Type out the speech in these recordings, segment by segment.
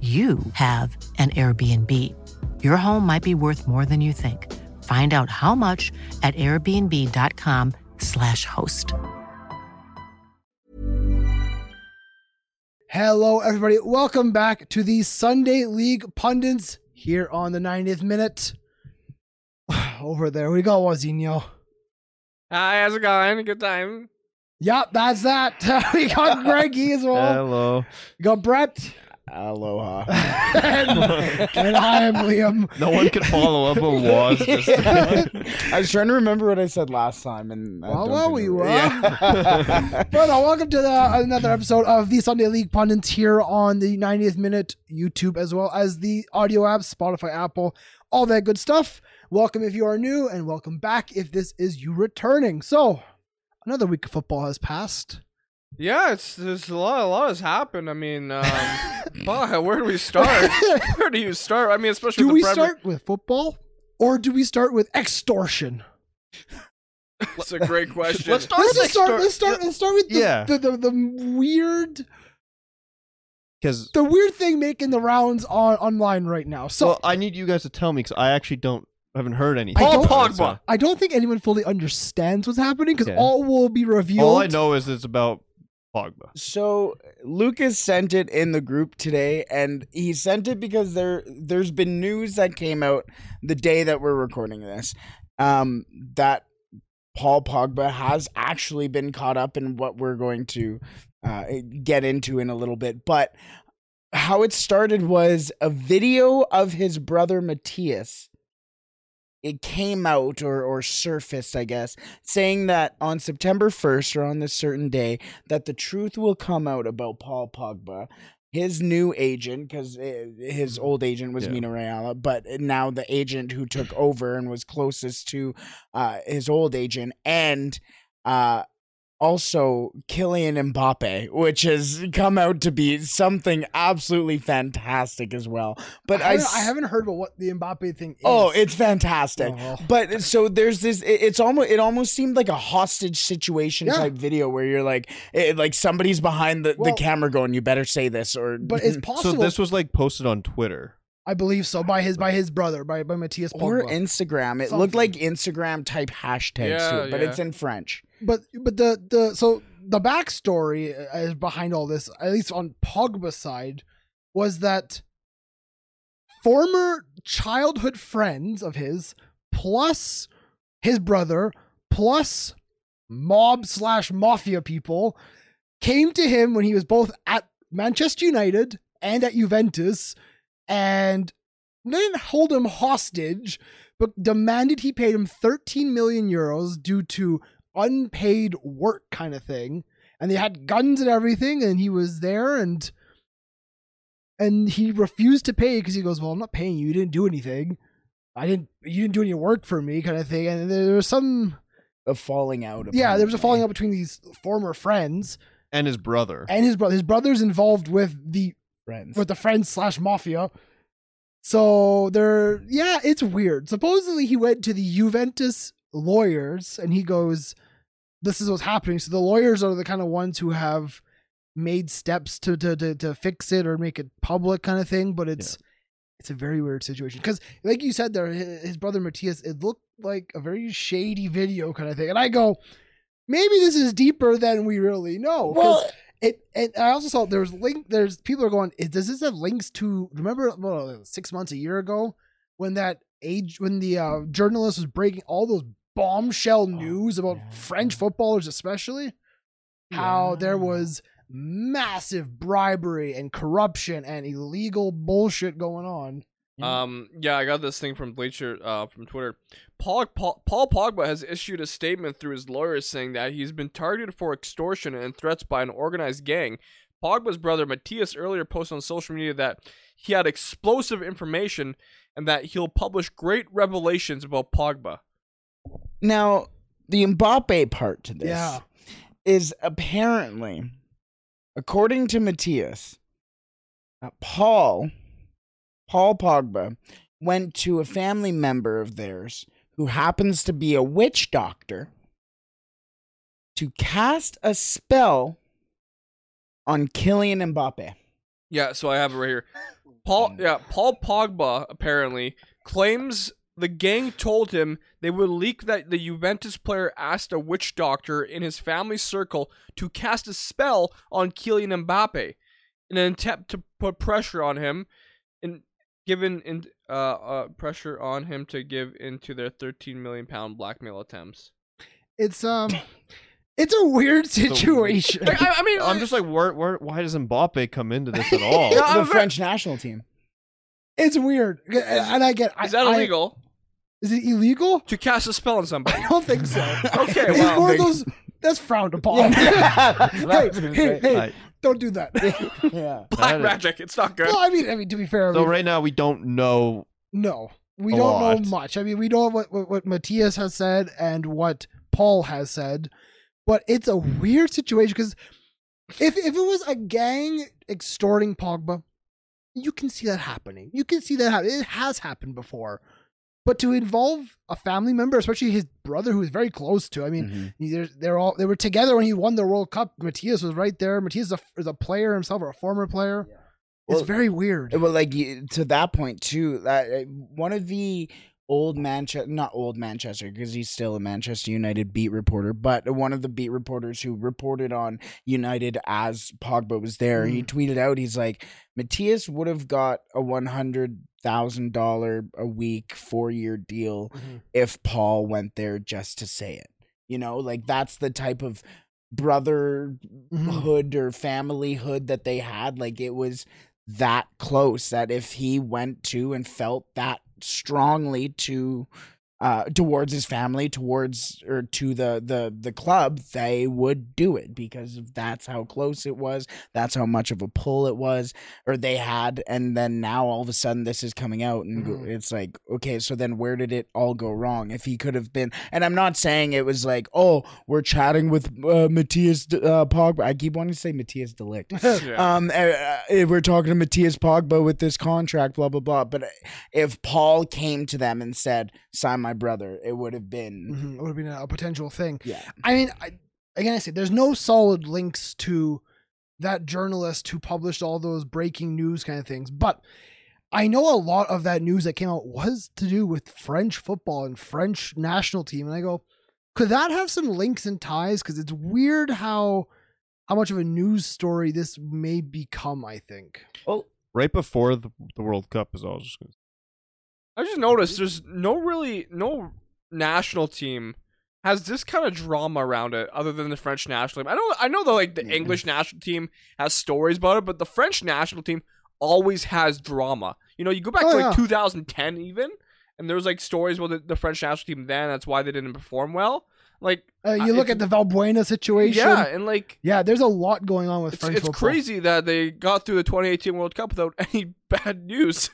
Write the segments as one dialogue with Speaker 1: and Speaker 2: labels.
Speaker 1: you have an Airbnb. Your home might be worth more than you think. Find out how much at airbnb.com/slash host.
Speaker 2: Hello, everybody. Welcome back to the Sunday League Pundits here on the 90th minute. Over there we go, Wazinho.
Speaker 3: Hi, how's it going? Good time.
Speaker 2: Yep, that's that. we got Greggy as well.
Speaker 4: Hello.
Speaker 2: We got Brett.
Speaker 5: Aloha.
Speaker 2: and, and I am Liam.
Speaker 4: No one could follow up on was. Just
Speaker 5: I was trying to remember what I said last time, and I
Speaker 2: Well,
Speaker 5: don't
Speaker 2: well,
Speaker 5: think
Speaker 2: we
Speaker 5: it-
Speaker 2: were.
Speaker 5: Yeah.
Speaker 2: But uh, welcome to the, another episode of the Sunday League Pundits here on the 90th Minute YouTube, as well as the audio apps, Spotify, Apple, all that good stuff. Welcome if you are new, and welcome back if this is you returning. So, another week of football has passed.
Speaker 3: Yeah, it's there's a lot. A lot has happened. I mean, um, but where do we start? Where do you start? I mean, especially
Speaker 2: Do
Speaker 3: with
Speaker 2: we
Speaker 3: the Premier-
Speaker 2: start with football, or do we start with extortion?
Speaker 3: It's a great question.
Speaker 4: Let's start-
Speaker 2: Let's just start.
Speaker 4: extor-
Speaker 2: Let's start. Let's start with the,
Speaker 4: Yeah.
Speaker 2: the, the, the weird,
Speaker 4: because
Speaker 2: the weird thing making the rounds on online right now. So
Speaker 4: well, I need you guys to tell me because I actually don't haven't heard anything.
Speaker 2: Paul
Speaker 4: about it, so-
Speaker 3: Pogba.
Speaker 2: I don't think anyone fully understands what's happening because
Speaker 4: Okay.
Speaker 2: all will be revealed.
Speaker 4: All I know is it's about Pogba.
Speaker 5: so Lucas sent it in the group today, and he sent it because there there's been news that came out the day that we're recording this, um, that Paul Pogba has actually been caught up in what we're going to uh, get into in a little bit, but. How it started was a video of his brother Matthias it came out or or surfaced, I guess, saying that on September 1st or on this certain day that the truth will come out about Paul Pogba, his new agent because his
Speaker 2: Mm-hmm.
Speaker 5: old agent was
Speaker 4: Yeah.
Speaker 5: Mina Rayala, but now the agent who took over and was closest to uh, his old agent and uh, also Kylian Mbappe, which has come out to be something absolutely fantastic as well. But
Speaker 2: I,
Speaker 5: I,
Speaker 2: don't know, I
Speaker 5: s-
Speaker 2: haven't heard about what the Mbappe thing is.
Speaker 5: Oh, it's fantastic.
Speaker 2: Oh, well.
Speaker 5: But so there's this. It, it's almost. It almost seemed like a hostage situation
Speaker 2: Yeah.
Speaker 5: type video where you're like, it, like somebody's behind the,
Speaker 2: Well-
Speaker 5: the camera going, "You better say this," or
Speaker 2: but it's possible.
Speaker 4: So this was like posted on Twitter.
Speaker 2: I believe so by his by his brother by by Matthias
Speaker 5: or
Speaker 2: Pogba.
Speaker 5: Instagram. It
Speaker 2: Something.
Speaker 5: looked like Instagram type hashtags to
Speaker 3: Yeah,
Speaker 5: it, but
Speaker 3: yeah.
Speaker 5: it's in French.
Speaker 2: but but the the so the backstory uh, is behind all this, at least on Pogba's side, was that former childhood friends of his, plus his brother, plus mob slash mafia people, came to him when he was both at Manchester United and at Juventus, and didn't hold him hostage, but demanded he paid him 13 million euros due to unpaid work kind of thing. And they had guns and everything, and he was there and and he refused to pay because he goes, Well, I'm not paying you, you didn't do anything. I didn't you didn't do any work for me kind of thing. And there was some
Speaker 5: A falling out.
Speaker 2: yeah, there was a
Speaker 5: apparently.
Speaker 2: falling out between these former friends
Speaker 4: And his brother.
Speaker 2: and his brother. His brother's involved with the
Speaker 5: Friends.
Speaker 2: with the friends slash mafia. So they're yeah, it's weird. Supposedly he went to the Juventus lawyers and he goes, "This is what's happening." So the lawyers are the kind of ones who have made steps to to to, to fix it or make it public kind of thing. But it's it's a very weird situation because, like you said, there hi- his brother Matthias. It looked like a very shady video kind of thing, and I go. Maybe this is deeper than we really know. 'cause
Speaker 5: Well,
Speaker 2: It and I also saw there's link. There's people are going. "Is- Does this have links to? Remember, well, six months a year ago when that age when the uh, journalist was breaking all those bombshell news about
Speaker 5: yeah.
Speaker 2: French footballers, especially how there
Speaker 5: Yeah.
Speaker 2: was massive bribery and corruption and illegal bullshit going on.
Speaker 5: Yeah.
Speaker 3: Um, yeah, I got this thing from Bleacher, uh, from Twitter. Paul, Paul Paul Pogba has issued a statement through his lawyers saying that he's been targeted for extortion and threats by an organized gang. Pogba's brother Matthias earlier posted on social media that he had explosive information and that he'll publish great revelations about Pogba.
Speaker 5: Now, the Mbappe part to this
Speaker 2: Yeah.
Speaker 5: is apparently, according to Matthias, uh, Paul, Paul Pogba, went to a family member of theirs who happens to be a witch doctor to cast a spell on Kylian Mbappe.
Speaker 3: Yeah, so I have it right here. Paul, yeah, Paul Pogba apparently claims the gang told him they would leak that the Juventus player asked a witch doctor in his family circle to cast a spell on Kylian Mbappe in an attempt to put pressure on him and given in uh, uh pressure on him to give into their 13 million pound blackmail attempts.
Speaker 2: It's um, it's a weird
Speaker 4: weird-
Speaker 2: situation.
Speaker 3: Like, I, I mean,
Speaker 4: I'm just like, where, where, why does Mbappe come into this at all?
Speaker 3: Yeah,
Speaker 5: the
Speaker 3: I'm ver-
Speaker 5: French national team.
Speaker 2: it's weird, and I get.
Speaker 3: is that
Speaker 2: I,
Speaker 3: illegal
Speaker 2: I, is it illegal?
Speaker 3: to cast a spell on somebody?
Speaker 2: I don't think so.
Speaker 3: Okay,
Speaker 2: it's
Speaker 3: well,
Speaker 2: more of
Speaker 5: they-
Speaker 2: those that's frowned upon.
Speaker 5: That's what I
Speaker 2: hey,
Speaker 5: was gonna
Speaker 2: hey,
Speaker 5: say.
Speaker 2: hey,
Speaker 4: Like,
Speaker 2: don't do that.
Speaker 5: Yeah.
Speaker 3: Black
Speaker 4: That is-
Speaker 3: magic, it's not good.
Speaker 2: well, I mean, I mean, to be fair,
Speaker 4: so
Speaker 2: we-
Speaker 4: right now we don't know.
Speaker 2: no, we
Speaker 4: A
Speaker 2: don't
Speaker 4: lot.
Speaker 2: know much. I mean, we know what, what what Matthias has said and what Paul has said, but it's a weird situation because if if it was a gang extorting Pogba, you can see that happening. You can see that happen. It has happened before. But to involve a family member, especially his brother, who is very close to, I mean,
Speaker 5: Mm-hmm.
Speaker 2: They're, they're all they were together when he won the World Cup. Matias was right there. Matias is a, is a player himself or a former player.
Speaker 5: Well,
Speaker 2: it's very weird.
Speaker 5: Well, like you- to that point too, that uh, one of the old Manchester, not old Manchester, because he's still a Manchester United beat reporter, but one of the beat reporters who reported on United as Pogba was there, he tweeted out, he's like, Matthias would have got a one hundred thousand dollar a week four year deal
Speaker 2: Mm-hmm.
Speaker 5: if Paul went there just to say it. You know, like that's the type of brother
Speaker 2: Mhm.
Speaker 5: hood or family hood that they had like it was that close that if he went to and felt that strongly to uh towards his family towards or to the the the club they would do it because that's how close it was that's how much of a pull it was or they had and then now all of a sudden this is coming out and go-
Speaker 2: Mhm.
Speaker 5: it's like okay so then where did it all go wrong if he could have been and i'm not saying it was like oh we're chatting with uh, matthias D- uh, pogba i keep wanting to say matthias delict
Speaker 3: Yeah.
Speaker 5: um, uh, uh, if we're talking to Matthias Pogba with this contract, blah blah blah. But eh, if Paul came to them and said, "Sign my brother," it would have been
Speaker 2: Mhm. It would have been a potential thing.
Speaker 5: yeah.
Speaker 2: I mean, I, again, I say there's no solid links to that journalist who published all those breaking news kind of things, but. I know a lot of that news that came out was to do with French football and French national team, and I go, could that have some links and ties? Because it's weird how how much of a news story this may become. I think.
Speaker 4: Right before the, the World Cup is all. I was Just gonna
Speaker 3: I just noticed there's no really no national team has this kind of drama around it other than the French national team. I don't I know that like the
Speaker 5: Yeah.
Speaker 3: English national team has stories about it, but the French national team always has drama. You know, you go back
Speaker 2: Oh,
Speaker 3: to like
Speaker 2: yeah.
Speaker 3: 2010 even, and there was like stories about the, the French national team then. That's why they didn't perform well. Like
Speaker 2: Uh, you
Speaker 3: Uh,
Speaker 2: look
Speaker 3: it's-
Speaker 2: at the Valbuena situation.
Speaker 3: yeah, and like
Speaker 2: Yeah, there's a lot going on with
Speaker 3: it's,
Speaker 2: French
Speaker 3: it's
Speaker 2: football.
Speaker 3: crazy that they got through the 2018 World Cup without any bad news.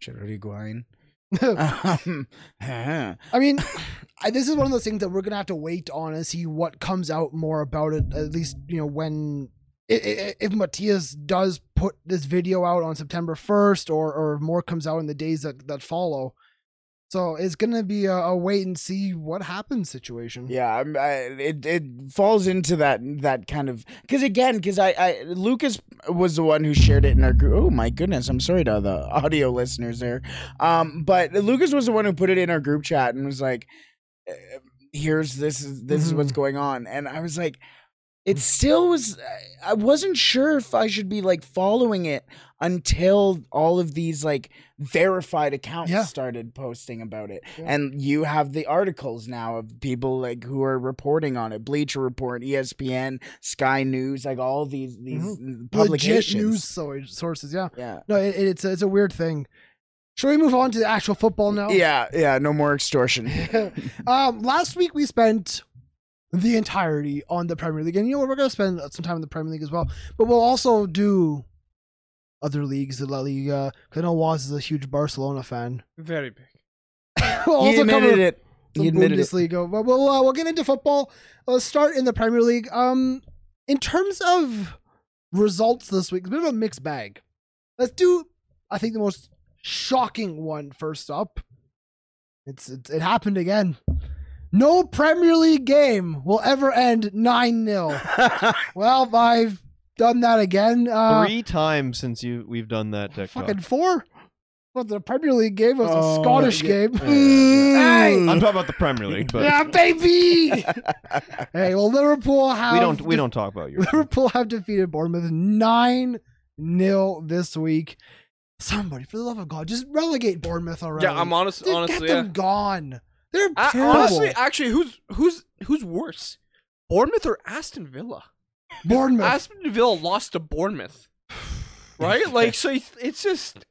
Speaker 5: Charity Guine. um, huh.
Speaker 2: I mean, I, this is one of those things that we're gonna have to wait on and see what comes out more about it. At least you know when i- i- if Matthias does put this video out on September 1st, or or more comes out in the days that that follow. So it's gonna be a, a wait and see what happens situation.
Speaker 5: Yeah, I'm, I, it it falls into that that kind of because again because I, I Lucas was the one who shared it in our group. Oh my goodness, I'm sorry to the audio listeners there, um, but Lucas was the one who put it in our group chat and was like, eh, "Here's this is this is what's going on," and I was like, It still was. I- I wasn't sure if I should be like following it until all of these like verified accounts
Speaker 2: Yeah.
Speaker 5: started posting about it,
Speaker 2: Yeah.
Speaker 5: and you have the articles now of people like who are reporting on it. Bleacher Report, E ESPN, Sky News, like all these these
Speaker 2: Mm-hmm. Legit
Speaker 5: publications.
Speaker 2: news so- sources. Yeah.
Speaker 5: Yeah.
Speaker 2: No, it, it's a, it's a weird thing. Should we move on to the actual football now?
Speaker 5: Yeah, yeah, no more extortion.
Speaker 2: um, last week we spent the entirety on the Premier League, and you know what? We're going to spend some time in the Premier League as well, but we'll also do other leagues, the La Liga. 'cause I know Waz is a huge Barcelona fan.
Speaker 3: Very big.
Speaker 2: We'll
Speaker 5: he
Speaker 2: also cover
Speaker 5: admitted it.
Speaker 2: some
Speaker 5: He admitted it.
Speaker 2: Bundesliga, but we'll uh, we'll get into football. Let's start in the Premier League. Um, in terms of results this week, it's a bit of a mixed bag. Let's do, I think, the most shocking one first up. It's, it's it happened again. No Premier League game will ever end nine 0 Well, I've done that again. Uh,
Speaker 4: Three times since you we've done that. TikTok.
Speaker 2: fucking four. Well, the Premier League game was a
Speaker 5: Oh,
Speaker 2: Scottish
Speaker 5: yeah.
Speaker 2: game.
Speaker 5: Mm.
Speaker 4: I'm talking about the Premier League, but
Speaker 2: yeah, baby. hey, well, Liverpool have
Speaker 4: we don't we don't talk about you.
Speaker 2: Liverpool have defeated Bournemouth nine 0 this week. Somebody, for the love of God, just relegate Bournemouth already.
Speaker 3: Yeah, I'm honest.
Speaker 2: Dude,
Speaker 3: honestly,
Speaker 2: get
Speaker 3: yeah.
Speaker 2: them gone. They're
Speaker 3: I-
Speaker 2: terrible.
Speaker 3: honestly, actually, who's who's who's worse, Bournemouth or Aston Villa?
Speaker 2: Bournemouth.
Speaker 3: Aston Villa lost to Bournemouth, right? Like, so it's it's just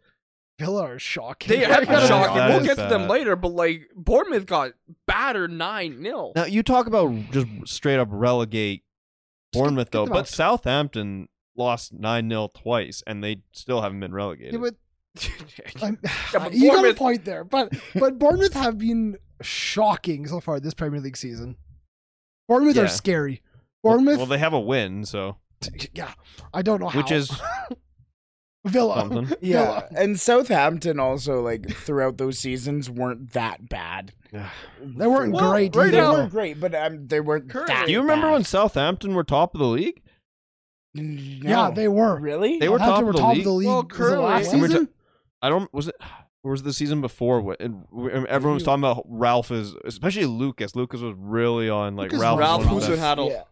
Speaker 2: Villa are shocking.
Speaker 3: they have
Speaker 4: That
Speaker 3: been
Speaker 4: is-
Speaker 3: shocking.
Speaker 4: that
Speaker 3: We'll
Speaker 4: is
Speaker 3: get to them
Speaker 4: bad.
Speaker 3: later, but like Bournemouth got battered nine 0
Speaker 4: Now you talk about just straight up relegate Bournemouth
Speaker 2: get
Speaker 4: though,
Speaker 2: them out.
Speaker 4: but Southampton lost nine 0 twice, and they still haven't been relegated.
Speaker 2: Yeah, but, I'm-
Speaker 3: but
Speaker 2: you got a
Speaker 3: Bournemouth-
Speaker 2: point there, but but Bournemouth have been shocking so far this Premier League season. Bournemouth
Speaker 4: Yeah.
Speaker 2: are scary.
Speaker 4: Well-
Speaker 2: Bournemouth,
Speaker 4: Well, they have a win, so
Speaker 2: yeah, I don't know how.
Speaker 4: which is
Speaker 2: Villa.
Speaker 4: something.
Speaker 5: Yeah, and Southampton also like throughout those seasons weren't that bad.
Speaker 2: They weren't
Speaker 3: Well,
Speaker 2: great.
Speaker 3: right
Speaker 2: either.
Speaker 5: They
Speaker 3: now-
Speaker 5: weren't great, but um, they weren't.
Speaker 3: Currently-
Speaker 5: That
Speaker 4: Do you remember
Speaker 5: bad.
Speaker 4: when Southampton were top of the league?
Speaker 5: No.
Speaker 2: Yeah, they were.
Speaker 5: really.
Speaker 4: They were
Speaker 2: Southampton
Speaker 4: top of the league.
Speaker 3: Well,
Speaker 2: Was it last
Speaker 4: currently-
Speaker 2: season?
Speaker 4: I don't. Was it? Or was it the season before? wh- and w- and Everyone was talking about Ralph is, especially Lucas. Lucas was really on like
Speaker 2: Lucas
Speaker 4: Ralph.
Speaker 3: Ralph
Speaker 4: was one of the
Speaker 3: Houston
Speaker 4: best.
Speaker 3: Haddle.
Speaker 5: Yeah.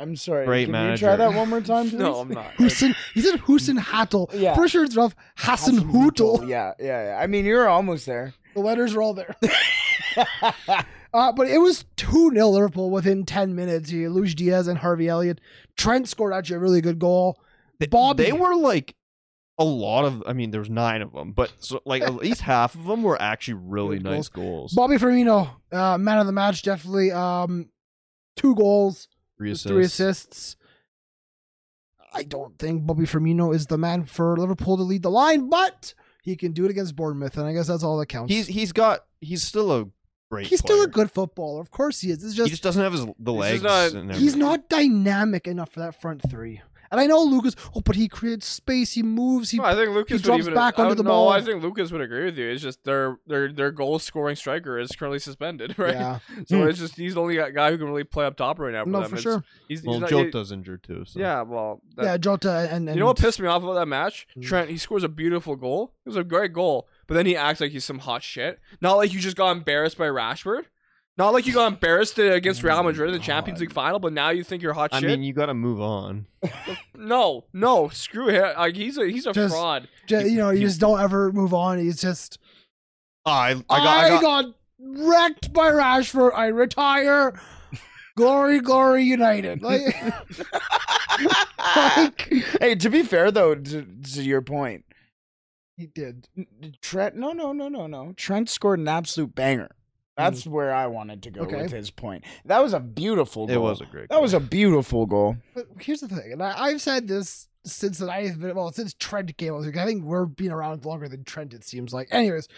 Speaker 5: I'm sorry.
Speaker 4: Great
Speaker 5: Can
Speaker 4: manager.
Speaker 5: you try that one more time, please?
Speaker 3: No, I'm not.
Speaker 2: Hoosen. He said Hoosen Hattel.
Speaker 5: Yeah.
Speaker 2: Pretty sure it's Ralph Hassan Hootel.
Speaker 5: Yeah, yeah, yeah. I mean, you're almost there.
Speaker 2: The letters are all there. Uh, but it was 2 0 Liverpool within 10 minutes. You lose Diaz and Harvey Elliott. Trent scored actually a really good goal.
Speaker 4: They,
Speaker 2: Bobby.
Speaker 4: They were like a lot of. I mean, there was nine of them, but so, like at least half of them were actually really
Speaker 2: Good
Speaker 4: nice goals.
Speaker 2: Bobby Firmino, uh, man of the match, definitely. Um, two goals,
Speaker 4: Three assists.
Speaker 2: three assists. I don't think Bobby Firmino is the man for Liverpool to lead the line, but he can do it against Bournemouth, and I guess that's all that counts.
Speaker 4: He's he's got. He's still a great.
Speaker 2: He's still a
Speaker 4: player.
Speaker 2: good footballer. Of course he is. It's
Speaker 4: he
Speaker 2: just
Speaker 4: just doesn't have his the
Speaker 3: He's
Speaker 4: legs.
Speaker 3: just not-
Speaker 4: and
Speaker 2: he's
Speaker 4: everything.
Speaker 2: not dynamic enough for that front three. And I know Lucas, oh, but he creates space, he moves, he
Speaker 3: No, I think Lucas
Speaker 2: drops
Speaker 3: would even,
Speaker 2: back
Speaker 3: I
Speaker 2: onto
Speaker 3: don't
Speaker 2: the
Speaker 3: know,
Speaker 2: ball.
Speaker 3: I think Lucas would agree with you. It's just their their their goal scoring striker is currently suspended, right?
Speaker 2: Yeah.
Speaker 3: So
Speaker 2: Hmm.
Speaker 3: it's just he's the only guy who can really play up top right now for
Speaker 2: No,
Speaker 3: them.
Speaker 2: for
Speaker 3: It's-
Speaker 2: sure.
Speaker 3: He's, he's
Speaker 4: Well,
Speaker 3: not- he-
Speaker 4: Jota's injured too. So.
Speaker 3: Yeah, well, that-
Speaker 2: yeah, Jota and, and
Speaker 3: you know what pissed me off about that match?
Speaker 2: Mm.
Speaker 3: Trent, he scores a beautiful goal. It was a great goal, but then he acts like he's some hot shit. Not like you just got embarrassed by Rashford. Not like you got embarrassed uh, against Real Madrid in the Champions
Speaker 4: God.
Speaker 3: League final, but now you think you're hot
Speaker 4: I
Speaker 3: shit.
Speaker 4: mean, you got to move on.
Speaker 3: no, no, screw him. Like he's a he's a
Speaker 2: Just-
Speaker 3: fraud.
Speaker 2: Ju- you know, you just don't ever move on. He's just
Speaker 4: I I got,
Speaker 2: I got,
Speaker 4: I got,
Speaker 2: wrecked by Rashford. I retire. glory, glory, United. Like, like
Speaker 5: hey, to be fair though, to, to your point,
Speaker 2: he did.
Speaker 5: Trent. No, no, no, no, no. Trent scored an absolute banger. That's where I wanted to go
Speaker 2: Okay.
Speaker 5: with his point. That was a beautiful. Goal.
Speaker 4: It was a great.
Speaker 5: Oh, That was
Speaker 4: goal.
Speaker 5: a beautiful goal.
Speaker 2: But here's the thing, and I, I've said this since that I've been well since Trent came. out, like, I think we're being around longer than Trent. It seems like, anyways.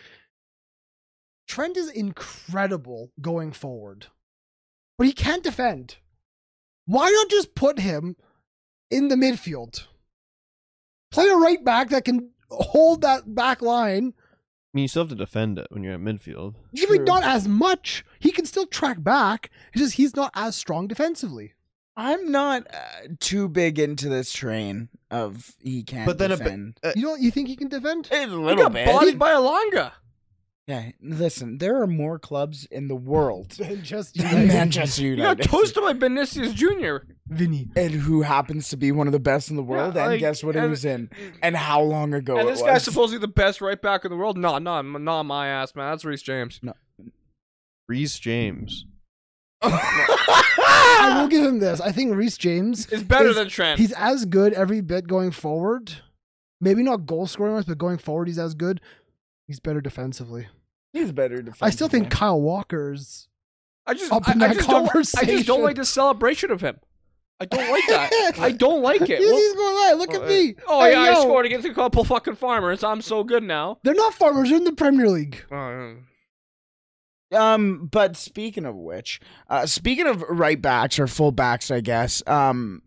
Speaker 2: Trent is incredible going forward, but he can't defend. Why not just put him in the midfield? Play a right back that can hold that back line.
Speaker 4: I mean, you still have to defend it when you're at midfield.
Speaker 2: Maybe
Speaker 5: True.
Speaker 2: not as much. He can still track back. It's just he's not as strong defensively.
Speaker 5: I'm not uh, too big into this train of he can't
Speaker 4: But then a bit-
Speaker 5: defend.
Speaker 2: You know, you think he can defend?
Speaker 5: a,
Speaker 3: He
Speaker 5: little
Speaker 3: got
Speaker 5: bit.
Speaker 3: bodied by Alanga.
Speaker 5: Yeah, listen, there are more clubs in the world
Speaker 2: And just
Speaker 5: than
Speaker 2: United.
Speaker 5: Manchester
Speaker 3: You got
Speaker 5: United.
Speaker 3: toasted by Benicius Jr.
Speaker 2: Vinny.
Speaker 5: and who happens to be one of the best in the world,
Speaker 3: Yeah,
Speaker 5: and
Speaker 3: like,
Speaker 5: guess what he
Speaker 3: and-
Speaker 5: was in, and how long ago
Speaker 3: and
Speaker 5: it
Speaker 3: this
Speaker 5: was.
Speaker 3: guy's supposedly the best right back in the world. Nah, nah, m- nah, my ass, man. That's Reese James.
Speaker 4: Reese James.
Speaker 2: I will give him this. I think Reese James
Speaker 3: Is better
Speaker 2: Ah! Is-
Speaker 3: than Trent.
Speaker 2: He's as good every bit going forward. Maybe not goal scoring wise, but going forward, he's as good. He's better defensively.
Speaker 5: He's better. Defensively.
Speaker 2: I still think Kyle Walker's.
Speaker 3: I just,
Speaker 2: up
Speaker 3: I,
Speaker 2: in
Speaker 3: I
Speaker 2: that
Speaker 3: just don't, I just don't
Speaker 2: conversation.
Speaker 3: like the celebration of him. I don't like that. I don't like it.
Speaker 2: He's-
Speaker 3: Well-
Speaker 2: he's going that. Look
Speaker 5: uh,
Speaker 2: at me.
Speaker 3: oh
Speaker 2: Hey,
Speaker 3: yeah, I
Speaker 2: yo.
Speaker 3: scored against a couple fucking farmers. I'm so good now.
Speaker 2: They're not farmers. They're in the Premier League.
Speaker 4: Oh,
Speaker 5: Um, but speaking of which, uh, speaking of right backs or full backs, I guess. Um,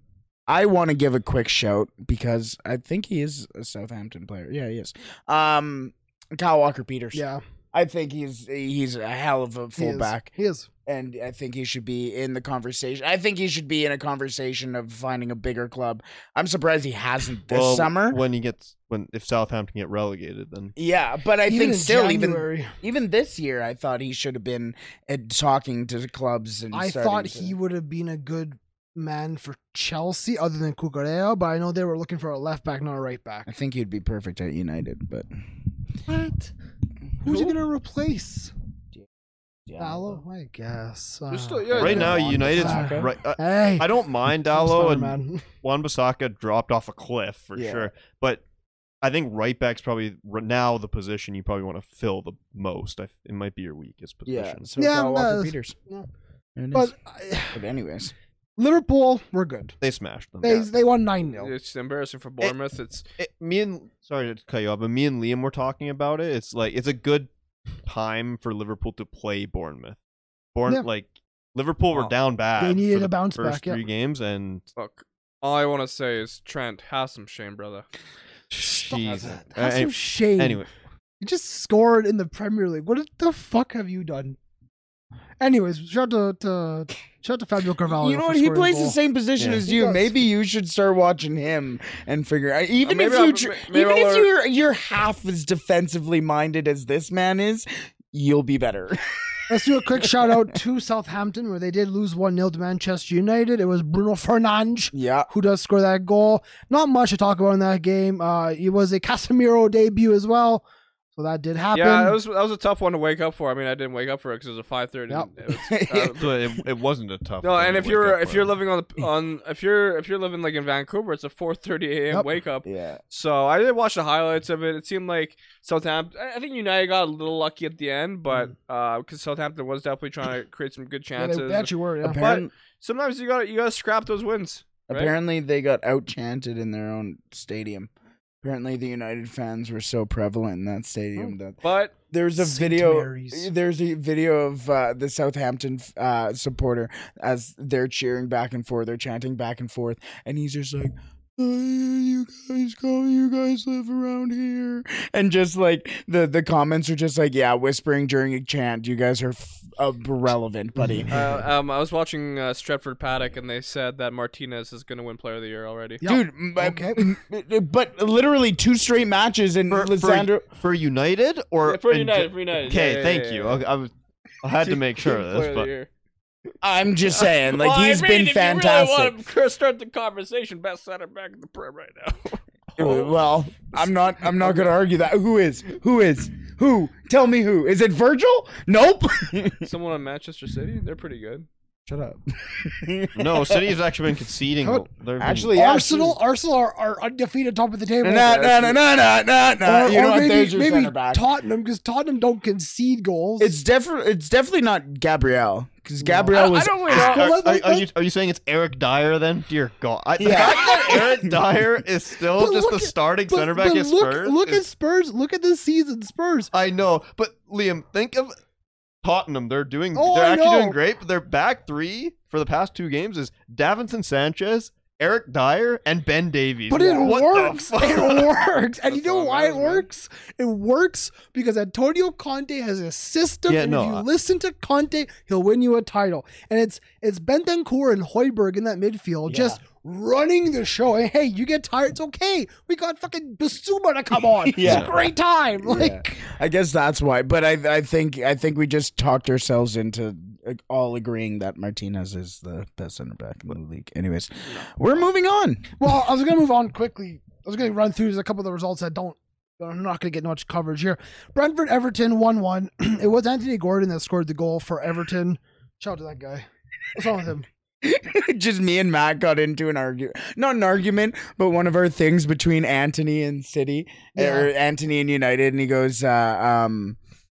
Speaker 5: I want to give a quick shout because I think he is a Southampton player. Yeah, he is. Um, Kyle Walker Peters.
Speaker 2: Yeah,
Speaker 5: I think he's he's a hell of a
Speaker 2: he is.
Speaker 5: fullback,
Speaker 2: He is.
Speaker 5: and I think he should be in the conversation. I think he should be in a conversation of finding a bigger club. I'm surprised he hasn't this
Speaker 4: Well,
Speaker 5: summer.
Speaker 4: when he gets when if Southampton get relegated, then
Speaker 5: yeah, but I think
Speaker 2: in
Speaker 5: still, even
Speaker 2: January,
Speaker 5: even this year, I thought he should have been uh, talking to the clubs. And
Speaker 2: I
Speaker 5: starting
Speaker 2: thought
Speaker 5: to-
Speaker 2: he would have been a good man for Chelsea, other than Cucurella. But I know they were looking for a left back, not a right
Speaker 5: I
Speaker 2: back.
Speaker 5: think he'd be perfect at United, but
Speaker 2: What? Who's he
Speaker 3: Who?
Speaker 2: gonna replace?
Speaker 5: Diallo.
Speaker 2: Dallo, I guess. Uh,
Speaker 3: There's still- yeah,
Speaker 4: right now
Speaker 5: Juan
Speaker 4: United's
Speaker 2: Bissaka.
Speaker 4: right. I,
Speaker 2: hey,
Speaker 4: I don't mind Dallo and
Speaker 2: man.
Speaker 4: Juan Basaka dropped off a cliff for
Speaker 5: Yeah.
Speaker 4: sure, but I think right back's probably r- now the position you probably want to fill the most. I, it might be your weakest
Speaker 5: Yeah,
Speaker 4: position.
Speaker 5: so
Speaker 2: Yeah,
Speaker 5: yeah, Walker
Speaker 2: no,
Speaker 5: Peters.
Speaker 2: no.
Speaker 5: There it is.
Speaker 2: But I-
Speaker 5: But anyways,
Speaker 2: Liverpool, we're good.
Speaker 4: They smashed them.
Speaker 2: They they won nine 0
Speaker 3: It's embarrassing for Bournemouth. It's
Speaker 4: it- me and sorry to cut you off, but me and Liam were talking about it. It's like it's a good time for Liverpool to play Bournemouth. Bourne
Speaker 2: Yeah.
Speaker 4: like Liverpool
Speaker 3: Wow.
Speaker 4: were down bad.
Speaker 2: They needed
Speaker 4: for the
Speaker 2: a bounce
Speaker 4: first
Speaker 2: back, yeah.
Speaker 4: three games, and
Speaker 3: look. All I want to say is Trent has some shame, brother.
Speaker 4: jeez.
Speaker 2: That's
Speaker 4: Uh,
Speaker 2: some shame.
Speaker 4: anyway,
Speaker 2: you just scored in the Premier League. What the fuck have you done? Anyways, shout out to, to shout out to Fabio Carvalho.
Speaker 5: you know
Speaker 2: for
Speaker 5: what? He
Speaker 2: scoring a
Speaker 5: plays the
Speaker 2: goal.
Speaker 5: same position
Speaker 4: Yeah.
Speaker 5: as
Speaker 2: He
Speaker 5: you.
Speaker 2: does.
Speaker 5: Maybe you should start watching him and figure. I- Even
Speaker 3: maybe
Speaker 5: if
Speaker 3: I'll-
Speaker 5: you, tr-
Speaker 3: may- maybe
Speaker 5: even
Speaker 3: I'll
Speaker 5: if
Speaker 3: learn-
Speaker 5: you're you're half as defensively minded as this man is, you'll be better.
Speaker 2: Let's do a quick shout out to Southampton, where they did lose one 0 to Manchester United. It was Bruno Fernandes
Speaker 5: yeah.
Speaker 2: who does score that goal. Not much to talk about in that game. Uh, it was a Casemiro debut as well, so that did happen.
Speaker 3: Yeah, that was that was a tough one to wake up for. I mean, I didn't wake up for it because it was a five thirty.
Speaker 2: Yep.
Speaker 4: so it, it wasn't a tough.
Speaker 3: No,
Speaker 4: one
Speaker 3: and
Speaker 4: to
Speaker 3: if
Speaker 4: wake
Speaker 3: you're
Speaker 4: up
Speaker 3: if
Speaker 4: with.
Speaker 3: you're living on the on if you're if you're living like in Vancouver, it's a 4:30 a.m.
Speaker 2: Yep.
Speaker 3: wake up.
Speaker 5: Yeah.
Speaker 3: So I did watch the highlights of it. It seemed like Southampton. I I think United got a little lucky at the end, but
Speaker 4: Mm.
Speaker 3: because Southampton was definitely trying to create some good
Speaker 2: Yeah,
Speaker 3: chances.
Speaker 2: they actually were. Yeah.
Speaker 5: Apparent-
Speaker 3: Sometimes you got to you got to scrap those wins. right?
Speaker 5: Apparently, they got outchanted in their own stadium. Apparently, the United fans were so prevalent in that stadium that
Speaker 3: But
Speaker 5: there's a
Speaker 2: Saint
Speaker 5: video.
Speaker 2: Mary's.
Speaker 5: There's a video of uh, the Southampton uh, supporter as they're cheering back and forth. They're chanting back and forth, and he's just like. Oh, yeah, you guys go. You guys live around here, and just like the the comments are just like, yeah, whispering during a chant. You guys are f- uh, irrelevant, buddy.
Speaker 2: Mm-hmm.
Speaker 3: uh, um, I was watching uh, Stretford Paddock, and they said that Martinez is going to win Player of the Year already.
Speaker 2: Yeah.
Speaker 5: Dude, m-
Speaker 2: Okay.
Speaker 5: m- but literally two straight matches, and
Speaker 4: for,
Speaker 5: Lisandro.
Speaker 4: for, for United or
Speaker 3: Yeah, for
Speaker 4: in
Speaker 3: United,
Speaker 4: ge-
Speaker 3: for United.
Speaker 4: Okay,
Speaker 3: Yeah, yeah,
Speaker 4: thank
Speaker 3: yeah,
Speaker 4: you.
Speaker 3: yeah.
Speaker 4: I, I, was- I had to make sure of
Speaker 3: Player
Speaker 4: this,
Speaker 3: of the
Speaker 4: but
Speaker 3: Year.
Speaker 5: I'm just saying, like
Speaker 3: Well, I
Speaker 5: he's
Speaker 3: mean,
Speaker 5: been
Speaker 3: if
Speaker 5: fantastic.
Speaker 3: You really want to start the conversation, best center back in the Prem right now.
Speaker 5: Uh, Well, I'm not. I'm not going to argue that. Who is? Who is? Who? Tell me who. Is it Virgil? Nope.
Speaker 3: Someone on Manchester City, they're pretty good.
Speaker 2: Shut up.
Speaker 4: no, City's actually been conceding.
Speaker 2: How-
Speaker 4: They've been-
Speaker 5: Actually, yeah,
Speaker 2: Arsenal, Arsenal are, are undefeated top of the
Speaker 5: No,
Speaker 2: table.
Speaker 5: no, no, no, no, no, no.
Speaker 2: Or-
Speaker 5: You
Speaker 2: or
Speaker 5: know what?
Speaker 2: maybe,
Speaker 5: There's your
Speaker 2: maybe
Speaker 5: center back.
Speaker 2: Tottenham because Tottenham don't concede goals.
Speaker 5: It's definitely. It's definitely not Gabrielle because Gabrielle
Speaker 3: I
Speaker 5: was.
Speaker 3: don't really
Speaker 4: Are,
Speaker 3: know.
Speaker 2: Let-
Speaker 4: are-
Speaker 2: let-
Speaker 4: are
Speaker 2: let-
Speaker 4: you are you saying it's Eric Dyer then? Dear God, I, the
Speaker 5: Yeah.
Speaker 4: fact that Eric Dyer is still
Speaker 2: But
Speaker 4: just the
Speaker 2: look at-
Speaker 4: starting
Speaker 2: But-
Speaker 4: center back
Speaker 2: but
Speaker 4: at
Speaker 2: look,
Speaker 4: Spurs.
Speaker 2: look at
Speaker 4: is-
Speaker 2: Spurs. Look at this season, Spurs.
Speaker 4: I know, but Liam, think of Tottenham. They're doing.
Speaker 2: Oh,
Speaker 4: they're
Speaker 2: I
Speaker 4: actually doing
Speaker 2: know.
Speaker 4: great. But their back three for the past two games is Davinson Sanchez, Eric Dyer, and Ben Davies.
Speaker 2: But it
Speaker 4: What the
Speaker 2: works.
Speaker 4: fuck?
Speaker 2: It works. And you
Speaker 3: That's
Speaker 2: know
Speaker 3: all
Speaker 2: why it
Speaker 3: matters, man.
Speaker 2: works? It works because Antonio Conte has a system.
Speaker 4: Yeah,
Speaker 2: and
Speaker 4: no,
Speaker 2: if you
Speaker 4: I-
Speaker 2: listen to Conte, he'll win you a title. And it's it's Bentancur and Hoiberg in that midfield just running the show. And hey, you get tired, it's okay. We got fucking Basuma to come on.
Speaker 5: Yeah.
Speaker 2: It's a great time. Like
Speaker 5: I guess that's why. But I I think I think we just talked ourselves into uh, all agreeing that Martinez is the best center back in the league. Anyways, we're moving on.
Speaker 2: Well, I was gonna move on quickly. I was gonna run through a couple of the results that don't. I'm not gonna get much coverage here. Brentford Everton one one. it was Anthony Gordon that scored the goal for Everton. Shout out to that guy. What's wrong with him?
Speaker 5: just me and Matt got into an argument, not an argument, but one of our things between Anthony and City or Anthony and United. And he goes, uh, um,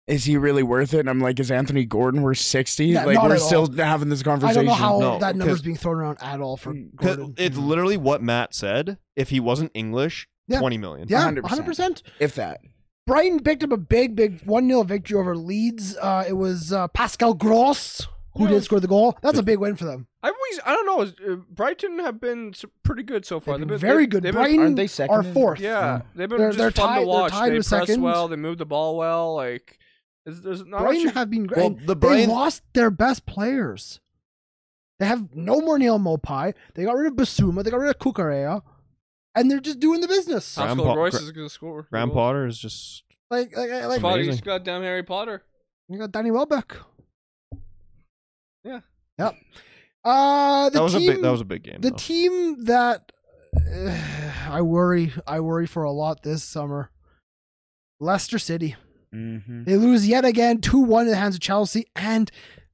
Speaker 5: is he really worth it? And I'm like, is Anthony Gordon worth 60?
Speaker 2: Yeah,
Speaker 5: like,
Speaker 2: not
Speaker 5: we're
Speaker 2: at
Speaker 5: still
Speaker 2: all.
Speaker 5: having this
Speaker 2: I
Speaker 5: conversation.
Speaker 2: don't know how
Speaker 4: No,
Speaker 2: that number's
Speaker 4: 'cause-
Speaker 2: being thrown around at all for
Speaker 4: 'Cause
Speaker 2: Gordon.
Speaker 4: It's literally what Matt said. If he wasn't English,
Speaker 2: Yeah.
Speaker 4: 20 million.
Speaker 2: yeah,
Speaker 5: 100%.
Speaker 2: 100 percent.
Speaker 5: if that.
Speaker 2: Brighton picked up a big, big 1 0 victory over Leeds. Uh, it was uh, Pascal Gross who did score the goal. That's a big win for them.
Speaker 3: I've always, I don't know. is- uh, Brighton have been s- pretty good so far.
Speaker 2: They've been
Speaker 3: They've
Speaker 2: very
Speaker 3: they've-
Speaker 2: good.
Speaker 3: they've
Speaker 2: Brighton
Speaker 5: aren't they second
Speaker 2: are
Speaker 5: in-
Speaker 2: fourth.
Speaker 3: Been, yeah, they've been
Speaker 2: They're-
Speaker 3: just
Speaker 2: they're
Speaker 3: fun
Speaker 2: tied-
Speaker 3: to
Speaker 2: they're
Speaker 3: watch.
Speaker 2: tied
Speaker 3: they
Speaker 2: with
Speaker 3: press
Speaker 2: second.
Speaker 3: well. They move the ball well. Like, there's, there's not
Speaker 2: Brighton
Speaker 3: much you-
Speaker 2: have been great.
Speaker 4: Well,
Speaker 2: and they
Speaker 4: the Brighton-
Speaker 2: lost their best players. They have no more Neil Mopai. They got rid of Basuma. They got rid of Kukurea. And they're just doing the business.
Speaker 4: Huh.
Speaker 3: Pascal
Speaker 4: Grandpa-
Speaker 3: Royce
Speaker 4: Gra-
Speaker 3: is going to score.
Speaker 4: Graham Potter is just.
Speaker 2: Like, like, like,
Speaker 3: Fuck,
Speaker 4: Amazing.
Speaker 3: he's goddamn Harry Potter.
Speaker 2: you got Danny Welbeck.
Speaker 3: Yeah.
Speaker 2: Yep. Uh, the
Speaker 4: That was
Speaker 2: team,
Speaker 4: a big. That was a big game.
Speaker 2: the
Speaker 4: though.
Speaker 2: team that uh, I worry, I worry for a lot this summer. Leicester City.
Speaker 5: Mm-hmm.
Speaker 2: They lose yet again, two one in the hands of Chelsea, and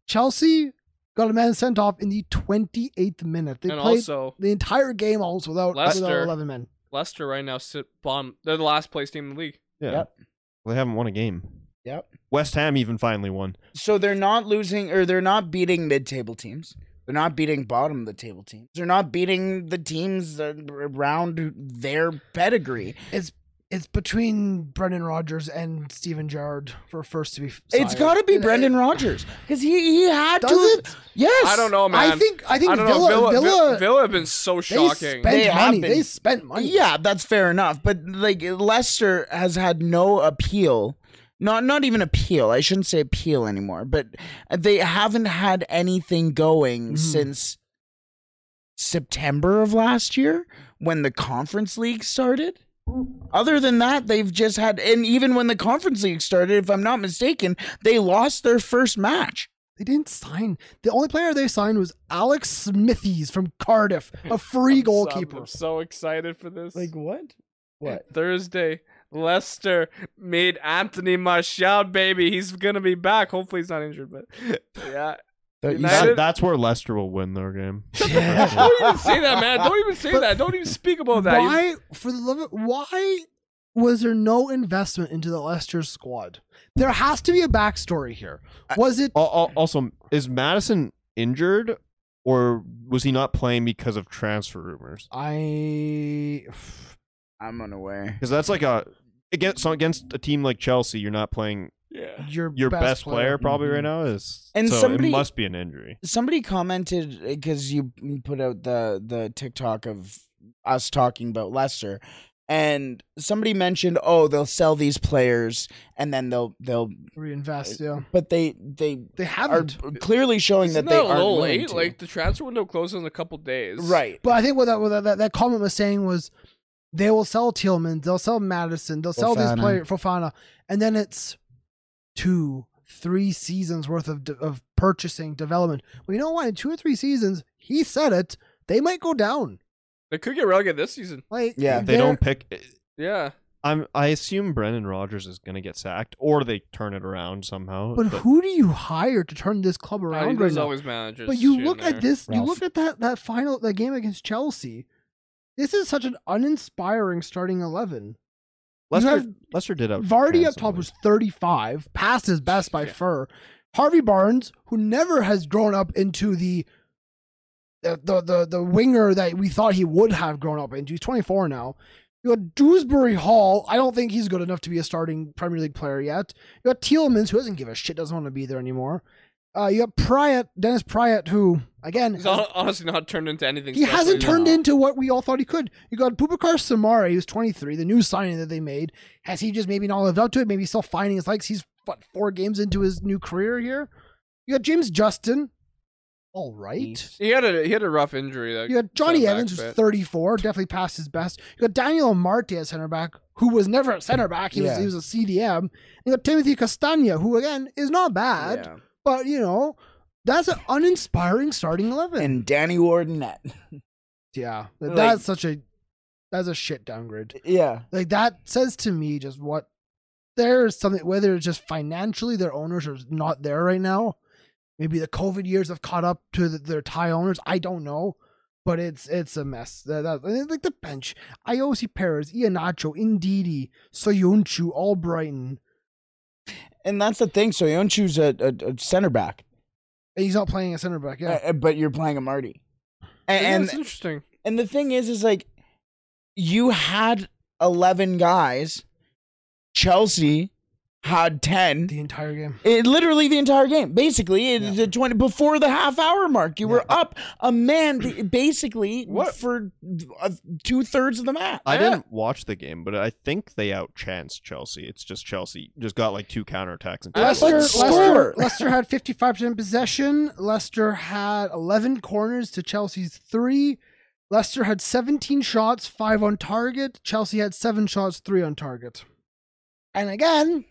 Speaker 2: Chelsea got a man sent off in the twenty eighth minute. They
Speaker 3: and
Speaker 2: played
Speaker 3: also,
Speaker 2: the entire game almost without, without
Speaker 3: Leicester.
Speaker 2: eleven men.
Speaker 3: Leicester right now sit bottom. They're the last place team in the league.
Speaker 4: Yeah.
Speaker 5: Yep.
Speaker 4: Well, they haven't won a game.
Speaker 5: Yep.
Speaker 4: West Ham even finally won.
Speaker 5: So they're not losing or they're not beating mid table teams. They're not beating bottom of the table teams. They're not beating the teams that are around their pedigree.
Speaker 2: It's it's between Brendan Rodgers and Steven Gerrard for first to be.
Speaker 5: It's got to be
Speaker 2: It-
Speaker 5: Brendan
Speaker 2: it-
Speaker 5: Rodgers because he, he had
Speaker 2: Does
Speaker 5: to.
Speaker 2: it?
Speaker 5: Yes.
Speaker 3: I don't know, man.
Speaker 2: I think I think
Speaker 3: I don't
Speaker 2: Villa,
Speaker 3: know. Villa,
Speaker 2: Villa,
Speaker 3: Villa, Villa have been so
Speaker 2: they
Speaker 3: shocking.
Speaker 2: spent
Speaker 5: They have
Speaker 2: money.
Speaker 5: been.
Speaker 2: They spent money.
Speaker 5: Yeah, that's fair enough. But like Leicester has had no appeal. Not not even appeal. I shouldn't say appeal anymore, but they haven't had anything going
Speaker 2: Mhm.
Speaker 5: since September of last year when the conference league started. Other than that, they've just had and even when the conference league started, if I'm not mistaken, they lost their first match.
Speaker 2: They didn't sign. The only player they signed was Alex Smithies from Cardiff, a free
Speaker 3: I'm so-
Speaker 2: goalkeeper.
Speaker 3: I'm so excited for this.
Speaker 5: what?
Speaker 3: Thursday, Leicester made Anthony Martial, baby. He's gonna be back. Hopefully, he's not injured, but yeah.
Speaker 4: That-
Speaker 3: United-
Speaker 4: that's where Leicester will win their game.
Speaker 3: Don't even say that, man. Don't even say that. Don't even speak about that. You-
Speaker 2: Why, for the love of, why was there no investment into the Leicester squad? There has to be a backstory here. Was it?
Speaker 4: Al- al- Also, is Madison injured, or was he not playing because of transfer rumors?
Speaker 2: I.
Speaker 5: I'm unaware.
Speaker 4: Because that's like a against so against a team like Chelsea, you're not playing
Speaker 3: Yeah.
Speaker 2: Your, Mm-hmm.
Speaker 4: your best, player, probably right now is
Speaker 5: And
Speaker 4: so
Speaker 5: somebody-
Speaker 4: it must be an injury.
Speaker 5: somebody commented because you put out the the TikTok of us talking about Leicester, and somebody mentioned, oh, they'll sell these players and then they'll they'll,
Speaker 2: Reinvest, yeah.
Speaker 5: but they they
Speaker 2: They
Speaker 5: are
Speaker 2: haven't.
Speaker 5: clearly showing
Speaker 3: Isn't
Speaker 5: that they
Speaker 3: that a
Speaker 5: aren't
Speaker 3: little
Speaker 5: willing
Speaker 3: late?
Speaker 5: to.
Speaker 3: Like the transfer window closes in a couple days.
Speaker 5: right.
Speaker 2: But I think what that, what that, that comment was saying was they will sell Tillman, they'll sell Madison, they'll sell these
Speaker 5: Fofana.
Speaker 2: players, Fofana, and then it's two, three seasons worth of, de- of purchasing development. Well, you know what? In two or three seasons, he said it, they might go down.
Speaker 3: They could get relegated this season.
Speaker 2: Like,
Speaker 5: Yeah.
Speaker 4: They
Speaker 2: they're-
Speaker 4: don't pick.
Speaker 3: Yeah.
Speaker 4: I'm I assume Brendan Rodgers is gonna get sacked, or they turn it around somehow.
Speaker 2: But who do you hire to turn this club
Speaker 3: Right,
Speaker 2: around right
Speaker 3: Oh, there's
Speaker 2: now?
Speaker 3: always managers.
Speaker 2: But you
Speaker 3: here
Speaker 2: look
Speaker 3: and
Speaker 2: at
Speaker 3: there.
Speaker 2: this, you
Speaker 5: Ralph.
Speaker 2: look at that that final that game against Chelsea. This is such an uninspiring starting eleven.
Speaker 4: Leicester,
Speaker 2: have
Speaker 4: Leicester did out
Speaker 2: Vardy
Speaker 4: Chance
Speaker 2: up top
Speaker 4: away.
Speaker 2: was 35, past his best by
Speaker 3: Yeah.
Speaker 2: fur. Harvey Barnes, who never has grown up into the the, the the the winger that we thought he would have grown up into. He's 24 now. You got Dewsbury Hall. I don't think he's good enough to be a starting Premier League player yet. You got Telemans, who doesn't give a shit, doesn't want to be there anymore. Uh, you got Pryatt, Dennis Pryatt, who again
Speaker 3: He's
Speaker 2: has-
Speaker 3: hon- honestly not turned into anything.
Speaker 2: he
Speaker 3: special.
Speaker 2: hasn't
Speaker 3: He's-
Speaker 2: turned into what we all thought he could. You got Bubakar Samari, who's 23, the new signing that they made. Has he just maybe not lived up to it? Maybe he's still finding his legs. He's what four games into his new career here. You got James Justin, all right.
Speaker 5: East.
Speaker 3: He had a he had a rough injury. That
Speaker 2: You got Johnny
Speaker 3: center back
Speaker 2: Evans, who's
Speaker 3: bit.
Speaker 2: 34, definitely past his best. You got Daniel Amarte at center back, who was never a center back. He was
Speaker 5: Yeah.
Speaker 2: he was a CDM. And you got Timothy Castagna, who again is not bad,
Speaker 3: Yeah.
Speaker 2: but you know that's an uninspiring starting eleven.
Speaker 5: And Danny Wardenette.
Speaker 2: yeah,
Speaker 5: Like-
Speaker 2: that's such a that's a shit downgrade.
Speaker 5: Yeah.
Speaker 2: like that says to me just what there's something whether it's just financially their owners are not there right now maybe the covid years have caught up to the, their thai owners i don't know but it's it's a mess that, that- and it's like the bench ioc perez ianacho Ndidi, soyunchu all brighton
Speaker 5: And that's the thing. So you don't choose a, a, a center back,
Speaker 2: and he's not playing a center back yeah
Speaker 5: uh, but you're playing a Marty.
Speaker 3: Yeah,
Speaker 5: And,
Speaker 3: it's
Speaker 5: and
Speaker 3: interesting.
Speaker 5: and the thing is, is like you had eleven guys. Chelsea had ten.
Speaker 2: the entire game
Speaker 5: It literally the entire game, basically, it-
Speaker 2: Yeah.
Speaker 5: the twenty before the half hour mark, you were up a man, b- basically,
Speaker 3: What?
Speaker 5: for two thirds of the match.
Speaker 4: I
Speaker 3: Yeah.
Speaker 4: didn't watch the game, but I think they outchanced Chelsea. It's just Chelsea just got like two counterattacks and
Speaker 3: Let's
Speaker 2: Leicester, Leicester,
Speaker 5: score.
Speaker 2: Leicester had 55% possession. Leicester had 11 corners to Chelsea's three. Leicester had 17 shots, five on target. Chelsea had seven shots, three on target. And again,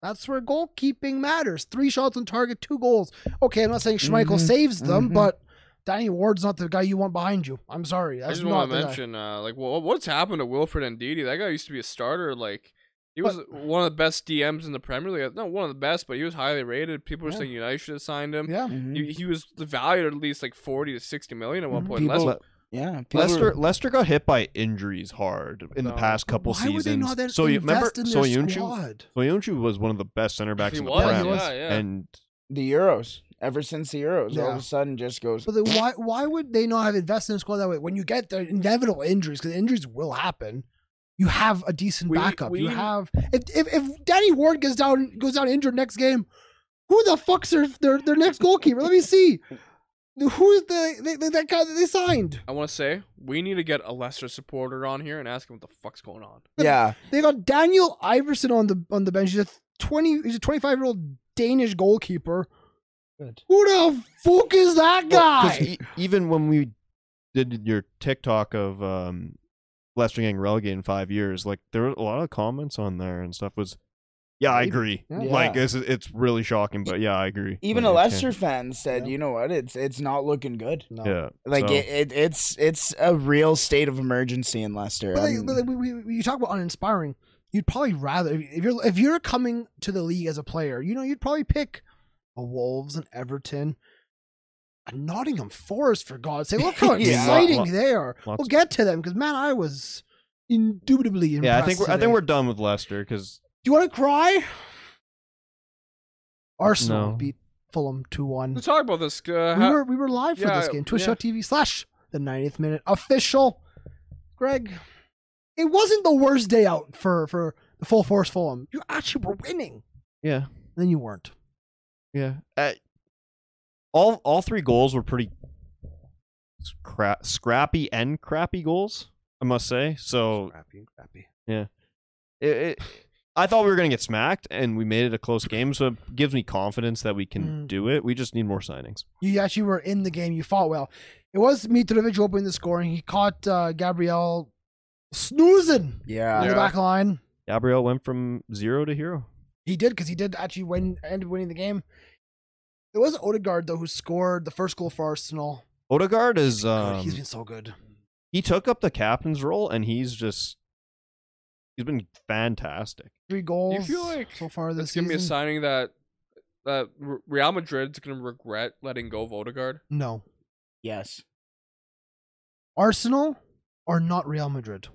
Speaker 2: that's where goalkeeping matters. Three shots on target, two goals. Okay, I'm not saying Schmeichel
Speaker 5: Mhm,
Speaker 2: saves them,
Speaker 5: mhm.
Speaker 2: but Danny Ward's not the guy you want behind you. I'm sorry.
Speaker 3: I
Speaker 2: That's
Speaker 3: just
Speaker 2: not
Speaker 3: want
Speaker 2: the
Speaker 3: to
Speaker 2: guy.
Speaker 3: mention, uh, like, what, what's happened to Wilfred Ndidi? That guy used to be a starter. Like, he was one of the best DMs in the Premier League. Not one of the best, but he was highly rated. People were
Speaker 2: Yeah.
Speaker 3: saying United should have signed him.
Speaker 2: Yeah.
Speaker 5: Mm-hmm.
Speaker 3: He, he was valued at least like forty to sixty million at one
Speaker 2: Mhm.
Speaker 3: point.
Speaker 5: People-
Speaker 3: Leicester-
Speaker 5: Yeah, people-
Speaker 4: Leicester Leicester got hit by injuries hard in the
Speaker 3: No.
Speaker 4: past couple
Speaker 2: Why
Speaker 4: seasons.
Speaker 2: would they not then
Speaker 4: so you remember
Speaker 2: invest in their
Speaker 4: Soyuncu?
Speaker 2: squad?
Speaker 4: Soyuncu was one of the best center backs
Speaker 3: He
Speaker 4: in the
Speaker 3: was,
Speaker 4: Prem,
Speaker 3: yeah, yeah.
Speaker 4: and
Speaker 5: the Euros. Ever since the Euros, all
Speaker 2: Yeah.
Speaker 5: of a sudden just goes.
Speaker 2: But then why why would they not have invested in a squad that way? When you get the inevitable injuries, because injuries will happen, you have a decent
Speaker 3: We-
Speaker 2: backup. you
Speaker 3: we-
Speaker 2: have if, if if Danny Ward goes down goes down injured next game, who the fuck's their their, their next goalkeeper? Let me see. Who's the they, they, that guy that they signed?
Speaker 3: I want to say we need to get a Leicester supporter on here and ask him what the fuck's going on.
Speaker 5: yeah,
Speaker 2: They got Daniel Iverson on the on the bench. He's a twenty he's a twenty five year old Danish goalkeeper.
Speaker 5: Good.
Speaker 2: Who the fuck is that
Speaker 4: Well, 'cause
Speaker 2: guy?
Speaker 4: e- even when we did your TikTok of um, Leicester getting relegated in five years, like there were a lot of comments on there and stuff was, yeah, I
Speaker 2: Maybe.
Speaker 4: agree.
Speaker 2: Yeah.
Speaker 4: Like
Speaker 5: Yeah. E
Speaker 4: it's it's really shocking, but yeah, I agree.
Speaker 5: even a
Speaker 4: Like, I
Speaker 5: Leicester
Speaker 4: can't-
Speaker 5: fan said,
Speaker 2: Yeah.
Speaker 5: "You know what? It's it's not looking good.
Speaker 2: no.
Speaker 4: Yeah,
Speaker 5: Like
Speaker 4: so-
Speaker 5: it, it, it's it's a real state of emergency in Leicester." Um,
Speaker 2: But, like,
Speaker 5: I'm-
Speaker 2: but like, we, we, we- you talk about uninspiring. You'd probably rather if you're if you're coming to the league as a player, you know you'd probably pick a Wolves and Everton, a Nottingham Forest for God's sake. Look how
Speaker 5: Yeah.
Speaker 2: exciting
Speaker 4: Lot- lot-
Speaker 2: they are.
Speaker 4: lots-
Speaker 2: We'll get to them because man, I was indubitably impressed.
Speaker 4: yeah, I think we're, I
Speaker 2: today.
Speaker 4: think we're done with Leicester because
Speaker 2: Do you want to cry? Arsenal
Speaker 4: No.
Speaker 2: beat Fulham two one.
Speaker 3: We talk about this. Uh,
Speaker 2: We
Speaker 3: how-
Speaker 2: were we were live for
Speaker 3: yeah,
Speaker 2: this game.
Speaker 3: yeah.
Speaker 2: Twitch.tv slash the 90th minute official. Greg, it wasn't the worst day out for for the full force Fulham. You actually were winning.
Speaker 4: yeah,
Speaker 2: Then you weren't.
Speaker 4: yeah. Uh, all all three goals were pretty scra- scrappy and crappy goals, I must say. So
Speaker 2: Crappy, crappy.
Speaker 4: it, it, I thought we were going to get smacked, and we made it a close game. So it gives me confidence that we can
Speaker 2: Mm.
Speaker 4: do it. We just need more signings.
Speaker 2: You actually were in the game. You fought well. It was Mitrovic who opened the scoring. He caught uh, Gabriel snoozing
Speaker 5: yeah,
Speaker 2: on
Speaker 3: Yeah.
Speaker 2: the back line.
Speaker 4: Gabriel went from zero to hero.
Speaker 2: He did because he did actually win. Ended winning the game. It was Odegaard though who scored the first goal for Arsenal.
Speaker 4: Odegaard is
Speaker 2: God,
Speaker 4: um,
Speaker 2: he's been so good.
Speaker 4: he took up the captain's role, and he's just he's been fantastic.
Speaker 2: Three goals.
Speaker 3: like
Speaker 2: so far this
Speaker 3: Let's give me a
Speaker 2: season?
Speaker 3: signing that that R- Real Madrid's gonna regret letting go of Odegaard.
Speaker 2: No.
Speaker 5: yes.
Speaker 2: Arsenal are not Real Madrid.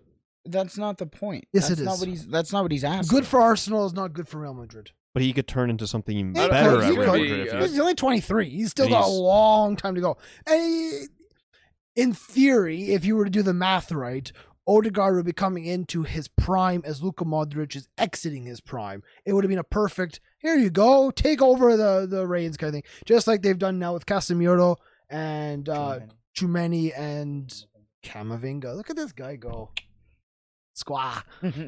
Speaker 5: That's not the point.
Speaker 2: Yes,
Speaker 5: that's
Speaker 2: it
Speaker 5: Not
Speaker 2: is.
Speaker 5: what he's, that's not what he's asking.
Speaker 2: Good for Arsenal is not good for Real Madrid.
Speaker 4: But he could turn into something even
Speaker 2: He
Speaker 4: better
Speaker 2: could,
Speaker 4: at
Speaker 2: he
Speaker 4: Real
Speaker 2: could.
Speaker 4: Madrid if
Speaker 3: Yeah.
Speaker 4: he-
Speaker 2: He's only 23. He's still
Speaker 4: And
Speaker 2: got a
Speaker 4: he's-
Speaker 2: long time to go. And he- in theory, if you were to do the math right, Odegaard would be coming into his prime as Luka Modric is exiting his prime. It would have been a perfect, here you go, take over the, the reins kind of thing. Just like they've done now with Casemiro and uh, Chumeni and Camavinga. Look at this guy go. Squaw.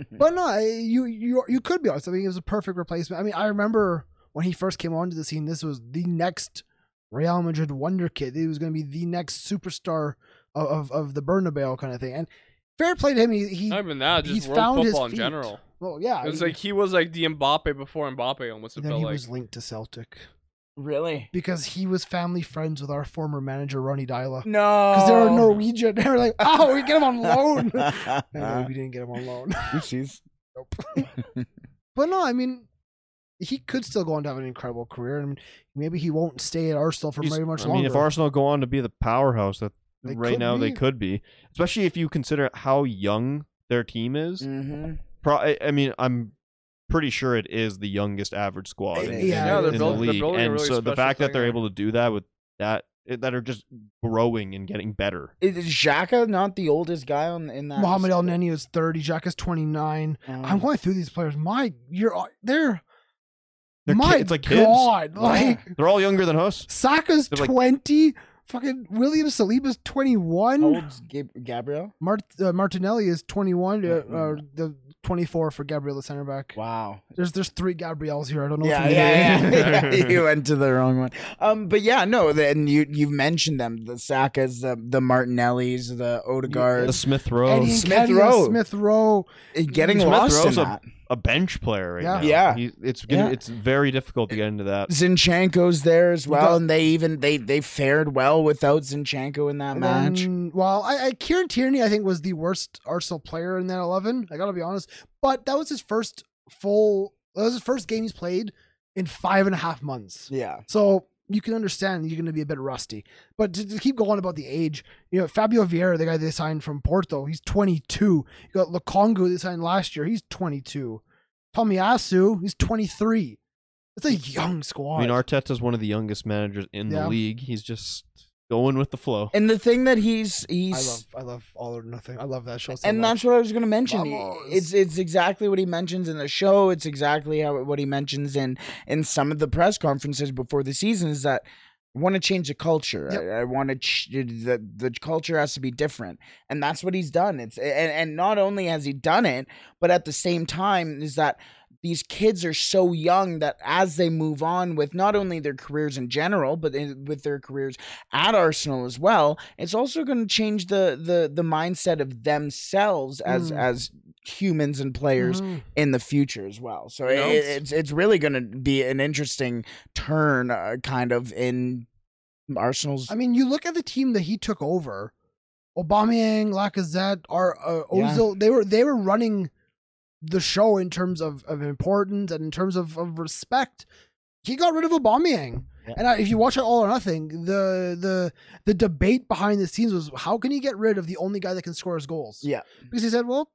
Speaker 2: But no, I- you you you could be honest. I mean, it was a perfect replacement. I mean, I remember when he first came onto the scene. This was the next Real Madrid wonder kid. He was going to be the next superstar of, of, of the Bernabeu kind of thing. And fair play to him. He, he
Speaker 3: Not even that,
Speaker 2: he's
Speaker 3: just
Speaker 2: found
Speaker 3: world
Speaker 2: his
Speaker 3: football in
Speaker 2: feet.
Speaker 3: general.
Speaker 2: well, yeah. I
Speaker 3: It's
Speaker 2: mean,
Speaker 3: like he was like the Mbappe before Mbappe almost. It
Speaker 2: then
Speaker 3: felt
Speaker 2: he
Speaker 3: like
Speaker 2: was linked to Celtic
Speaker 5: Really?
Speaker 2: because he was family friends with our former manager Ronnie Dyla.
Speaker 5: No.
Speaker 2: Because they were Norwegian. They were like, oh, we get him on loan. And then
Speaker 5: Uh,
Speaker 2: we didn't get him on loan.
Speaker 5: oopsies.
Speaker 2: But no, I mean, he could still go on to have an incredible career. I mean, maybe he won't stay at Arsenal for
Speaker 4: He's-
Speaker 2: very much
Speaker 4: I
Speaker 2: longer.
Speaker 4: mean, if Arsenal go on to be the powerhouse that
Speaker 2: They
Speaker 4: right
Speaker 2: could
Speaker 4: now they
Speaker 2: be.
Speaker 4: could be, especially if you consider how young their team is.
Speaker 5: Mhm.
Speaker 4: Pro- I- I mean, I'm pretty sure it is the youngest average squad in, in-
Speaker 2: Yeah, they're
Speaker 4: in
Speaker 2: build-
Speaker 4: the
Speaker 3: they're
Speaker 4: league,
Speaker 3: building a
Speaker 4: and
Speaker 3: really
Speaker 4: so the
Speaker 3: special
Speaker 4: fact that
Speaker 3: thing
Speaker 4: they're
Speaker 3: there.
Speaker 4: able to do that with that that are just growing and getting better.
Speaker 5: Is Xhaka not the oldest guy on in that?
Speaker 2: Mohamed El Neni is 30, Jack is 29.
Speaker 5: Um,
Speaker 4: Mm.
Speaker 2: I'm going through these players. My, you're, they're,
Speaker 4: They're ki-
Speaker 2: my
Speaker 4: it's like kids.
Speaker 2: God. Like,
Speaker 4: They're all younger than us.
Speaker 2: Saka's
Speaker 4: They're like-
Speaker 2: 20. Fucking William Saliba's 21.
Speaker 5: How old's Gab- Gabriel?
Speaker 2: Mart- uh, Martinelli is 21. Uh,
Speaker 5: Mhm.
Speaker 2: uh, the 24 for Gabriel, the center back.
Speaker 5: Wow.
Speaker 2: There's there's three Gabriels here. I don't know.
Speaker 5: Yeah,
Speaker 2: if you
Speaker 5: yeah,
Speaker 4: knew.
Speaker 5: yeah. yeah. you went to the wrong one. Um, but yeah, no. Then you you mentioned them: the Sakas, the the Martinellis, the
Speaker 4: The
Speaker 5: Odegaards.
Speaker 4: Smith
Speaker 2: Eddie
Speaker 4: Rowe,
Speaker 5: Smith
Speaker 2: Nketiah,
Speaker 5: Rowe.
Speaker 2: Smith Rowe.
Speaker 5: Getting
Speaker 4: Smith
Speaker 5: lost in
Speaker 4: Rowe's a-
Speaker 5: that.
Speaker 4: a bench player right
Speaker 2: Yeah.
Speaker 4: now.
Speaker 5: Yeah.
Speaker 4: He- it's gonna,
Speaker 5: Yeah.
Speaker 4: it's very difficult to get into that.
Speaker 5: Zinchenko's there as
Speaker 2: You
Speaker 5: well,
Speaker 2: got-
Speaker 5: and they even they they fared well without Zinchenko in that
Speaker 2: And
Speaker 5: match.
Speaker 2: then- well, I, I Kieran Tierney, I think, was the worst Arsenal player in that eleven. I gotta be honest, but that was his first full. That was his first game he's played in five and a half months.
Speaker 5: Yeah.
Speaker 2: So you can understand you're going to be a bit rusty. But to, to keep going about the age, you know, Fabio Vieira, the guy they signed from Porto, he's 22. You got Lukongu they signed last year, he's 22. Tomiyasu, he's 23. It's a young squad.
Speaker 4: I mean, Arteta's one of the youngest managers in
Speaker 2: Yeah.
Speaker 4: the league. He's just going with the flow.
Speaker 5: And the thing that he's
Speaker 2: I
Speaker 5: he's
Speaker 2: love, I love all or nothing. I love that show. So
Speaker 5: and
Speaker 2: much.
Speaker 5: that's what I was going to mention.
Speaker 2: Vamos.
Speaker 5: It's it's exactly what he mentions in the show. It's exactly how what he mentions in in some of the press conferences before the season is that I want to change the culture.
Speaker 2: Yep.
Speaker 5: I, I want to ch- the the culture has to be different, and that's what he's done. It's and and not only has he done it, but at the same time is that these kids are so young that as they move on with not only their careers in general but in, with their careers at Arsenal as well, it's also going to change the the the mindset of themselves as
Speaker 2: Mm.
Speaker 5: as humans and players
Speaker 2: Mhm.
Speaker 5: in the future as well. So
Speaker 3: You know,
Speaker 5: it,
Speaker 3: it's-
Speaker 5: it's it's really going to be an interesting turn, uh, kind of in Arsenal's.
Speaker 2: I mean, you look at the team that he took over. Aubameyang, Lacazette, are uh,
Speaker 5: Yeah.
Speaker 2: Ozil. They were they were running the show in terms of, of importance and in terms of, of respect. He got rid of Aubameyang,
Speaker 5: Yeah.
Speaker 2: and I, if you watch it all or nothing, the the the debate behind the scenes was how can he get rid of the only guy that can score his goals?
Speaker 5: Yeah.
Speaker 2: because he said, well,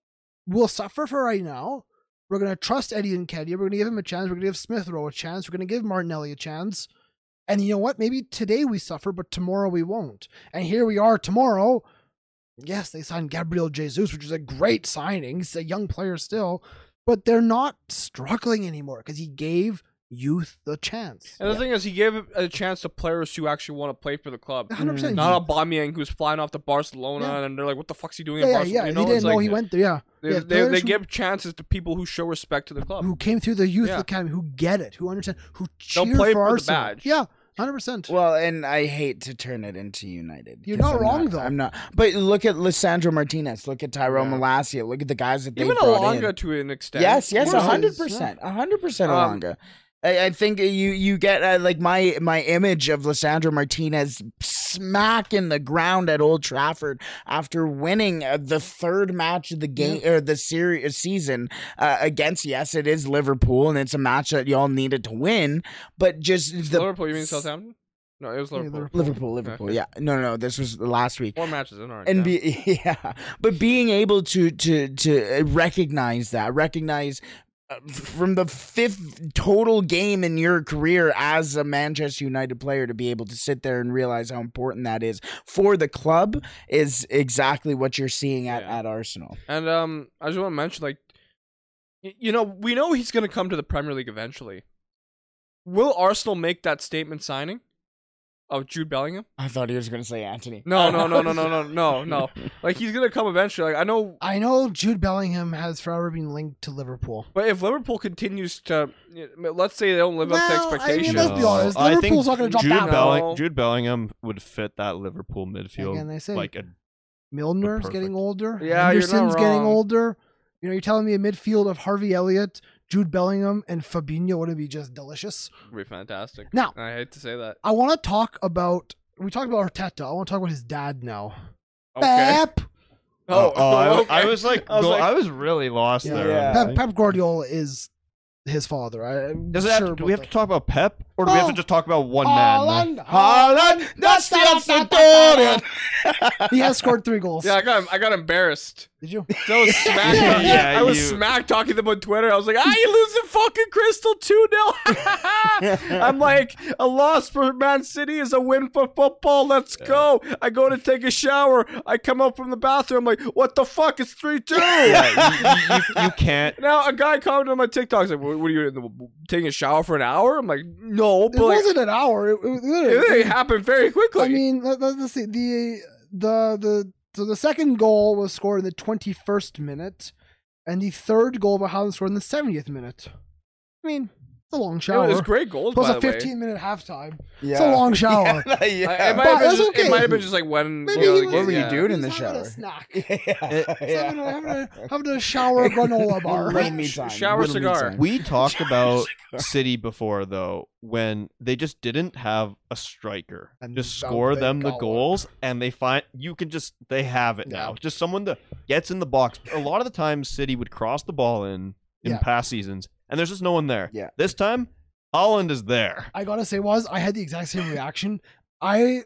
Speaker 2: we'll suffer for right now. We're gonna trust Eddie and Kedia. We're gonna give him a chance. We're gonna give Smith Rowe a chance. We're gonna give Martinelli a chance. And you know what? Maybe today we suffer, but tomorrow we won't. And here we are tomorrow. Yes, they signed Gabriel Jesus, which is a great signing. He's a young player still, but they're not struggling anymore because he gave youth the chance.
Speaker 3: And the thing is, he gave a chance to players who actually want to play for the club.
Speaker 2: 100%.
Speaker 3: Not a Aubameyang who's flying off to Barcelona,
Speaker 2: Yeah.
Speaker 3: and they're like, "What the fuck's he doing
Speaker 2: yeah,
Speaker 3: in
Speaker 2: yeah,
Speaker 3: Barcelona?"
Speaker 2: yeah.
Speaker 3: You
Speaker 2: he
Speaker 3: know,
Speaker 2: didn't
Speaker 3: it's
Speaker 2: know
Speaker 3: like,
Speaker 2: he went there. Yeah,
Speaker 3: They,
Speaker 2: yeah,
Speaker 3: they, they
Speaker 2: players who-
Speaker 3: give chances to people who show respect to the club.
Speaker 2: who came through the youth
Speaker 3: Oh. Yeah.
Speaker 2: academy, who get it, who understand, who cheer
Speaker 3: They'll play
Speaker 2: for
Speaker 3: for the
Speaker 2: Arsenal.
Speaker 3: badge.
Speaker 2: Yeah, hundred percent.
Speaker 5: Well, and I hate to turn it into United.
Speaker 2: You're
Speaker 5: 'cause
Speaker 2: not
Speaker 5: I'm
Speaker 2: wrong, though.
Speaker 5: I'm not. But look at Lissandro Martinez. Look at Tyrell
Speaker 3: Yeah.
Speaker 5: Malacia. Look at the guys that they
Speaker 3: Even
Speaker 5: brought in.
Speaker 3: Alonga to an extent.
Speaker 5: Yes, yes,
Speaker 2: course
Speaker 5: a
Speaker 2: it
Speaker 5: hundred
Speaker 2: is,
Speaker 5: percent, a hundred percent,
Speaker 3: Um,
Speaker 5: Alonga. I, I think you you get uh, like my my image of Lissandro Martinez smacking the ground at Old Trafford after winning uh, the third match of the game or the series season uh, against yes it is Liverpool and it's a match that y'all needed to win but just the
Speaker 3: Liverpool. You mean Southampton? No, it was
Speaker 2: Yeah,
Speaker 3: Liverpool.
Speaker 5: Liverpool Liverpool yeah no no this was last week
Speaker 3: Four matches in our
Speaker 5: and be, yeah but being able to to to uh, recognize that recognize uh, f- from the fifth total game in your career as a Manchester United player to be able to sit there and realize how important that is for the club is exactly what you're seeing at,
Speaker 3: Yeah.
Speaker 5: at Arsenal.
Speaker 3: And um, I just want to mention, like, y- you know, we know he's going to come to the Premier League eventually. Will Arsenal make that statement signing? of Jude Bellingham?
Speaker 5: I thought he was going to say Anthony.
Speaker 3: No, no, no, no, no, no, no, no. Like he's gonna come eventually. Like I know,
Speaker 2: I know Jude Bellingham has forever been linked to Liverpool.
Speaker 3: but if Liverpool continues to, let's say they don't live up to
Speaker 2: Well, I mean,
Speaker 3: expectations. Oh,
Speaker 2: let's be honest,
Speaker 4: I think
Speaker 2: Liverpool's not gonna drop
Speaker 4: Jude
Speaker 3: that
Speaker 4: Belling-
Speaker 3: low.
Speaker 4: Jude Bellingham would fit that Liverpool midfield
Speaker 2: Again, they say
Speaker 4: like a
Speaker 2: Milner's
Speaker 4: Perfect.
Speaker 2: getting older.
Speaker 3: Yeah, you're not
Speaker 2: Henderson's getting
Speaker 3: wrong.
Speaker 2: older. You know, you're telling me a midfield of Harvey Elliott, Jude Bellingham, and Fabinho would be just delicious.
Speaker 3: It'd be fantastic.
Speaker 2: Now-
Speaker 3: I hate to say that.
Speaker 2: I want to talk about. We talked about Arteta. I want to talk about his dad now.
Speaker 3: Okay.
Speaker 2: Pep.
Speaker 4: Oh, oh, I,
Speaker 3: okay.
Speaker 4: I was like, I was,
Speaker 3: like,
Speaker 4: I was really lost
Speaker 2: Yeah.
Speaker 4: there.
Speaker 5: Yeah.
Speaker 2: Pep, Pep Guardiola is his father. I, I'm
Speaker 4: Does it
Speaker 2: sure
Speaker 4: have to, do
Speaker 2: about
Speaker 4: we have
Speaker 2: that.
Speaker 4: to talk about Pep, or do we have
Speaker 2: Oh.
Speaker 4: to just talk about one man?
Speaker 2: Haaland,
Speaker 4: though?
Speaker 2: Haaland,
Speaker 5: that's the
Speaker 2: Haaland. He has scored three goals.
Speaker 3: yeah, I got, I got embarrassed.
Speaker 2: Did you?
Speaker 3: I was smack.
Speaker 4: Yeah, yeah,
Speaker 3: I was
Speaker 4: you-
Speaker 3: smack talking to them on Twitter. I was like, "Ah, you lose the fucking crystal two 0 I'm like, "A loss for Man City is a win for football. Let's go." I go to take a shower. I come up from the bathroom. I'm like, "What the fuck? It's three 2
Speaker 4: Yeah, you, you- you- you can't.
Speaker 3: Now a guy commented on my TikTok. He's like, "What what are you in the- taking a shower for an hour?" I'm like, "No,
Speaker 2: It
Speaker 3: but like,
Speaker 2: wasn't an hour. It, it was literally.
Speaker 3: it happened very quickly."
Speaker 2: I mean, let, let, us see. The the the so the second goal was scored in the twenty first minute, and the third goal by Haaland scored in the seventieth minute. I mean, it's a long shower.
Speaker 3: it was great goals.
Speaker 2: Plus
Speaker 3: by
Speaker 2: a
Speaker 3: the way.
Speaker 2: fifteen minute halftime.
Speaker 5: Yeah.
Speaker 2: It's a long shower.
Speaker 3: I-
Speaker 5: yeah.
Speaker 3: it, might
Speaker 2: But
Speaker 3: have been
Speaker 2: it's
Speaker 3: just, it
Speaker 2: okay.
Speaker 3: might have been just like when.
Speaker 2: Maybe
Speaker 3: you know,
Speaker 2: he
Speaker 3: like,
Speaker 2: was-
Speaker 5: what were you
Speaker 3: yeah.
Speaker 5: doing in the
Speaker 2: He's having
Speaker 5: shower?
Speaker 2: A snack.
Speaker 3: "Eh,
Speaker 2: He's
Speaker 5: yeah.
Speaker 2: having, a, having, a, having a shower granola bar.
Speaker 5: Little me time.
Speaker 3: shower
Speaker 5: Little me
Speaker 3: cigar.
Speaker 5: time.
Speaker 4: We talked about City before, though, when they just didn't have a striker.
Speaker 2: And
Speaker 4: just
Speaker 2: now
Speaker 4: score
Speaker 2: they
Speaker 4: them the
Speaker 2: got one.
Speaker 4: goals, and they find you can just they have it now.
Speaker 2: Yeah.
Speaker 4: Just someone that gets in the box. A lot of the times, City would cross the ball in in
Speaker 2: Yeah.
Speaker 4: past seasons, and there's just no one there.
Speaker 5: Yeah.
Speaker 4: This time, Holland is there.
Speaker 2: I gotta say was I had the exact same reaction. I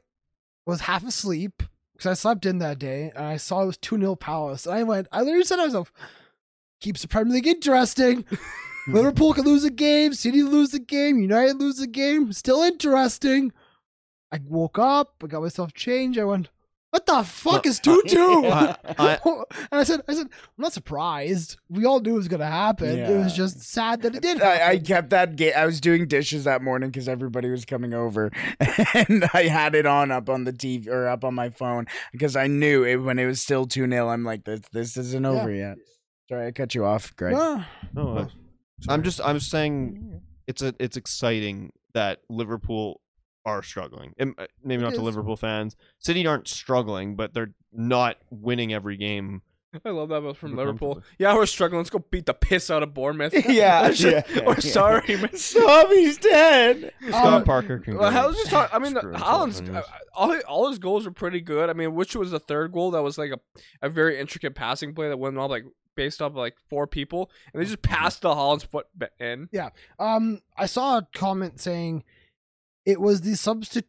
Speaker 2: was half asleep because I slept in that day and I saw it was 2 0 Palace. And I went, I literally said to myself, keeps the Premier League interesting. Liverpool could lose a game, City lose a game, United lose a game, still interesting. I woke up, I got myself changed, I went, what the fuck is 2 2?
Speaker 4: I- I-
Speaker 2: and I said, I said, I'm not surprised. We all knew it was gonna happen. It was
Speaker 5: Yeah.
Speaker 2: just sad that it did.
Speaker 5: I, I
Speaker 2: happen.
Speaker 5: kept that game. I was doing dishes that morning because everybody was coming over, and I had it on up on the TV or up on my phone because I knew it when it was still two 0 I'm like, this this isn't over yet. Sorry, I cut you off, Greg.
Speaker 2: Yeah.
Speaker 4: No, I- I'm just I'm saying it's a it's exciting that Liverpool are struggling. It- maybe not
Speaker 2: It
Speaker 4: to
Speaker 2: is.
Speaker 4: Liverpool fans. City aren't struggling, but they're not winning every game.
Speaker 3: I love that one from
Speaker 4: We're
Speaker 3: Liverpool.
Speaker 4: comfortable.
Speaker 3: Yeah, we're struggling. Let's go beat the piss out of Bournemouth.
Speaker 5: Yeah,
Speaker 3: We're sure-
Speaker 5: yeah,
Speaker 3: we're
Speaker 5: yeah.
Speaker 3: sorry, man.
Speaker 5: Stop, he's dead.
Speaker 4: Scott
Speaker 2: Um,
Speaker 4: Parker.
Speaker 3: Well, I was just talking. I mean, uh,
Speaker 4: Screw us,
Speaker 3: Holland's
Speaker 4: Holland.
Speaker 3: all his, all his goals are pretty good. I mean, which was the third goal that was like a, a very intricate passing play that went off like based off like four people, and they just
Speaker 5: Mm-hmm.
Speaker 3: passed the Holland's foot be- in.
Speaker 2: Um, I saw a comment saying it was the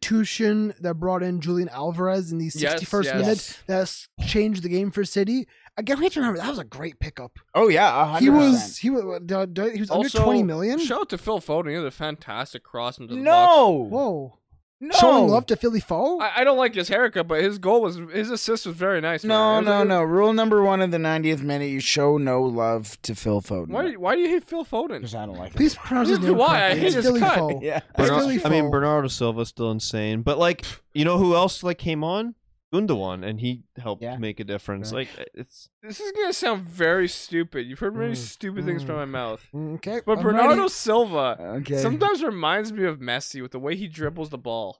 Speaker 2: substitution that brought in Julian Alvarez in the 61st
Speaker 3: Yes, yes.
Speaker 2: minute that s- changed the game for City. Again, we have to remember that was a great pickup.
Speaker 5: Oh yeah, a hundred
Speaker 2: He was
Speaker 5: percent.
Speaker 2: he was uh, d- he was
Speaker 4: Also,
Speaker 2: under 20 million.
Speaker 3: Shout out to Phil Foden. He had a fantastic cross into the box.
Speaker 5: No,
Speaker 2: Whoa.
Speaker 5: no,
Speaker 2: Showing love to Philly Foe?
Speaker 3: I, I don't like his haircut, but his goal was his assist was very nice.
Speaker 5: No,
Speaker 3: man. It was-
Speaker 5: no,
Speaker 3: it was-
Speaker 5: no. Rule number one of the 90th minute: you show no love to Phil Foden.
Speaker 3: Why why do you hate Phil Foden?
Speaker 5: Because I don't like him.
Speaker 2: Please pronounce his name.
Speaker 3: Why? I
Speaker 2: correctly.
Speaker 3: hate
Speaker 2: It's
Speaker 3: his
Speaker 2: Philly
Speaker 3: cut.
Speaker 2: Foe.
Speaker 5: Yeah.
Speaker 2: It's
Speaker 4: Bernard-
Speaker 2: Philly
Speaker 4: I mean,
Speaker 2: Foe.
Speaker 4: Bernardo Silva's still insane, but like, you know who else like came on? Gundogan, and he helped
Speaker 5: Yeah.
Speaker 4: make a difference.
Speaker 5: Right.
Speaker 4: Like, uh, it's
Speaker 3: This is gonna sound very stupid. You've heard many
Speaker 2: Mm,
Speaker 3: stupid things from
Speaker 2: mm.
Speaker 3: my mouth.
Speaker 2: Okay.
Speaker 3: But
Speaker 2: I'm
Speaker 3: Bernardo
Speaker 2: ready.
Speaker 3: Silva
Speaker 5: Okay.
Speaker 3: sometimes reminds me of Messi with the way he dribbles the ball.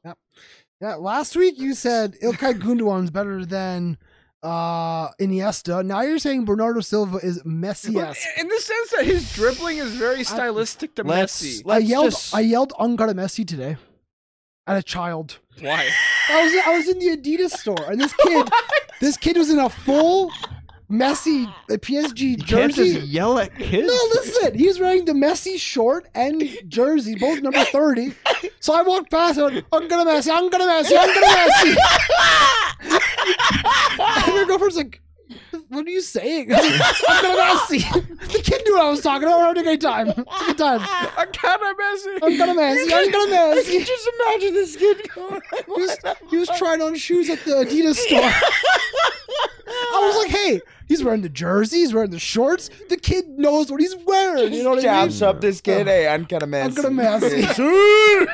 Speaker 2: Yeah, last week you said Ilkay Gundogan's better than uh Iniesta. Now you're saying Bernardo Silva is Messi
Speaker 3: But In the sense that his dribbling is very stylistic to
Speaker 4: let's
Speaker 3: Messi.
Speaker 4: let's
Speaker 2: I yelled
Speaker 4: just
Speaker 2: I yelled Ungara Messi today at a child.
Speaker 3: Why?
Speaker 2: I was I was in the Adidas store and this kid this kid was in a full Messi uh, PSG
Speaker 4: you can't
Speaker 2: jersey.
Speaker 4: just yell at kids.
Speaker 2: No, listen. He's wearing the Messi short and jersey, both number thirty. So I walked past. I went, I'm gonna Messi. I'm gonna Messi. I'm gonna Messi. and your girlfriend's like, "What are you saying?" I'm, like, I'm gonna Messi. the kid knew what I was talking about. We're having a great time. It's a good time.
Speaker 3: I kinda Messi.
Speaker 2: I'm gonna Messi. I'm gonna
Speaker 5: I can
Speaker 2: Messi.
Speaker 5: just imagine this kid going.
Speaker 2: He was, he was trying on shoes at the Adidas store. I was like, "Hey, he's wearing the jersey. He's wearing the shorts. The kid knows what he's wearing. You know what I mean?"
Speaker 5: Jabs up this kid. Hey, I'm gonna mess.
Speaker 2: I'm gonna mess.
Speaker 5: Hey, sir.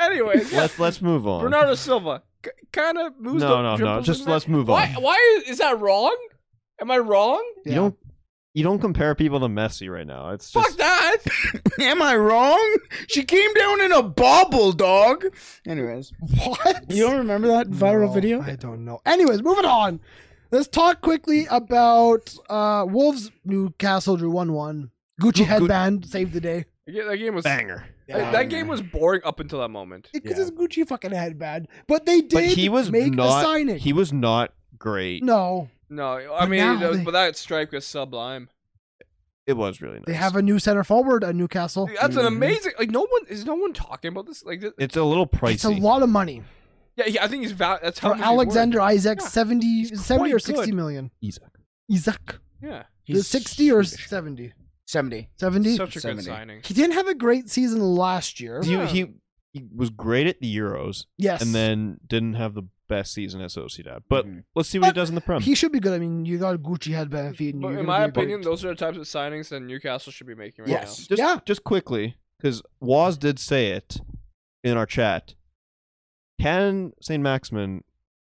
Speaker 3: Anyway, anyway,
Speaker 4: let's let's move on.
Speaker 3: Bernardo Silva k- kind of moves.
Speaker 4: No,
Speaker 3: the
Speaker 4: no, no,
Speaker 3: dribbles
Speaker 4: just
Speaker 3: in there.
Speaker 4: let's move
Speaker 3: Why?
Speaker 4: on.
Speaker 3: Why is that wrong? Am I wrong?
Speaker 4: You don't you don't compare people to Messi right now. It's
Speaker 3: Fuck
Speaker 4: just
Speaker 3: that.
Speaker 5: Am I wrong? She came down in a bobble, dog. Anyways,
Speaker 2: What?
Speaker 5: you don't remember that viral
Speaker 2: No,
Speaker 5: video?
Speaker 2: I don't know. Anyways, moving on. Let's talk quickly about uh Wolves Newcastle drew 1 1. Gucci headband saved the day.
Speaker 3: Yeah, that game was
Speaker 4: banger.
Speaker 3: that- that game was boring up until that moment.
Speaker 2: Because it's Gucci fucking headband. But they did
Speaker 4: But he was
Speaker 2: make
Speaker 4: not
Speaker 2: the signing.
Speaker 4: he was not great.
Speaker 2: no,
Speaker 3: No, I
Speaker 2: But
Speaker 3: mean,
Speaker 2: now
Speaker 3: that-
Speaker 2: they-
Speaker 3: but that strike was sublime.
Speaker 4: It was really nice.
Speaker 2: they have a new center forward at Newcastle.
Speaker 3: That's an
Speaker 5: Mhm.
Speaker 3: amazing. Like no one is no one talking about this. Like, th-
Speaker 4: it's a little pricey.
Speaker 2: It's a lot of money
Speaker 3: yeah, yeah, I think he's val- That's how
Speaker 2: for
Speaker 3: much he's worth.
Speaker 2: Alexander Isaac,
Speaker 3: Yeah.
Speaker 2: 70,
Speaker 3: He's
Speaker 2: 70 or
Speaker 3: quite good.
Speaker 2: sixty million.
Speaker 4: Isak.
Speaker 2: Isaac,
Speaker 3: Yeah,
Speaker 2: the sixty or seventy?
Speaker 5: 70.
Speaker 2: Seventy.
Speaker 3: such a good
Speaker 5: 70.
Speaker 3: signing.
Speaker 2: he didn't have a great season last year.
Speaker 4: He, he he was great at the Euros
Speaker 2: yes, Mm-hmm.
Speaker 4: and then didn't have the best season at Sociedad. But
Speaker 5: Mhm.
Speaker 4: let's see what
Speaker 2: But
Speaker 4: he does in the Prem.
Speaker 2: he should be good. I mean, you got Gucci headband feed. And
Speaker 3: But
Speaker 2: you're
Speaker 3: in
Speaker 2: gonna
Speaker 3: my
Speaker 2: be a great-
Speaker 3: opinion, those are the types of signings that Newcastle should be making right
Speaker 5: Yes.
Speaker 4: just,
Speaker 2: Yeah.
Speaker 4: just quickly, because Waz did say it in our chat. Can St. Maximin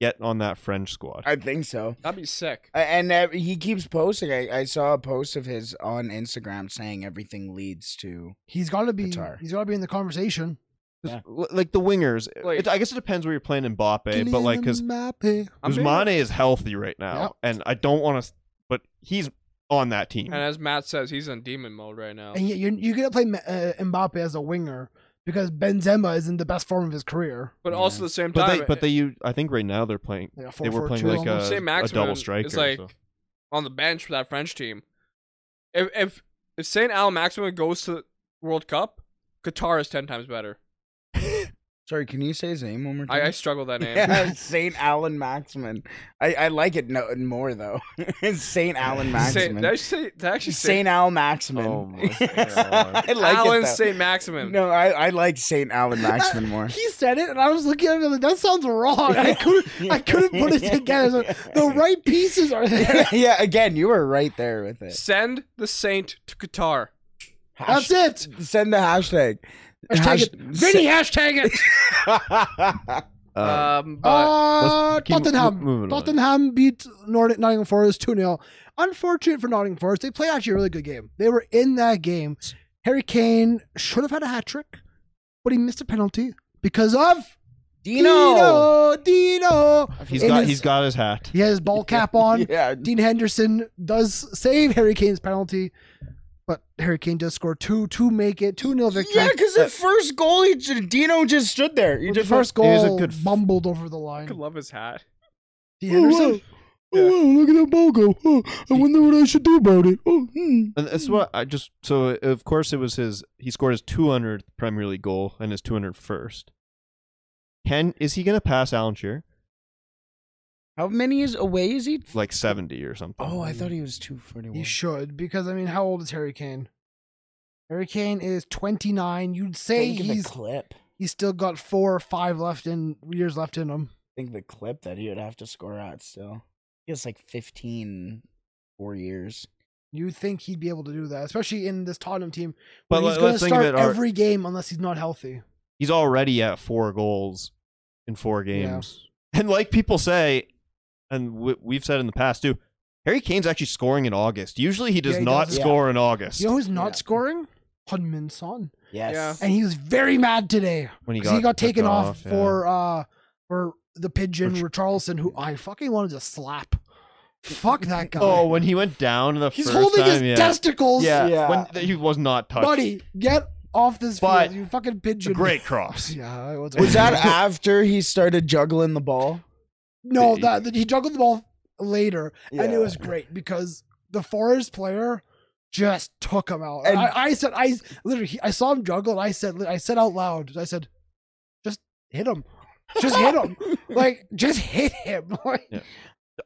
Speaker 4: get on that French squad?
Speaker 5: I think so.
Speaker 3: now. That'd be sick.
Speaker 5: A- And uh, he keeps posting. I, I saw a post of his on Instagram saying everything leads to.
Speaker 2: he's got to be.
Speaker 5: Qatar.
Speaker 2: He's got to be in the conversation.
Speaker 4: 'Cause l- Like the wingers,
Speaker 3: Like-
Speaker 4: it, I guess it depends where you're playing in Mbappe, but like because
Speaker 2: Mbappe.
Speaker 3: I'm being-
Speaker 4: Usmane is healthy right now, and I don't want to, but he's on that team.
Speaker 3: And as Matt says, he's in demon mode right now.
Speaker 2: and yet you're you're gonna play uh, Mbappe as a winger because Benzema is in the best form of his career.
Speaker 3: But
Speaker 5: Yeah.
Speaker 3: also at the same
Speaker 4: But
Speaker 3: time, eh,
Speaker 4: they, but they, u- I think right now they're playing.
Speaker 2: Like a
Speaker 4: They were playing
Speaker 2: 4-4-2
Speaker 4: like
Speaker 2: almost.
Speaker 4: a,
Speaker 3: Say
Speaker 4: a
Speaker 3: Maximin
Speaker 4: double
Speaker 3: is
Speaker 4: striker.
Speaker 3: like-
Speaker 4: so-
Speaker 3: on the bench for that French team. If if if Saint Al Maximin goes to World Cup, Qatar is ten times better.
Speaker 5: Sorry, can you say his name one more time?
Speaker 2: Mm-hmm.
Speaker 3: I, I struggle with that name.
Speaker 5: Yeah, Saint Alan Maximin. I, I like it no, more though. Saint Alan
Speaker 3: Saint, did
Speaker 5: Maximin.
Speaker 3: I say did I actually say
Speaker 5: Saint Al Maximin.
Speaker 4: Oh my God.
Speaker 5: I like
Speaker 3: Alan
Speaker 5: it though.
Speaker 3: Saint Maximin?
Speaker 5: No, I, I like Saint Alan Maximin more.
Speaker 2: He said it, and I was looking at him like that sounds wrong. I couldn't, I couldn't put it together. So the right pieces are there.
Speaker 5: yeah, again, you were right there with it.
Speaker 3: Send the Saint to Qatar.
Speaker 2: That's it.
Speaker 5: Send the hashtag.
Speaker 2: Hashtag it. Vinny, hashtag it.
Speaker 5: Hash-
Speaker 4: Uh,
Speaker 3: um, but
Speaker 2: Uh,
Speaker 4: keep mo-
Speaker 2: Tottenham.
Speaker 4: moving on.
Speaker 2: Tottenham beat Nord- Nottingham Forest 2 0. Unfortunate for Nottingham Forest. They played actually a really good game. They were in that game. Harry Kane should have had a hat trick, but he missed a penalty because of
Speaker 5: Dino.
Speaker 2: Dino. Dino.
Speaker 4: he's
Speaker 2: in
Speaker 4: got,
Speaker 2: his-
Speaker 4: he's got his hat.
Speaker 2: He has his ball cap on.
Speaker 5: Yeah.
Speaker 2: Dean Henderson does save Harry Kane's penalty, but Harry Kane does score two to make it 2 0 victory.
Speaker 5: Yeah, because the first goal, he, j- Dino just stood there. He
Speaker 2: With
Speaker 5: just
Speaker 2: the first
Speaker 4: He is a
Speaker 2: goal
Speaker 4: good f-
Speaker 2: bumbled over the
Speaker 3: I
Speaker 2: line.
Speaker 3: could love his hat.
Speaker 2: Dean Henderson.
Speaker 5: Oh, wow, look at that ball go. Oh, I wonder what I should do about it. Oh, hmm.
Speaker 4: And that's what I just so of course it was his he scored his 200th Premier League goal and his 201st. Can is he going to pass Alan Shearer
Speaker 5: How many is away is he?
Speaker 4: like mm. 70 or something?
Speaker 5: Oh, I thought he was 241.
Speaker 2: You should, because I mean, how old is Harry Kane? Harry Kane is 29. You'd say
Speaker 5: think of
Speaker 2: he's
Speaker 5: the clip.
Speaker 2: he's still got four or five left in years left in him.
Speaker 5: Think the clip that he would have to score at still. He has like 15 four years.
Speaker 2: You'd think he'd be able to do that, especially in this Tottenham team. Where
Speaker 4: But
Speaker 2: he's going
Speaker 4: let-
Speaker 2: to
Speaker 4: let's think of
Speaker 2: start
Speaker 4: it, our-
Speaker 2: every game unless he's not healthy.
Speaker 4: He's already at 4 goals in 4
Speaker 2: Yeah.
Speaker 4: games. And like people say and we, we've said in the past too, Harry Kane's actually scoring in August. Usually he does
Speaker 2: Yeah, he
Speaker 4: not
Speaker 2: does.
Speaker 5: Yeah.
Speaker 4: score in August.
Speaker 2: You know who's not
Speaker 5: Yeah.
Speaker 2: scoring? Hunmin Son.
Speaker 5: Yes.
Speaker 2: And he was very mad today.
Speaker 4: when
Speaker 2: 'cause he got
Speaker 4: cut
Speaker 2: taken off,
Speaker 4: yeah.
Speaker 2: for uh for the pigeon
Speaker 4: Which-
Speaker 2: Richarlison, who I fucking wanted to slap. Fuck that guy.
Speaker 4: Oh, when he went down the
Speaker 2: he's
Speaker 4: first
Speaker 2: holding
Speaker 4: time,
Speaker 2: his
Speaker 4: yeah.
Speaker 2: testicles.
Speaker 4: yeah.
Speaker 5: Yeah.
Speaker 4: when th- he was not touched.
Speaker 2: Buddy, get off this
Speaker 4: But-
Speaker 2: field, you fucking
Speaker 4: It's a
Speaker 2: pigeon.
Speaker 4: great cross.
Speaker 2: Yeah, it was,
Speaker 5: Was that after he started juggling the ball?
Speaker 2: no? That that- he juggled the ball later, and it
Speaker 5: Yeah.
Speaker 2: was great because the Forest player just took him out. And
Speaker 5: And-
Speaker 2: I, I said, I literally, he- I saw him juggle, and I said, I said out loud, I said, just hit him, just hit him, like just hit him. Like,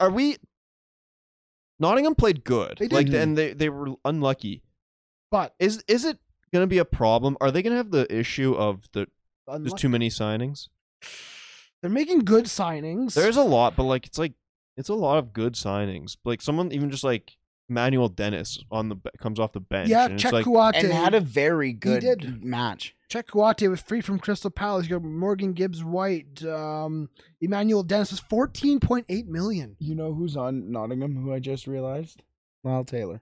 Speaker 4: are we Nottingham played good.
Speaker 2: They did.
Speaker 4: Like and they, they were unlucky.
Speaker 2: but
Speaker 4: Is is it gonna be a problem? Are they gonna have the issue of the there's
Speaker 2: unlucky.
Speaker 4: too many signings?
Speaker 2: they're making good signings.
Speaker 4: There's a lot, but like it's like it's a lot of good signings. Like someone even just like Manuel Dennis on the be- comes off the bench.
Speaker 2: Yeah,
Speaker 4: and it's
Speaker 2: Czech
Speaker 4: like,
Speaker 2: Kuate.
Speaker 5: and had a very good
Speaker 2: did.
Speaker 5: match.
Speaker 2: Czech Kuate was free from Crystal Palace. You got Morgan Gibbs White. Um, Emmanuel Dennis was 14.8 million.
Speaker 5: You know who's on Nottingham? Who I just realized, Lyle Taylor.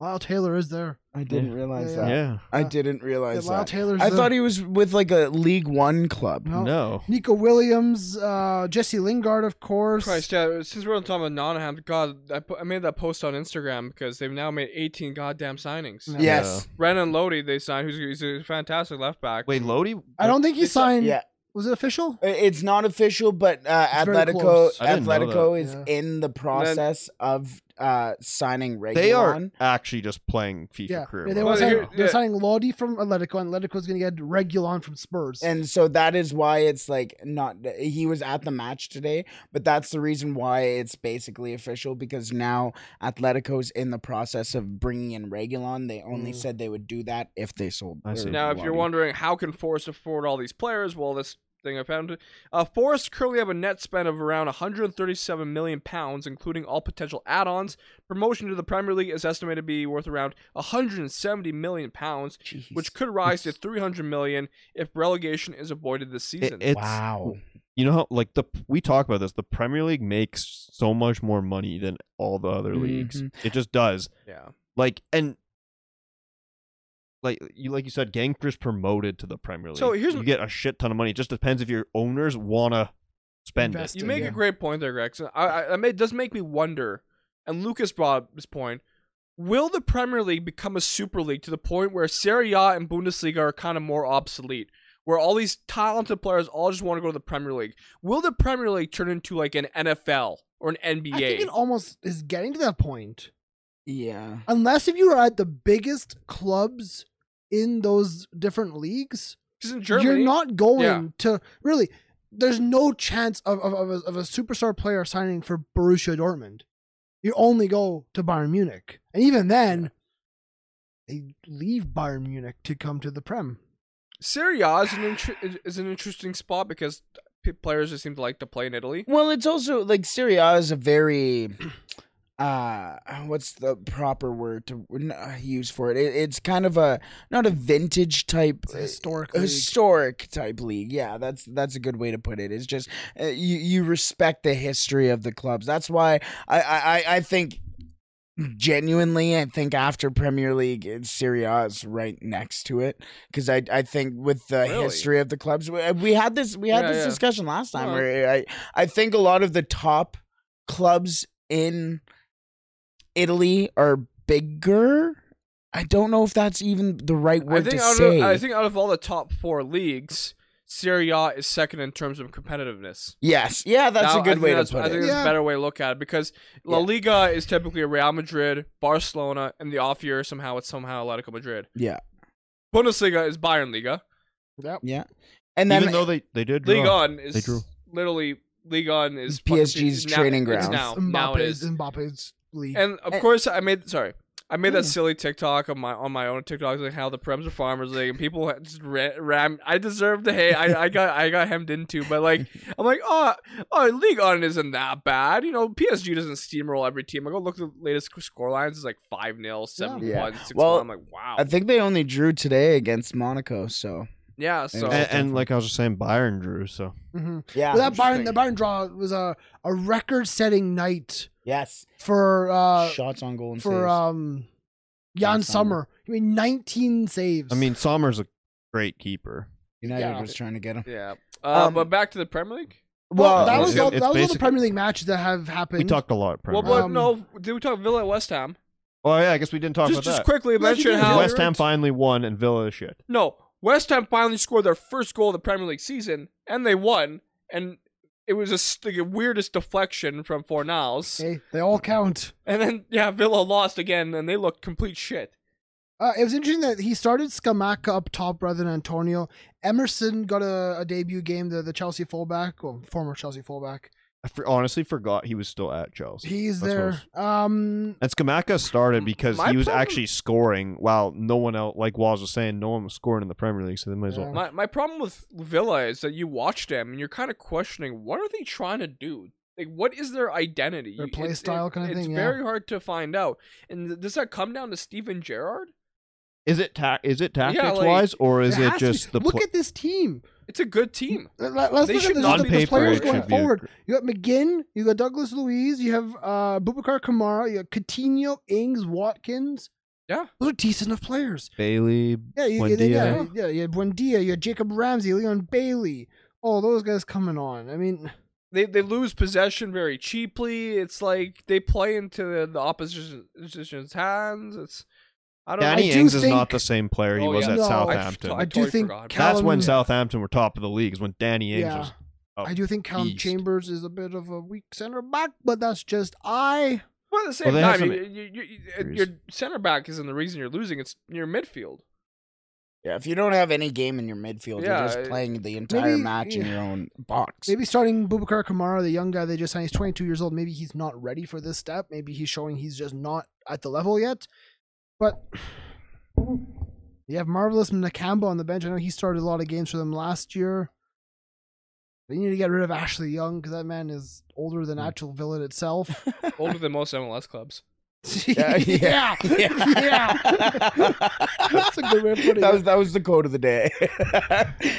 Speaker 2: Lyle Taylor is there.
Speaker 5: I didn't realize
Speaker 2: Yeah,
Speaker 5: that.
Speaker 4: yeah,
Speaker 5: I
Speaker 2: Yeah.
Speaker 5: didn't
Speaker 2: Yeah,
Speaker 5: realize
Speaker 2: Lyle
Speaker 5: that.
Speaker 2: Taylor's
Speaker 5: I
Speaker 2: there.
Speaker 5: thought he was with like a League One club.
Speaker 2: No.
Speaker 4: no,
Speaker 2: Nico Williams, uh, Jesse Lingard, of course.
Speaker 3: Christ, yeah. Since we're on talking about Nottingham, God, I, pu- I made that post on Instagram because they've now made 18 goddamn signings.
Speaker 2: Yeah.
Speaker 5: Yes.
Speaker 3: Renan Lodi, they signed, who's he's a fantastic left back.
Speaker 4: Wait, Lodi?
Speaker 2: I don't think he signed.
Speaker 5: Yeah.
Speaker 2: Was it official?
Speaker 5: I- It's not official, but uh,
Speaker 2: It's very
Speaker 5: Atletico
Speaker 2: close.
Speaker 4: I didn't know
Speaker 5: Atletico is
Speaker 2: Yeah.
Speaker 5: in the process of uh, signing Regulon.
Speaker 4: They are actually just playing FIFA
Speaker 2: Yeah.
Speaker 4: career.
Speaker 2: yeah, they
Speaker 3: Well,
Speaker 4: mode
Speaker 2: were
Speaker 4: right
Speaker 2: signing,
Speaker 3: here-
Speaker 4: now.
Speaker 2: they were
Speaker 3: yeah.
Speaker 2: signing Lodi from Atletico, and Atletico's going to get Regulon from Spurs.
Speaker 5: and so that is why it's like not he was at the match today but that's the reason why it's basically official because now atletico's in the process of bringing in regulon they only
Speaker 2: Mm.
Speaker 5: said they would do that if they sold
Speaker 4: I see.
Speaker 3: Now, if you're
Speaker 5: wondering,
Speaker 3: wondering how can Forest afford all these players, well, this thing I found. Uh, Forest currently have a net spend of around 137 million pounds, including all potential add-ons. Promotion to the Premier League is estimated to be worth around 170 million pounds, which could rise to 300 million if relegation is avoided this
Speaker 4: It-
Speaker 3: season.
Speaker 4: it's
Speaker 5: wow
Speaker 4: you know how like the we talk about this. The Premier League makes so much more money than all the other leagues.
Speaker 5: Mhm.
Speaker 2: Mm-hmm.
Speaker 4: It just does.
Speaker 3: yeah,
Speaker 4: Like and like you like you said, Gangster's promoted to the Premier League.
Speaker 3: So here's
Speaker 4: you
Speaker 3: m-
Speaker 4: get a shit ton of money. It just depends if your owners wanna spend
Speaker 2: Invest
Speaker 4: it.
Speaker 3: you
Speaker 2: Interesting,
Speaker 3: make
Speaker 2: yeah.
Speaker 3: a great point there, Greg. So I, I, I mean, it does make me wonder. And Lucas brought up this point. Will the Premier League become a super league to the point where Serie A and Bundesliga are kind of more obsolete? Where all these talented players all just want to go to the Premier League. Will the Premier League turn into like an NFL or an NBA?
Speaker 2: I think it almost is getting to that point.
Speaker 5: yeah
Speaker 2: Unless if you are at the biggest clubs in those different leagues,
Speaker 3: 'Cause in Germany,
Speaker 2: you're not going
Speaker 3: Yeah.
Speaker 2: to really. There's no chance of of, of, a, of a superstar player signing for Borussia Dortmund. You only go to Bayern Munich, and even then, they leave Bayern Munich to come to the Prem.
Speaker 3: Serie A is an, int- is an interesting spot because p- players just seem to like to play in Italy.
Speaker 5: well it's also like Serie A is a very uh what's the proper word to uh, use for it? it it's kind of a not a vintage type
Speaker 2: It's a historic
Speaker 5: a
Speaker 2: league.
Speaker 5: historic type league. Yeah, that's that's a good way to put it. It's just uh, you you respect the history of the clubs. That's why I I I- I think genuinely I think after Premier League it's Serie A is right next to it because I I think with the
Speaker 3: Really?
Speaker 5: history of the clubs we, we had this we had
Speaker 3: Yeah,
Speaker 5: this
Speaker 3: yeah.
Speaker 5: discussion last time
Speaker 3: No, I-
Speaker 5: where I I think a lot of the top clubs in Italy are bigger. I don't know if that's even the right
Speaker 3: I
Speaker 5: word
Speaker 3: think,
Speaker 5: to
Speaker 3: out
Speaker 5: say.
Speaker 3: Of, I think out of all the top four leagues, Serie A is second in terms of competitiveness.
Speaker 5: Yes. Yeah, that's
Speaker 3: Now,
Speaker 5: a
Speaker 3: I
Speaker 5: good
Speaker 3: think
Speaker 5: way to
Speaker 3: that's-
Speaker 5: put
Speaker 3: I think
Speaker 5: it.
Speaker 3: that's
Speaker 2: Yeah.
Speaker 3: a better way to look at it because La
Speaker 5: Yeah.
Speaker 3: Liga is typically a Real Madrid, Barcelona, and the off year somehow it's somehow Atletico Madrid.
Speaker 5: Yeah.
Speaker 3: Bundesliga is Bayern Liga.
Speaker 2: Yep.
Speaker 5: Yeah. And then
Speaker 4: Even though they, they did
Speaker 3: League
Speaker 4: draw.
Speaker 3: on
Speaker 4: They drew.
Speaker 3: is literally League on is fucking-
Speaker 5: PSG's
Speaker 3: is now- is
Speaker 5: training ground.
Speaker 3: now,
Speaker 2: Mbappe's,
Speaker 3: now it is.
Speaker 2: Mbappe's league.
Speaker 3: And of
Speaker 5: And- Hmm.
Speaker 3: course, I made sorry, I made that
Speaker 5: Yeah.
Speaker 3: silly TikTok on my on my own TikTok like how the Prems are farmers league and people had just ra- ram. I deserve the hate. I, I got I got hemmed into, but like I'm like oh oh league on isn't that bad. You know PSG doesn't steamroll every team. I go look at the latest score lines. It's like five 0 seven
Speaker 5: Yeah.
Speaker 3: one, six
Speaker 5: Well,
Speaker 3: one. I'm like wow.
Speaker 5: I think they only drew today against Monaco, so
Speaker 3: yeah. So
Speaker 4: A- and, like I was just saying, Byron drew. So
Speaker 2: Mhm.
Speaker 5: yeah.
Speaker 2: Well, that Byron, the Byron draw was a, a record-setting night
Speaker 5: yes.
Speaker 2: for uh,
Speaker 5: Shots on goal and
Speaker 2: for
Speaker 5: saves.
Speaker 2: um
Speaker 5: Jan
Speaker 2: Jan
Speaker 5: Sommer.
Speaker 2: Sommer. He made 19 saves.
Speaker 4: I mean, Sommer's a great keeper.
Speaker 5: United
Speaker 2: yeah.
Speaker 5: was trying to get him.
Speaker 3: yeah. Uh,
Speaker 5: Um,
Speaker 3: but back to the Premier League.
Speaker 2: well, that
Speaker 4: it's-
Speaker 2: was all,
Speaker 4: it's
Speaker 2: that was all the
Speaker 4: basic-
Speaker 2: Premier League matches that have happened.
Speaker 4: We talked a lot. Of
Speaker 3: Well,
Speaker 4: Premier League.
Speaker 3: but
Speaker 2: Um,
Speaker 3: no, did we talk Villa at West Ham?
Speaker 4: oh yeah, I guess we didn't talk
Speaker 3: Just
Speaker 4: about
Speaker 3: just
Speaker 4: that.
Speaker 3: quickly
Speaker 2: Yes, you
Speaker 3: mention
Speaker 2: did.
Speaker 3: how
Speaker 4: West Ham finally won, and Villa is shit.
Speaker 3: No, West Ham finally scored their first goal of the Premier League season, and they won. And it was just the weirdest deflection from Fornals.
Speaker 2: Hey, they all count.
Speaker 3: And then yeah, Villa lost again, and they looked complete shit.
Speaker 2: Uh, it was interesting that he started Skamaka up top rather than Antonio. Emerson got a, a debut game, the, the Chelsea fullback, well, former Chelsea fullback.
Speaker 4: I for, honestly forgot he was still at Chelsea.
Speaker 2: He's
Speaker 4: That's what I
Speaker 2: there.
Speaker 4: was-
Speaker 2: Um,
Speaker 4: And Skamaka started
Speaker 3: M-
Speaker 4: because
Speaker 3: my
Speaker 4: he was
Speaker 3: problem-
Speaker 4: actually scoring while no one else, like Waz was saying, no one was scoring in the Premier League, so they might as
Speaker 2: Yeah.
Speaker 4: well.
Speaker 3: My my problem with Villa is that you watch them and you're kind of questioning what are they trying to do. Like, what is their identity?
Speaker 2: Their
Speaker 3: You-
Speaker 2: play
Speaker 3: it's-
Speaker 2: style kinda
Speaker 3: It's
Speaker 2: thing, yeah.
Speaker 3: very hard to find out. And th- does that come down to Steven Gerrard?
Speaker 4: Is it ta- is it
Speaker 3: like,
Speaker 4: tactics wise or is
Speaker 2: It
Speaker 4: it
Speaker 2: has to be.
Speaker 4: just the
Speaker 2: look
Speaker 4: pl-
Speaker 2: at this team?
Speaker 3: It's a good team.
Speaker 2: Let, us
Speaker 3: They
Speaker 2: look
Speaker 3: should
Speaker 2: at the,
Speaker 3: not
Speaker 2: the,
Speaker 3: be
Speaker 2: the
Speaker 3: paper,
Speaker 2: players
Speaker 3: it
Speaker 2: going
Speaker 3: should
Speaker 4: be a
Speaker 2: forward.
Speaker 4: gr-
Speaker 2: You got McGinn, you got Douglas Louise, you have uh, Bubakar Kamara, you got Coutinho, Ings, Watkins.
Speaker 3: Yeah.
Speaker 2: those are decent enough players.
Speaker 4: Bailey?
Speaker 2: Yeah, you, you, yeah,
Speaker 4: Buendia.
Speaker 2: yeah, you had Buendia, you had Jacob Ramsey, Leon Bailey, all those guys coming on. I mean,
Speaker 3: They they lose possession very cheaply. It's like they play into the, the opposition- opposition's hands. It's I don't
Speaker 4: Danny
Speaker 2: I do
Speaker 4: Ings is
Speaker 2: think-
Speaker 4: not the same player he
Speaker 3: Oh,
Speaker 4: was
Speaker 3: yeah.
Speaker 4: at
Speaker 2: No. I-
Speaker 4: Southampton.
Speaker 3: I
Speaker 2: I do
Speaker 3: totally
Speaker 2: think
Speaker 3: forgot about that.
Speaker 4: That's when
Speaker 2: Callum-
Speaker 4: Southampton were top of the league. Is when Danny Ings
Speaker 2: Yeah.
Speaker 4: was. a
Speaker 2: I do think Callum
Speaker 4: Oh, beast.
Speaker 2: Chambers is a bit of a weak center back, but that's just I.
Speaker 3: Well, at the same
Speaker 4: they have
Speaker 3: time, you,
Speaker 4: some
Speaker 3: you, you, you-
Speaker 4: injuries.
Speaker 3: your center back isn't the reason you're losing. It's your midfield.
Speaker 5: Yeah, if you don't have any game in your midfield,
Speaker 3: Yeah,
Speaker 5: you're just
Speaker 3: I-
Speaker 5: playing the entire
Speaker 2: Maybe-
Speaker 5: match in
Speaker 2: yeah.
Speaker 5: your own box.
Speaker 2: Maybe starting Bubakar Kamara, the young guy they just signed, he's 22 years old. Maybe he's not ready for this step. Maybe he's showing he's just not at the level yet. But you have marvelous Nakamba on the bench. I know he started a lot of games for them last year. They need to get rid of Ashley Young because that man is older
Speaker 4: Hmm.
Speaker 2: than actual Villa itself.
Speaker 3: Older than most MLS clubs.
Speaker 5: Yeah, yeah,
Speaker 2: That's a good way of putting
Speaker 5: That
Speaker 2: it.
Speaker 5: was that was the quote of the day.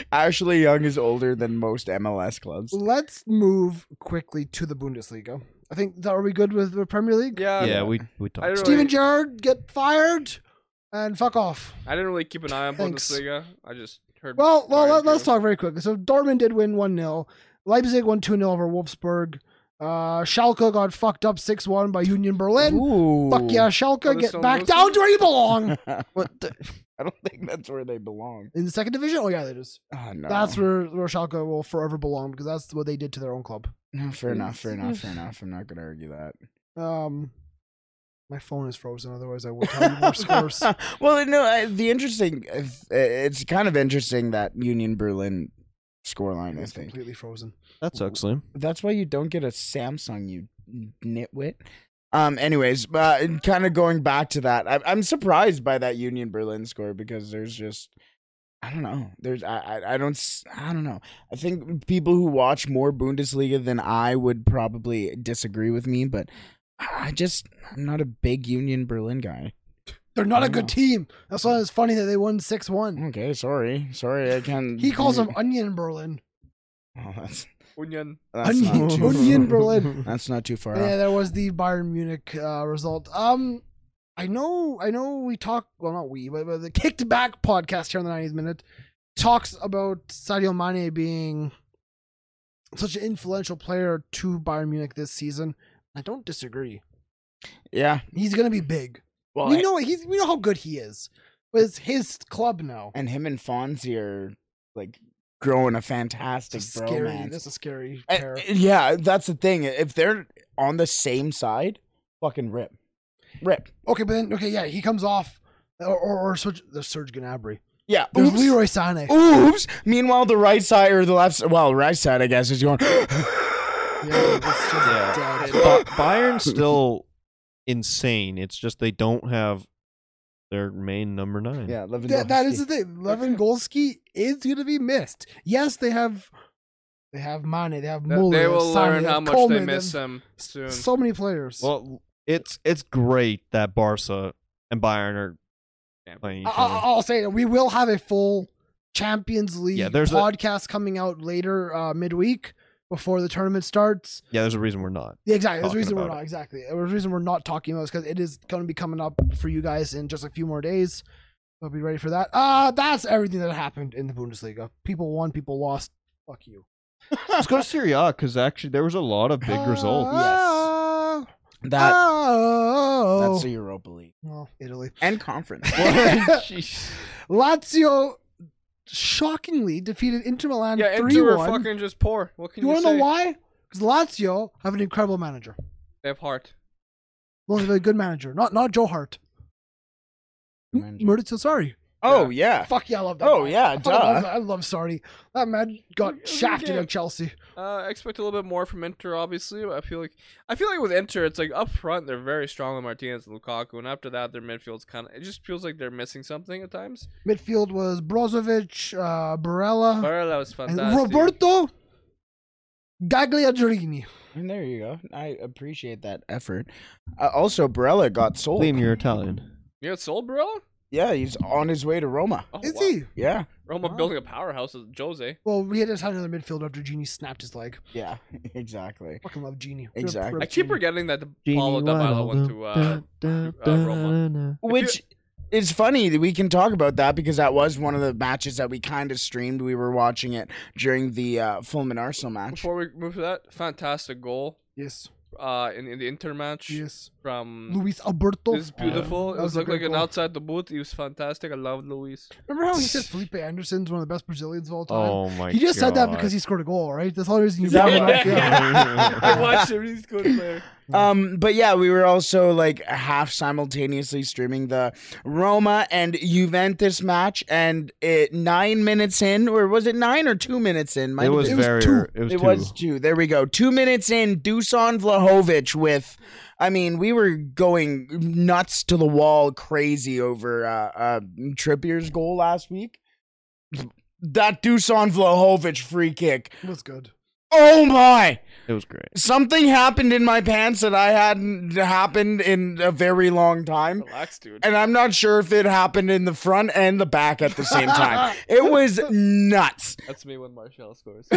Speaker 5: Ashley Young is older than most MLS clubs.
Speaker 2: Let's move quickly to the Bundesliga. I think that are we good with the Premier League?
Speaker 3: Yeah.
Speaker 4: yeah, we we talked.
Speaker 3: I don't
Speaker 2: Steven
Speaker 3: really-
Speaker 2: Gerrard get fired and fuck off.
Speaker 3: I didn't really keep an eye on
Speaker 2: Thanks.
Speaker 3: Bundesliga. I just heard.
Speaker 2: Well, well,
Speaker 3: Bayern
Speaker 2: let, us
Speaker 3: drew.
Speaker 2: talk very quickly. So Dortmund did win 1-0. Leipzig won 2-0 over Wolfsburg. Uh, Schalke got fucked up 6-1 by Union Berlin.
Speaker 5: Ooh.
Speaker 2: Fuck yeah,
Speaker 3: Are
Speaker 2: Schalke,
Speaker 3: they
Speaker 2: get
Speaker 3: still in
Speaker 2: back
Speaker 3: Bundesliga?
Speaker 2: down to where you belong.
Speaker 5: what the? I don't think that's where they belong.
Speaker 2: In the second division? Oh, yeah, they just.
Speaker 5: Oh, no.
Speaker 2: That's where, where Schalke will forever belong because that's what they did to their own club.
Speaker 5: No, fair enough, fair enough, fair enough. I'm not gonna argue that.
Speaker 2: Um, My phone is frozen, otherwise I would tell you more scores.
Speaker 5: well, no, I, the interesting, if- it's kind of interesting that Union Berlin scoreline is
Speaker 2: It's
Speaker 5: thing.
Speaker 2: completely frozen.
Speaker 4: That sucks, Liam.
Speaker 5: That's why you don't get a Samsung, you nitwit. Um. Anyways, uh, kind of going back to that, I, I'm surprised by that Union Berlin score because there's just, I don't know. There's I I, I don't s- I don't know. I think people who watch more Bundesliga than I would probably disagree with me, but I just I'm not a big Union Berlin guy.
Speaker 2: They're not
Speaker 5: I
Speaker 2: a good
Speaker 5: know.
Speaker 2: team. That's why it's funny that they won 6-1.
Speaker 5: Okay, sorry, sorry. I can't.
Speaker 2: He calls them Onion Berlin.
Speaker 5: Oh, that's
Speaker 3: Union.
Speaker 5: that's
Speaker 2: Onion,
Speaker 5: not too
Speaker 2: Onion
Speaker 5: far.
Speaker 2: Berlin.
Speaker 5: That's not too far.
Speaker 2: But yeah,
Speaker 5: off.
Speaker 2: that was the Bayern Munich uh, result. Um, I know, I know. We talk well, not we, but, but the Kicked Back podcast here on the 90th Minute talks about Sadio Mane being such an influential player to Bayern Munich this season. I don't disagree.
Speaker 5: Yeah.
Speaker 2: He's gonna be big.
Speaker 5: Well,
Speaker 2: we know he's we know how good he is. But it's his club now.
Speaker 5: and him and Fonzie are like growing a fantastic
Speaker 2: It's scary.
Speaker 5: bromance.
Speaker 2: That's a scary
Speaker 5: Uh,
Speaker 2: pair.
Speaker 5: yeah, that's the thing. If they're on the same side, fucking rip, rip.
Speaker 2: okay, but then okay, yeah, he comes off, or or, or Serge, there's Serge Gnabry.
Speaker 5: Yeah,
Speaker 2: There's
Speaker 5: oops.
Speaker 2: Leroy Sané.
Speaker 5: Oops. Meanwhile, the right side or the left, s- well, right side, I guess, is going.
Speaker 2: Yeah, it's just
Speaker 4: Yeah.
Speaker 2: dead.
Speaker 4: Ba- Bayern's still insane. It's just they don't have their main number nine.
Speaker 5: yeah,
Speaker 2: That, that is the thing. Lewandowski is going to be missed. Yes, they have, they have Mane, they have
Speaker 3: They-
Speaker 2: Muller,
Speaker 3: they will
Speaker 2: Sané,
Speaker 3: learn
Speaker 2: they have
Speaker 3: how much
Speaker 2: Coleman,
Speaker 3: they
Speaker 2: they
Speaker 3: miss
Speaker 2: have
Speaker 3: him soon.
Speaker 2: So many players.
Speaker 4: Well, it's it's great that Barca and Bayern are
Speaker 3: Yeah.
Speaker 4: playing each
Speaker 2: I,
Speaker 4: other.
Speaker 2: I, will say it, we will have a full Champions League
Speaker 4: Yeah, there's a-
Speaker 2: podcast coming out later uh, midweek before the tournament starts.
Speaker 4: yeah, there's a reason we're not.
Speaker 2: Yeah, exactly. There's a
Speaker 4: Talking
Speaker 2: reason we're
Speaker 4: about
Speaker 2: not
Speaker 4: it.
Speaker 2: exactly. There's a reason we're not talking about this because it is going to be coming up for you guys in just a few more days. So be ready for that. Uh that's everything that happened in the Bundesliga. People won, people lost. Fuck you.
Speaker 4: Let's go to Serie A because actually there was a lot of big results.
Speaker 2: Ah,
Speaker 5: that.
Speaker 2: oh.
Speaker 5: That's the Europa League
Speaker 2: well, Italy.
Speaker 5: and conference.
Speaker 4: Jeez.
Speaker 2: Lazio shockingly defeated Inter Milan
Speaker 3: yeah,
Speaker 2: three
Speaker 3: Inter were
Speaker 2: one.
Speaker 3: fucking just poor. What can
Speaker 2: You
Speaker 3: you,
Speaker 2: want to
Speaker 3: say?
Speaker 2: know why? Because Lazio have an incredible manager.
Speaker 3: They have heart.
Speaker 2: Well, they have a good manager. Not not Joe Hart.
Speaker 5: Manager.
Speaker 2: Maurizio Sarri.
Speaker 5: oh yeah,
Speaker 2: Fuck yeah, I love that.
Speaker 5: Oh,
Speaker 2: guy.
Speaker 5: yeah,
Speaker 2: I, fucking love,
Speaker 5: duh.
Speaker 2: that. I love Sardi. That man
Speaker 3: Who-
Speaker 2: got
Speaker 3: who
Speaker 2: shafted
Speaker 3: did?
Speaker 2: at Chelsea.
Speaker 3: Uh, I expect a little bit more from Inter, obviously. But I feel like I feel like with Inter, it's like up front they're very strong with Martinez and Lukaku, and after that their midfield's kind of it just feels like they're missing something at times.
Speaker 2: Midfield was Brozovic, uh, Barella,
Speaker 3: Barella was
Speaker 2: and
Speaker 3: fantastic.
Speaker 2: Roberto Gagliardini.
Speaker 5: And there you go. I appreciate that effort. Uh, also, Barella got sold.
Speaker 4: Liam, you're Italian.
Speaker 3: You got sold, bro?
Speaker 5: Yeah, he's on his way to Roma.
Speaker 3: Oh,
Speaker 2: Is
Speaker 3: wow.
Speaker 2: he?
Speaker 5: Yeah,
Speaker 3: Roma
Speaker 2: Wow.
Speaker 3: building a powerhouse with Jose.
Speaker 2: Well, we had to sign another midfielder after Genie snapped his leg.
Speaker 5: yeah, exactly.
Speaker 2: Fucking love Genie.
Speaker 5: Exactly.
Speaker 3: I keep forgetting that the Paulo Dybala went to uh, uh, Roma. you-
Speaker 5: Which is funny that we can talk about that because that was one of the matches that we kind of streamed. We were watching it during the uh, Fulham and Arsenal match.
Speaker 3: Before we move to that, fantastic goal
Speaker 2: Yes.
Speaker 3: uh, in, in the Inter match
Speaker 2: Yes.
Speaker 3: from.
Speaker 2: Luis Alberto.
Speaker 3: This is beautiful.
Speaker 2: That
Speaker 3: It was
Speaker 2: a
Speaker 3: like,
Speaker 2: great
Speaker 3: like an
Speaker 2: goal.
Speaker 3: outside the booth. He was fantastic. I love Luis.
Speaker 2: Remember how he said Felipe Anderson's one of the best Brazilians of all time?
Speaker 4: Oh my!
Speaker 2: he just
Speaker 4: God.
Speaker 2: said that because he scored a goal, right? That's all the reason you
Speaker 5: Is that
Speaker 2: know
Speaker 5: what I-
Speaker 2: about him.
Speaker 3: I watched him. He's a good player.
Speaker 5: Um, but yeah, we were also like half simultaneously streaming the Roma and Juventus match, and it nine minutes in, or was it nine or two minutes in? Might
Speaker 4: It
Speaker 5: have
Speaker 4: was
Speaker 5: been-
Speaker 4: very.
Speaker 5: two.
Speaker 4: It was.
Speaker 5: It
Speaker 4: two.
Speaker 5: was two. There we go. Two minutes in, Dusan Vlahovic with, I mean, we were going nuts to the wall, crazy over uh, uh, Trippier's goal last week. That Dusan Vlahovic free kick.
Speaker 2: It was good.
Speaker 5: Oh my!
Speaker 4: It was great.
Speaker 5: Something happened in my pants that I hadn't happened in a very long time.
Speaker 3: Relax, dude.
Speaker 5: And I'm not sure if it happened in the front and the back at the same time. It was nuts.
Speaker 3: That's me when Martial scores.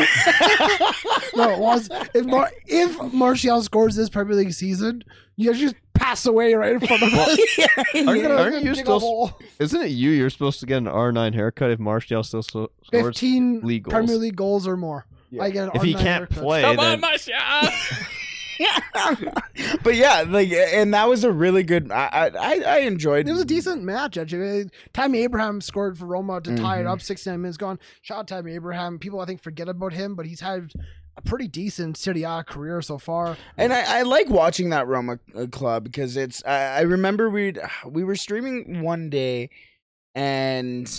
Speaker 2: No, it was. If, Mar- if Martial scores this Premier League season, you just pass away right in front of us.
Speaker 4: Aren't,
Speaker 2: You're
Speaker 4: aren't
Speaker 2: gonna
Speaker 4: you
Speaker 2: dig a
Speaker 4: still?
Speaker 2: hole.
Speaker 4: Isn't it you? You're supposed to get an R9 haircut if Martial still so, scores
Speaker 2: 15
Speaker 4: league goals.
Speaker 2: Premier League goals or more? I get an
Speaker 4: if he
Speaker 2: R9
Speaker 4: can't
Speaker 2: haircut.
Speaker 4: play,
Speaker 3: Come
Speaker 4: then
Speaker 3: on, Martial.
Speaker 5: but yeah, like, and that was a really good. I I, I- I enjoyed.
Speaker 2: It was a decent match, actually. Tammy Abraham scored for Roma to tie it
Speaker 4: Mm-hmm.
Speaker 2: up. 69 minutes gone. Shout out Tammy Abraham. People, I think, forget about him, but he's had a pretty decent Serie A career so far.
Speaker 5: and I, I like watching that Roma uh, club because it's. I, I remember we we were streaming one day, and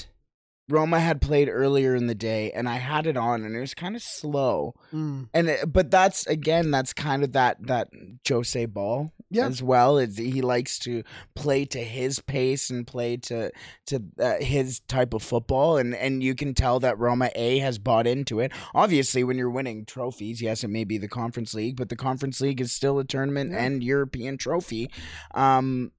Speaker 5: Roma had played earlier in the day, and I had it on, and it was kind of slow.
Speaker 2: Mm.
Speaker 5: And it, but that's again, that's kind of that that Jose Ball
Speaker 2: Yeah.
Speaker 5: as well. Is he likes to play to his pace and play to to uh, his type of football, and and you can tell that Roma A has bought into it. Obviously, when you're winning trophies, yes, it may be the Conference League, but the Conference League is still a tournament
Speaker 2: Yeah.
Speaker 5: and European trophy. Um,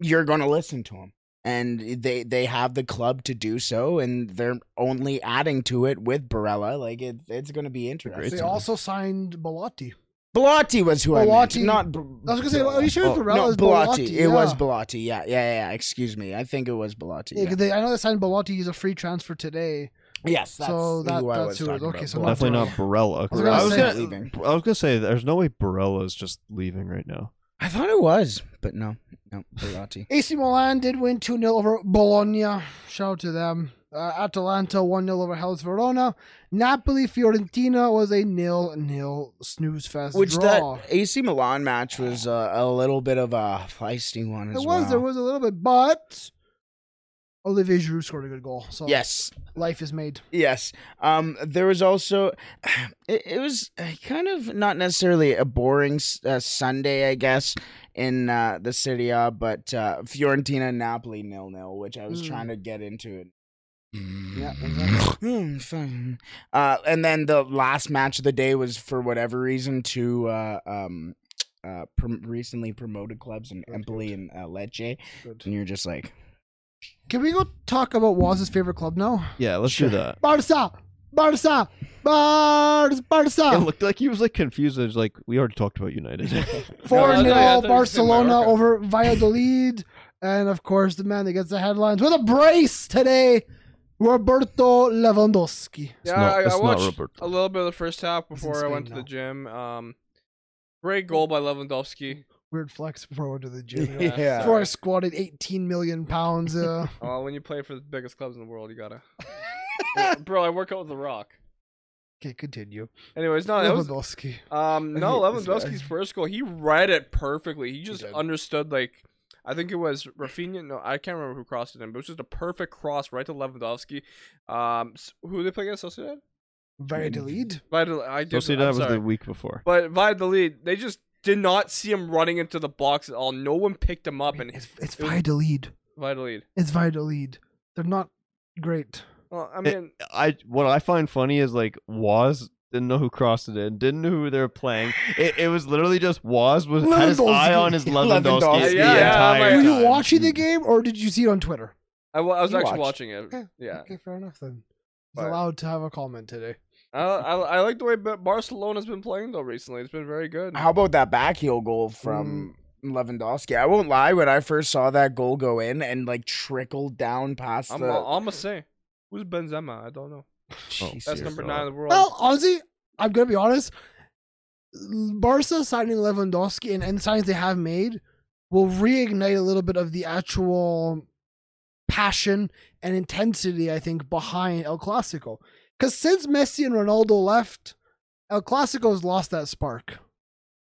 Speaker 5: you're gonna listen to him. And they they have the club to do so, and they're only adding to it with Barella. Like it, it's going to be interesting.
Speaker 2: They
Speaker 4: team.
Speaker 2: also signed Belotti.
Speaker 5: Bellotti was who
Speaker 2: Bellotti.
Speaker 5: I meant. Not. Br-
Speaker 2: I was going to say, are you sure
Speaker 4: Oh,
Speaker 2: oh, Varela
Speaker 5: no,
Speaker 2: is
Speaker 5: Bellotti.
Speaker 2: Belotti?
Speaker 5: It was Bellotti. Yeah, yeah, yeah. Excuse me. I think it was Belotti.
Speaker 2: Yeah, 'cause they, I know they signed Belotti. He's a free transfer today.
Speaker 5: Yes, that's
Speaker 2: So that-
Speaker 5: who I
Speaker 2: that's
Speaker 5: was
Speaker 2: who it-
Speaker 5: talking
Speaker 2: okay,
Speaker 5: about.
Speaker 2: so
Speaker 5: Belotti.
Speaker 4: definitely not Barella.
Speaker 2: was gonna
Speaker 4: I was
Speaker 2: say-
Speaker 4: gonna,
Speaker 5: leaving.
Speaker 4: I was gonna say there's no way Barella's just leaving right now.
Speaker 5: I thought it was, but no, no, Belotti.
Speaker 2: AC Milan did win 2 0 over Bologna. Shout out to them. Uh, Atalanta 1 0 over Hellas Verona. Napoli Fiorentina was a nil nil snooze fest.
Speaker 5: Which
Speaker 2: draw.
Speaker 5: that AC Milan match was uh, a little bit of a feisty one as
Speaker 2: There
Speaker 5: well.
Speaker 2: was, there was a little bit, but Olivier Giroud scored a good goal. So
Speaker 5: Yes,
Speaker 2: life is made.
Speaker 5: Yes. Um, there was also, it, it was uh, kind of not necessarily a boring s- uh, Sunday, I guess, in uh, the Serie A, but uh, Fiorentina Napoli nil nil, which I was
Speaker 2: Mm.
Speaker 5: trying to get into it.
Speaker 2: Yeah, exactly.
Speaker 5: Hmm, fine. Uh, and then the last match of the day was for whatever reason to uh, um, uh, prom- recently promoted clubs in Empoli and uh, Lecce, and you're just like,
Speaker 2: Can we go talk about Waz's favorite club now?
Speaker 4: Yeah, let's do that.
Speaker 2: Barca! Barca! Barca!
Speaker 4: It
Speaker 2: Barca!
Speaker 4: looked like he was like confused. It was like we already talked about United.
Speaker 2: 4
Speaker 3: No, I
Speaker 2: 0
Speaker 3: thought- I thought you said
Speaker 2: Barcelona
Speaker 3: Mallorca.
Speaker 2: over Valladolid. and of course, the man that gets the headlines with a brace today, Roberto Lewandowski.
Speaker 3: Yeah,
Speaker 4: not-
Speaker 3: I,
Speaker 4: it's
Speaker 3: I
Speaker 4: not
Speaker 3: watched
Speaker 4: Roberto.
Speaker 3: a little bit of the first half
Speaker 2: It's
Speaker 3: before I went to
Speaker 2: insane,
Speaker 3: the
Speaker 2: no.
Speaker 3: gym. Um, great goal by Lewandowski.
Speaker 2: Weird flex before I went to the gym.
Speaker 5: Yeah.
Speaker 2: Before I
Speaker 3: sorry.
Speaker 2: squatted 18 million pounds. Uh,
Speaker 3: Uh, when you play for the biggest clubs in the world, you gotta. Yeah, Bro, I work out with The Rock.
Speaker 2: okay, continue.
Speaker 3: Anyways, no, that was
Speaker 2: Lewandowski.
Speaker 3: um no
Speaker 5: hate this
Speaker 3: Lewandowski's
Speaker 5: guy.
Speaker 3: first goal. He read it perfectly. He just
Speaker 5: did.
Speaker 3: understood like. I think it was Rafinha. No, I can't remember who crossed it in, but it was just a perfect cross right to Lewandowski. Um, s- who did they play against? Sociedad.
Speaker 2: Valladolid.
Speaker 3: Valladolid. I did.
Speaker 4: so
Speaker 3: I'm
Speaker 4: that was
Speaker 3: sorry.
Speaker 4: the week before.
Speaker 3: But by the lead, they just did not see him running into the box at all. No one picked him up, and
Speaker 2: It's, it's
Speaker 3: it was-
Speaker 2: Valladolid.
Speaker 3: by the lead.
Speaker 2: It's Valladolid. They're not great.
Speaker 3: Well, I mean,
Speaker 4: I what I find funny is like Waz Didn't know who crossed it in. Didn't know who they were playing. It, it was literally just Woz was had his eye
Speaker 5: Lewandowski.
Speaker 4: on his Lewandowski,
Speaker 5: Lewandowski.
Speaker 4: the
Speaker 3: Yeah, yeah,
Speaker 4: entire
Speaker 3: I'm
Speaker 2: Were
Speaker 3: like-
Speaker 4: time.
Speaker 2: you watching the game or did you see it on Twitter?
Speaker 3: I, wa- I was
Speaker 5: You
Speaker 3: actually
Speaker 5: watched.
Speaker 3: watching it.
Speaker 2: Okay.
Speaker 3: Yeah,
Speaker 2: Okay, fair enough then. He's
Speaker 3: But-
Speaker 2: allowed to have a comment today.
Speaker 3: I, I, I like the way Ba- Barcelona's been playing though recently. It's been very good.
Speaker 5: How about that back heel goal from
Speaker 2: Mm.
Speaker 5: Lewandowski? I won't lie, when I first saw that goal go in and like trickle down past
Speaker 3: I'm,
Speaker 5: the
Speaker 3: I'm gonna say, who's Benzema? I don't know.
Speaker 2: Oh,
Speaker 3: That's
Speaker 4: Serious
Speaker 3: number
Speaker 4: though.
Speaker 3: nine in the world.
Speaker 2: Well, honestly, I'm gonna be honest. Barca signing Lewandowski and, and signings they have made will reignite a little bit of the actual passion and intensity I think behind El Clasico. Because since Messi and Ronaldo left, El Clasico's lost that spark.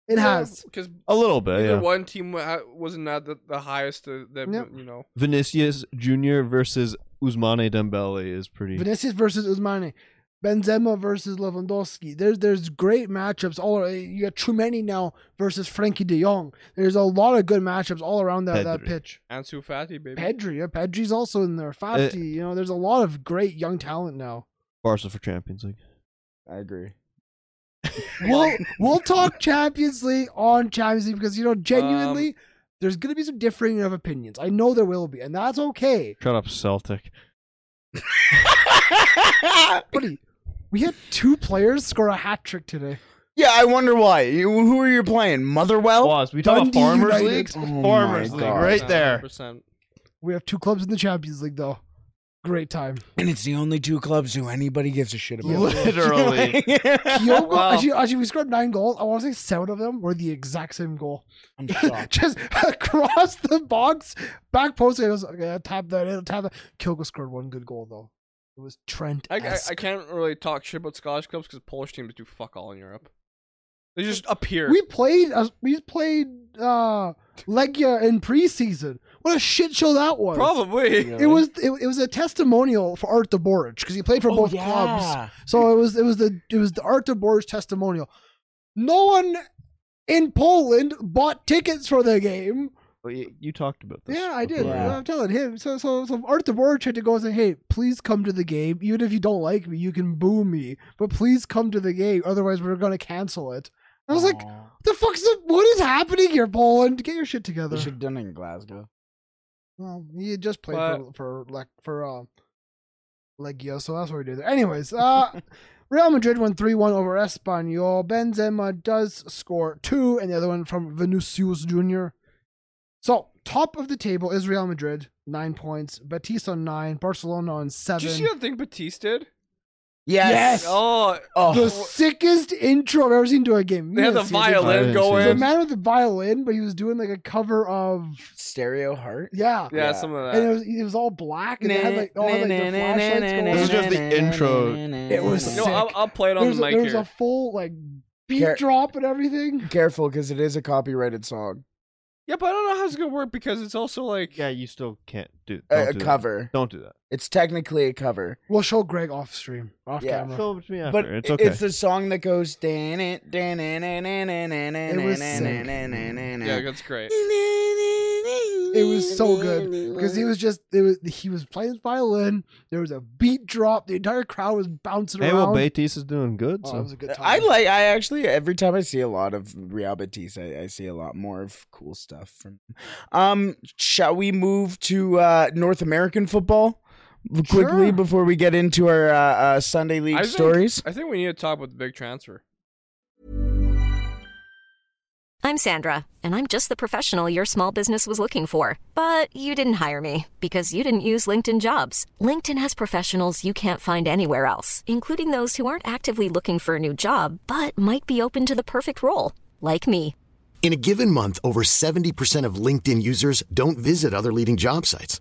Speaker 2: It has.
Speaker 3: because
Speaker 4: A little bit,
Speaker 3: either
Speaker 4: Oh, yeah.
Speaker 3: one team wa- ha- wasn't at the, the highest uh, that
Speaker 2: Yep.
Speaker 3: you know.
Speaker 4: Vinicius Junior versus Usmane Dembele is pretty.
Speaker 2: Vinicius versus Usmane, Benzema versus Lewandowski. There's there's great matchups all. ar- You got Chumeni now versus Frankie De Jong. There's a lot of good matchups all around that, that
Speaker 4: Pedri.
Speaker 2: pitch.
Speaker 3: Ansu Fati, baby.
Speaker 2: Pedri, yeah, Pedri's also in there. Fati, you know, there's a lot of great young talent now.
Speaker 4: Barca for Champions League.
Speaker 5: I agree.
Speaker 2: We'll we'll talk Champions League on Champions League because you know genuinely. there's going to be some differing of opinions. I know there will be, and that's okay.
Speaker 4: Shut up, Celtic.
Speaker 2: Buddy, we had two players score a hat trick today.
Speaker 5: yeah, I wonder why. You, who are you playing? Motherwell?
Speaker 4: Boss, we talk about
Speaker 2: Dundee
Speaker 4: farmers
Speaker 2: United.
Speaker 4: leagues.
Speaker 5: Oh my
Speaker 4: farmers league,
Speaker 5: God.
Speaker 4: right there.
Speaker 3: 100%.
Speaker 2: We have two clubs in the Champions League, though. Great time.
Speaker 5: And it's the only two clubs who anybody gives a shit about.
Speaker 4: Literally.
Speaker 2: Kyogo,
Speaker 3: Wow.
Speaker 2: actually, actually, we scored nine goals. I want to say seven of them were the exact same goal.
Speaker 5: I'm shocked.
Speaker 2: Just across the box, back post. It was okay. I tap that. It'll tap that. Kyogo scored one good goal though. It was Trent.
Speaker 3: I, I, I can't really talk shit about Scottish clubs because Polish teams do fuck all in Europe. They just appear.
Speaker 2: We played. Uh, we played uh, Legia in preseason. What a shit show that was.
Speaker 3: Probably.
Speaker 2: It was it, it was a testimonial for Art de Borich because he played
Speaker 3: Oh,
Speaker 5: Oh,
Speaker 2: for both clubs. So it was it was the it was the Art of Borges testimonial. No one in Poland bought tickets for the game.
Speaker 4: Well, you, you talked about this.
Speaker 2: Yeah, I did.
Speaker 4: before,
Speaker 5: Yeah.
Speaker 2: I'm telling him. So so so Art de Borges had to go and say, "Hey, please come to the game. Even if you don't like me, you can boo me, but please come to the game. Otherwise, we're gonna cancel it." I was like, "The fuck's the, what is happening here, Poland? Get your shit together."
Speaker 5: they should have done it in Glasgow.
Speaker 2: Well, he had just played
Speaker 3: But-
Speaker 2: for for like for uh, Legia, so that's what we do there. Anyways, uh, Real Madrid won three one over Espanyol. Benzema does score two, and the other one from Vinicius Junior. So top of the table is Real Madrid nine points, Batista on nine, Barcelona on
Speaker 3: Did you
Speaker 2: seven.
Speaker 3: see that thing Batiste did?
Speaker 5: Yes.
Speaker 3: Oh,
Speaker 5: Oh.
Speaker 2: the sickest intro I've ever seen to a game.
Speaker 3: they had the
Speaker 2: Yes, yes, yes.
Speaker 4: I
Speaker 3: violin
Speaker 4: didn't see
Speaker 2: There's a
Speaker 4: that.
Speaker 3: going. Yeah,
Speaker 2: man with a violin, but he was doing like a cover of
Speaker 5: Stereo heart.
Speaker 2: yeah.
Speaker 5: Yeah.
Speaker 3: some of
Speaker 2: And it
Speaker 3: that.
Speaker 2: was it was all black and it had like all like the flashlights going.
Speaker 4: This is just the intro.
Speaker 2: It was
Speaker 3: No,
Speaker 2: sick.
Speaker 3: I'll, I'll play it on
Speaker 2: there's
Speaker 3: the
Speaker 2: a,
Speaker 3: mic
Speaker 2: there's
Speaker 3: here.
Speaker 2: a full like beat
Speaker 5: Here.
Speaker 2: drop and everything.
Speaker 5: Careful, because it is a copyrighted song.
Speaker 3: Yeah, but I don't know how it's gonna work because it's also like
Speaker 4: Yeah, you still can't do. Don't
Speaker 5: A- a
Speaker 4: do that.
Speaker 5: Uh, cover.
Speaker 4: Don't do that.
Speaker 5: It's technically a cover,
Speaker 2: We'll show Greg off stream, off
Speaker 5: Yeah.
Speaker 2: camera.
Speaker 4: Show it to me after.
Speaker 5: but
Speaker 4: it's
Speaker 5: i-
Speaker 4: okay.
Speaker 5: it's the song that goes. dan it
Speaker 2: was sick.
Speaker 3: yeah, that's great.
Speaker 2: It was so good because he was just it was he was playing his violin. There was a beat drop. The entire crowd was bouncing
Speaker 4: hey, well,
Speaker 2: around.
Speaker 4: Batiste is doing good.
Speaker 2: Oh,
Speaker 4: so.
Speaker 2: that was a good time.
Speaker 5: I like. I actually every time I see a lot of Real Betis, I, I see a lot more of cool stuff from. Um, shall we move to uh, North American football quickly
Speaker 2: Sure.
Speaker 5: before we get into our uh, uh, Sunday league
Speaker 3: I think-
Speaker 5: stories?
Speaker 3: I think we need to talk about the big transfer.
Speaker 6: I'm Sandra, and I'm just the professional your small business was looking for. But you didn't hire me because you didn't use LinkedIn jobs. LinkedIn has professionals you can't find anywhere else, including those who aren't actively looking for a new job but might be open to the perfect role, like me.
Speaker 7: In a given month, over 70% of LinkedIn users don't visit other leading job sites.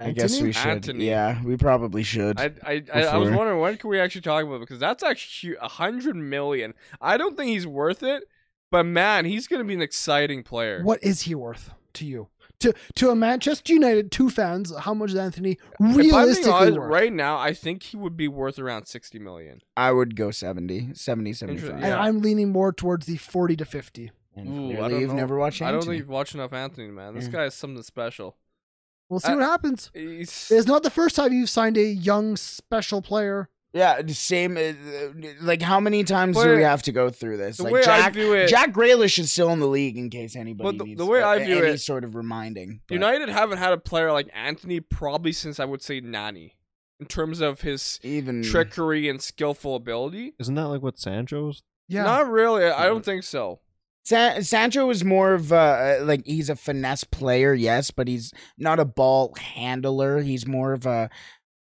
Speaker 5: I guess
Speaker 2: Anthony?
Speaker 5: we should.
Speaker 3: Anthony.
Speaker 5: Yeah, we probably should.
Speaker 3: I, I, I, I was
Speaker 5: Before.
Speaker 3: wondering when can we actually talk about it because that's actually a hundred million. I don't think he's worth it, but man, he's gonna be an exciting player.
Speaker 2: What is he worth to you? To to a Manchester United two fans, how much is Anthony
Speaker 3: If I'm being
Speaker 2: realistically
Speaker 3: honest,
Speaker 2: worth?
Speaker 3: right now, I think he would be worth around sixty million.
Speaker 5: I would go 70, 70, 75.
Speaker 3: yeah.
Speaker 2: And I'm leaning more towards the forty to fifty.
Speaker 5: And
Speaker 3: Ooh,
Speaker 5: clearly
Speaker 3: I don't
Speaker 5: you've
Speaker 3: know.
Speaker 5: never watched
Speaker 3: I don't think
Speaker 5: Anthony.
Speaker 3: you've watched enough Anthony, man. This
Speaker 5: Yeah.
Speaker 3: guy is something special.
Speaker 2: We'll see
Speaker 3: I-
Speaker 2: what happens.
Speaker 3: He's,
Speaker 2: It's not the first time you've signed a young special player.
Speaker 5: Yeah, the same. uh, uh, Like, how many times do
Speaker 3: But
Speaker 5: we have to go through this?
Speaker 3: the
Speaker 5: like,
Speaker 3: way I
Speaker 5: Jack,
Speaker 3: view it-
Speaker 5: Jack Grealish is still in the league in case anybody
Speaker 3: the-
Speaker 5: needs
Speaker 3: the way
Speaker 5: uh,
Speaker 3: I view
Speaker 5: any
Speaker 3: it,
Speaker 5: sort of reminding. but-
Speaker 3: United haven't had a player like Anthony probably since I would say Nani, in terms of his
Speaker 5: even
Speaker 3: trickery and skillful ability.
Speaker 4: Isn't that like what Sancho's?
Speaker 2: Yeah.
Speaker 3: Not really. I don't think so.
Speaker 5: Sa- Sancho is more of a, like he's a finesse player, yes, but he's not a ball handler. He's more of a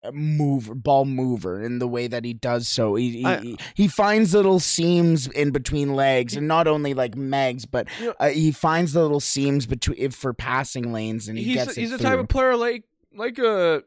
Speaker 5: a mover, ball mover in the way that he does so. He he,
Speaker 4: I-
Speaker 5: he finds little seams in between legs, and not only like Megs, but uh, he finds the little seams between for passing lanes, and he
Speaker 3: he's
Speaker 5: gets.
Speaker 3: he's
Speaker 5: it
Speaker 3: the type
Speaker 5: through.
Speaker 3: of player like like a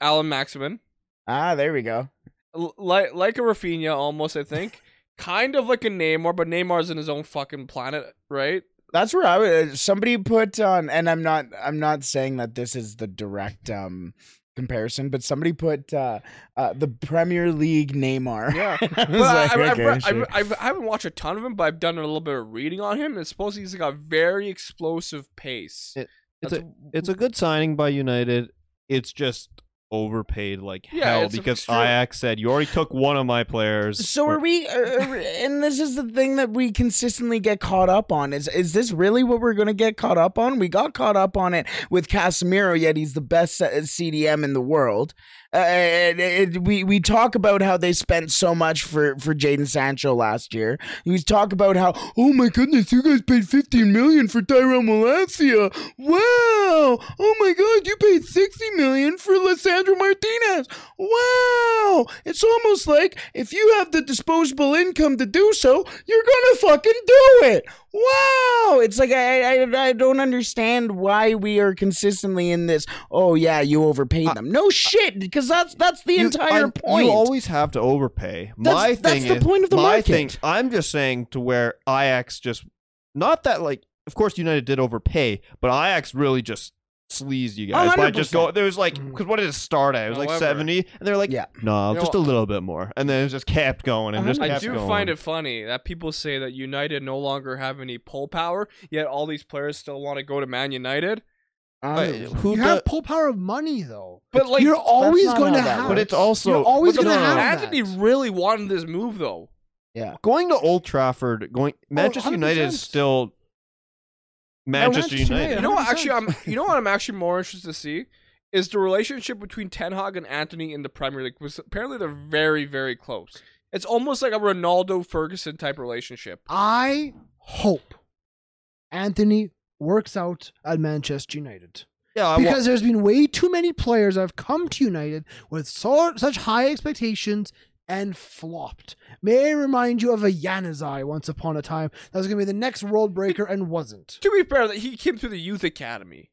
Speaker 3: Alan Maximin,
Speaker 5: Ah, there we go.
Speaker 3: L- like like a Rafinha almost. I think kind of like a Neymar, but Neymar's in his own fucking planet, right?
Speaker 5: That's where I would. uh, Somebody put on, and I'm not. I'm not saying that this is the direct um comparison, but somebody put uh, uh the Premier League Neymar.
Speaker 3: Yeah.
Speaker 5: I was
Speaker 3: Well, I,
Speaker 5: like,
Speaker 3: I,
Speaker 5: okay,
Speaker 3: I,
Speaker 5: sure.
Speaker 3: I, I haven't watched a ton of him, but I've done a little bit of reading on him, and supposedly he's got very explosive pace.
Speaker 4: It- It's
Speaker 3: That's
Speaker 4: a it's a good signing by United. It's just overpaid like
Speaker 3: Yeah,
Speaker 4: hell
Speaker 3: it's
Speaker 4: because
Speaker 3: extreme-
Speaker 4: Ajax said you already took one of my players.
Speaker 5: So are we? Are, are- and this is the thing that we consistently get caught up on. Is is this really what we're going to get caught up on? We got caught up on it with Casemiro, yet he's the best uh, CDM in the world. Uh, and it- we we talk about how they spent so much for for Jaden Sancho last year. We talk about how oh my goodness, you guys paid fifteen million for Tyrone Malacia. Wow! Oh my god, you paid sixty million for Lissandro Martinez. Wow! It's almost like if you have the disposable income to do so, you're gonna fucking do it. Wow! It's like I I, I don't understand why we are consistently in this. Oh yeah, you overpaid them. No shit, because that's that's the
Speaker 4: Uh, You-
Speaker 5: entire
Speaker 4: I'm-
Speaker 5: point.
Speaker 4: You always have to overpay.
Speaker 5: That's-
Speaker 4: my
Speaker 5: that's
Speaker 4: thing
Speaker 5: the
Speaker 4: is-
Speaker 5: point of the
Speaker 4: my
Speaker 5: market.
Speaker 4: thing. I'm just saying to where Ajax just not that like of course United did overpay, but Ajax really just sleazed you guys by just
Speaker 5: 100%.
Speaker 4: go. There was like because what did it start at? It was like
Speaker 3: Mm. However-
Speaker 4: seventy, and they're like,
Speaker 5: Yeah.
Speaker 4: no,
Speaker 3: You know,
Speaker 4: just a little bit more, and then it just kept going and just
Speaker 3: I
Speaker 4: kept
Speaker 3: do
Speaker 4: going.
Speaker 3: find it funny that people say that United no longer have any pull power, yet all these players still want to go to Man United.
Speaker 4: Uh, who
Speaker 2: you
Speaker 4: the-
Speaker 2: have pull power of money though.
Speaker 3: But like,
Speaker 2: you're always
Speaker 5: not
Speaker 2: going to
Speaker 5: how that
Speaker 2: have.
Speaker 4: but it's also
Speaker 2: You're always
Speaker 4: but
Speaker 2: going to
Speaker 4: no, no, no.
Speaker 2: have.
Speaker 3: Anthony
Speaker 2: that.
Speaker 3: really wanted this move though.
Speaker 4: going to Old Trafford, going
Speaker 5: Oh,
Speaker 4: Manchester United is
Speaker 2: 100%.
Speaker 4: still Manchester
Speaker 2: Manchester
Speaker 4: United.
Speaker 2: United.
Speaker 3: You know what? Actually, I'm. You know what? I'm actually more interested to see is the relationship between Ten Hag and Anthony in the Premier League. Because apparently, they're very, very close. It's almost like a Ronaldo Ferguson type relationship.
Speaker 2: I hope Anthony works out at Manchester United.
Speaker 4: Yeah, I wa-
Speaker 2: because there's been way too many players that have come to United with so, such high expectations and flopped. May I remind you of a Yanazai once upon a time that was going to be the next world breaker and wasn't.
Speaker 3: To be fair, that he came through the youth academy.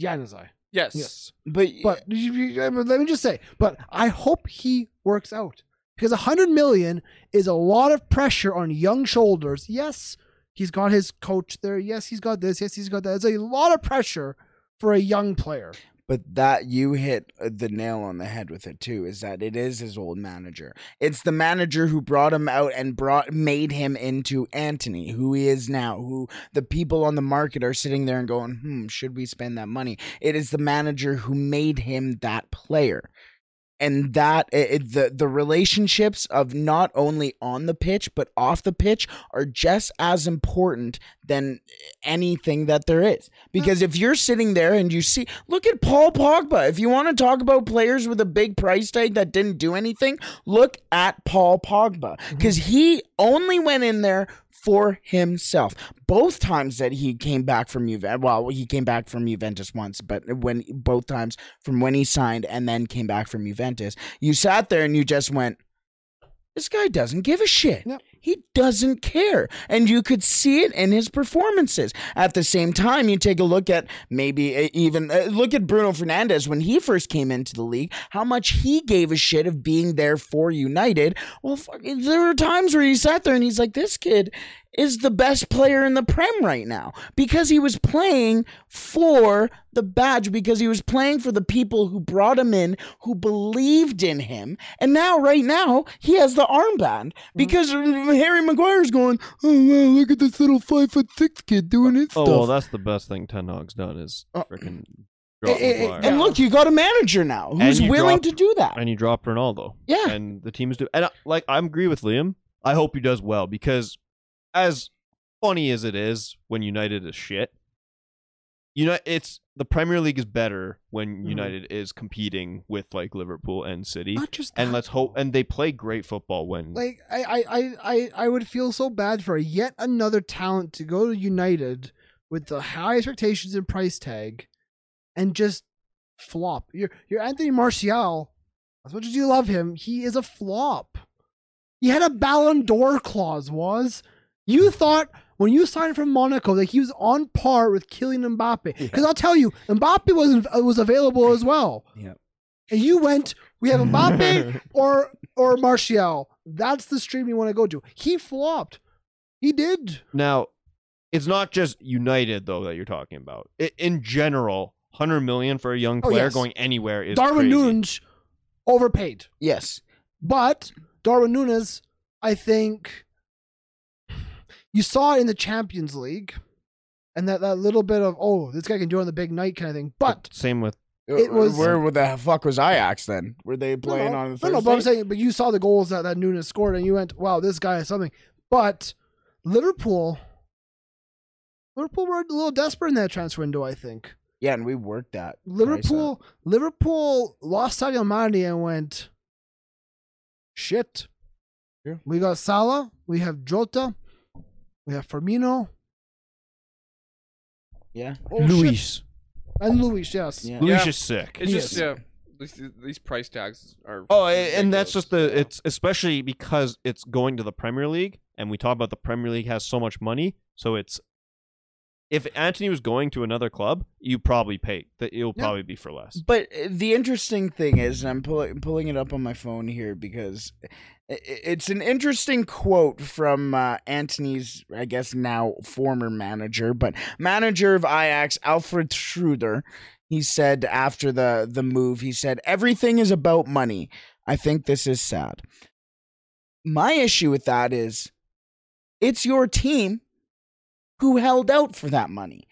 Speaker 2: Yanazai.
Speaker 3: Yes.
Speaker 2: Yes.
Speaker 5: but
Speaker 2: But you- you- but let me just say, but I hope he works out because 100 million is a lot of pressure on young shoulders. Yes, he's got his coach there. Yes, he's got this. Yes, he's got that. It's a lot of pressure for a young player.
Speaker 5: But that you hit uh, the nail on the head with it too is that it is his old manager. It's the manager who brought him out and brought made him into Anthony, who he is now. Who the people on the market are sitting there and going, "Hmm, should we spend that money?" It is the manager who made him that player and that it, it- the the relationships of not only on the pitch but off the pitch are just as important than anything that there is because if you're sitting there and you see look at Paul Pogba if you want to talk about players with a big price tag that didn't do anything look at Paul Pogba cuz he only went in there for himself. Both times that he came back from Juventus, well, he came back from Juventus once, but when both times from when he signed and then came back from Juventus, you sat there and you just went, this guy doesn't give a shit.
Speaker 2: Yep.
Speaker 5: He doesn't care. And you could see it in his performances. At the same time, you take a look at maybe uh, even uh, look at Bruno Fernandez when he first came into the league, how much he gave a shit of being there for United. Well, fuck, there were times where he sat there and he's like, this kid is the best player in the Prem right now because he was playing for the badge, because he was playing for the people who brought him in, who believed in him. And now, right now, he has the armband
Speaker 4: Mm-hmm.
Speaker 5: because Harry Maguire's going, oh, wow, look at this little five foot six kid doing his
Speaker 4: Oh
Speaker 5: stuff.
Speaker 4: well, that's the best thing Ten Hog's done is
Speaker 5: Oh.
Speaker 4: freaking.
Speaker 5: Eh, eh, eh, and look, you got a manager now who's
Speaker 4: you
Speaker 5: willing
Speaker 4: dropped-
Speaker 5: to do that.
Speaker 4: and you drop Ronaldo.
Speaker 5: Yeah.
Speaker 4: and the teams do. And I, like I agree with Liam. I hope he does well because, as funny as it is when United is shit, you know it's the Premier League is better when United is competing with like Liverpool and City.
Speaker 2: Not just
Speaker 4: And
Speaker 2: that.
Speaker 4: let's hope. And they play great football when.
Speaker 2: Like I, I, I, I, I would feel so bad for yet another talent to go to United with the high expectations and price tag, and just flop. You're, you're Anthony Martial. As much as you love him, he is a flop. He had a Ballon d'Or clause. Was you thought when you signed from Monaco that he was on par with Kylian Mbappe? Because I'll tell you, Mbappe was was available as well.
Speaker 5: Yep.
Speaker 2: And you went. We have Mbappe or or Martial. That's the stream you want to go to. He flopped. He did.
Speaker 4: Now, it's not just United though that you're talking about. I in general, hundred million for a young
Speaker 2: Oh,
Speaker 4: player
Speaker 2: yes.
Speaker 4: going anywhere is
Speaker 2: Darwin
Speaker 4: crazy.
Speaker 2: Nunes overpaid,
Speaker 5: yes.
Speaker 2: but Darwin Nunes, I think, you saw it in the Champions League, and that that little bit of oh this guy can do it on the big night kind of thing. But
Speaker 4: Same with
Speaker 2: It was-
Speaker 5: where, where the fuck was Ajax then? Were they
Speaker 2: No,
Speaker 5: playing
Speaker 2: no,
Speaker 5: on the
Speaker 2: no,
Speaker 5: Thursday?
Speaker 2: no, but I'm saying, but you saw the goals that that Nunes scored, and you went, "Wow, this guy is something." But Liverpool, Liverpool were a little desperate in that transfer window. I think
Speaker 5: yeah, and we worked that. price up.
Speaker 2: Liverpool, Liverpool lost Sadio Mane and went, "Shit."
Speaker 5: Yeah.
Speaker 2: We got Salah, we have Jota, we have Firmino,
Speaker 5: Yeah.
Speaker 2: oh, shit.
Speaker 4: Luis.
Speaker 2: and Luis. Yes,
Speaker 5: Yeah.
Speaker 4: Luis
Speaker 3: Yeah.
Speaker 4: is sick.
Speaker 3: It's just
Speaker 2: Yes.
Speaker 3: yeah. These, these price tags are.
Speaker 4: Oh, a- and
Speaker 3: ridiculous,
Speaker 4: that's just the
Speaker 3: yeah.
Speaker 4: it's especially because it's going to the Premier League, and we talk about the Premier League has so much money, so it's if Anthony was going to another club, you probably pay that it'll
Speaker 2: Yeah.
Speaker 4: probably be for less.
Speaker 5: But uh, the interesting thing is, and I'm pull- pulling it up on my phone here because i- it's an interesting quote from uh, Anthony's, I guess now former manager, but manager of Ajax, Alfred Schroeder. He said after the the move, he said everything is about money. I think this is sad. My issue with that is, it's your team who held out for that money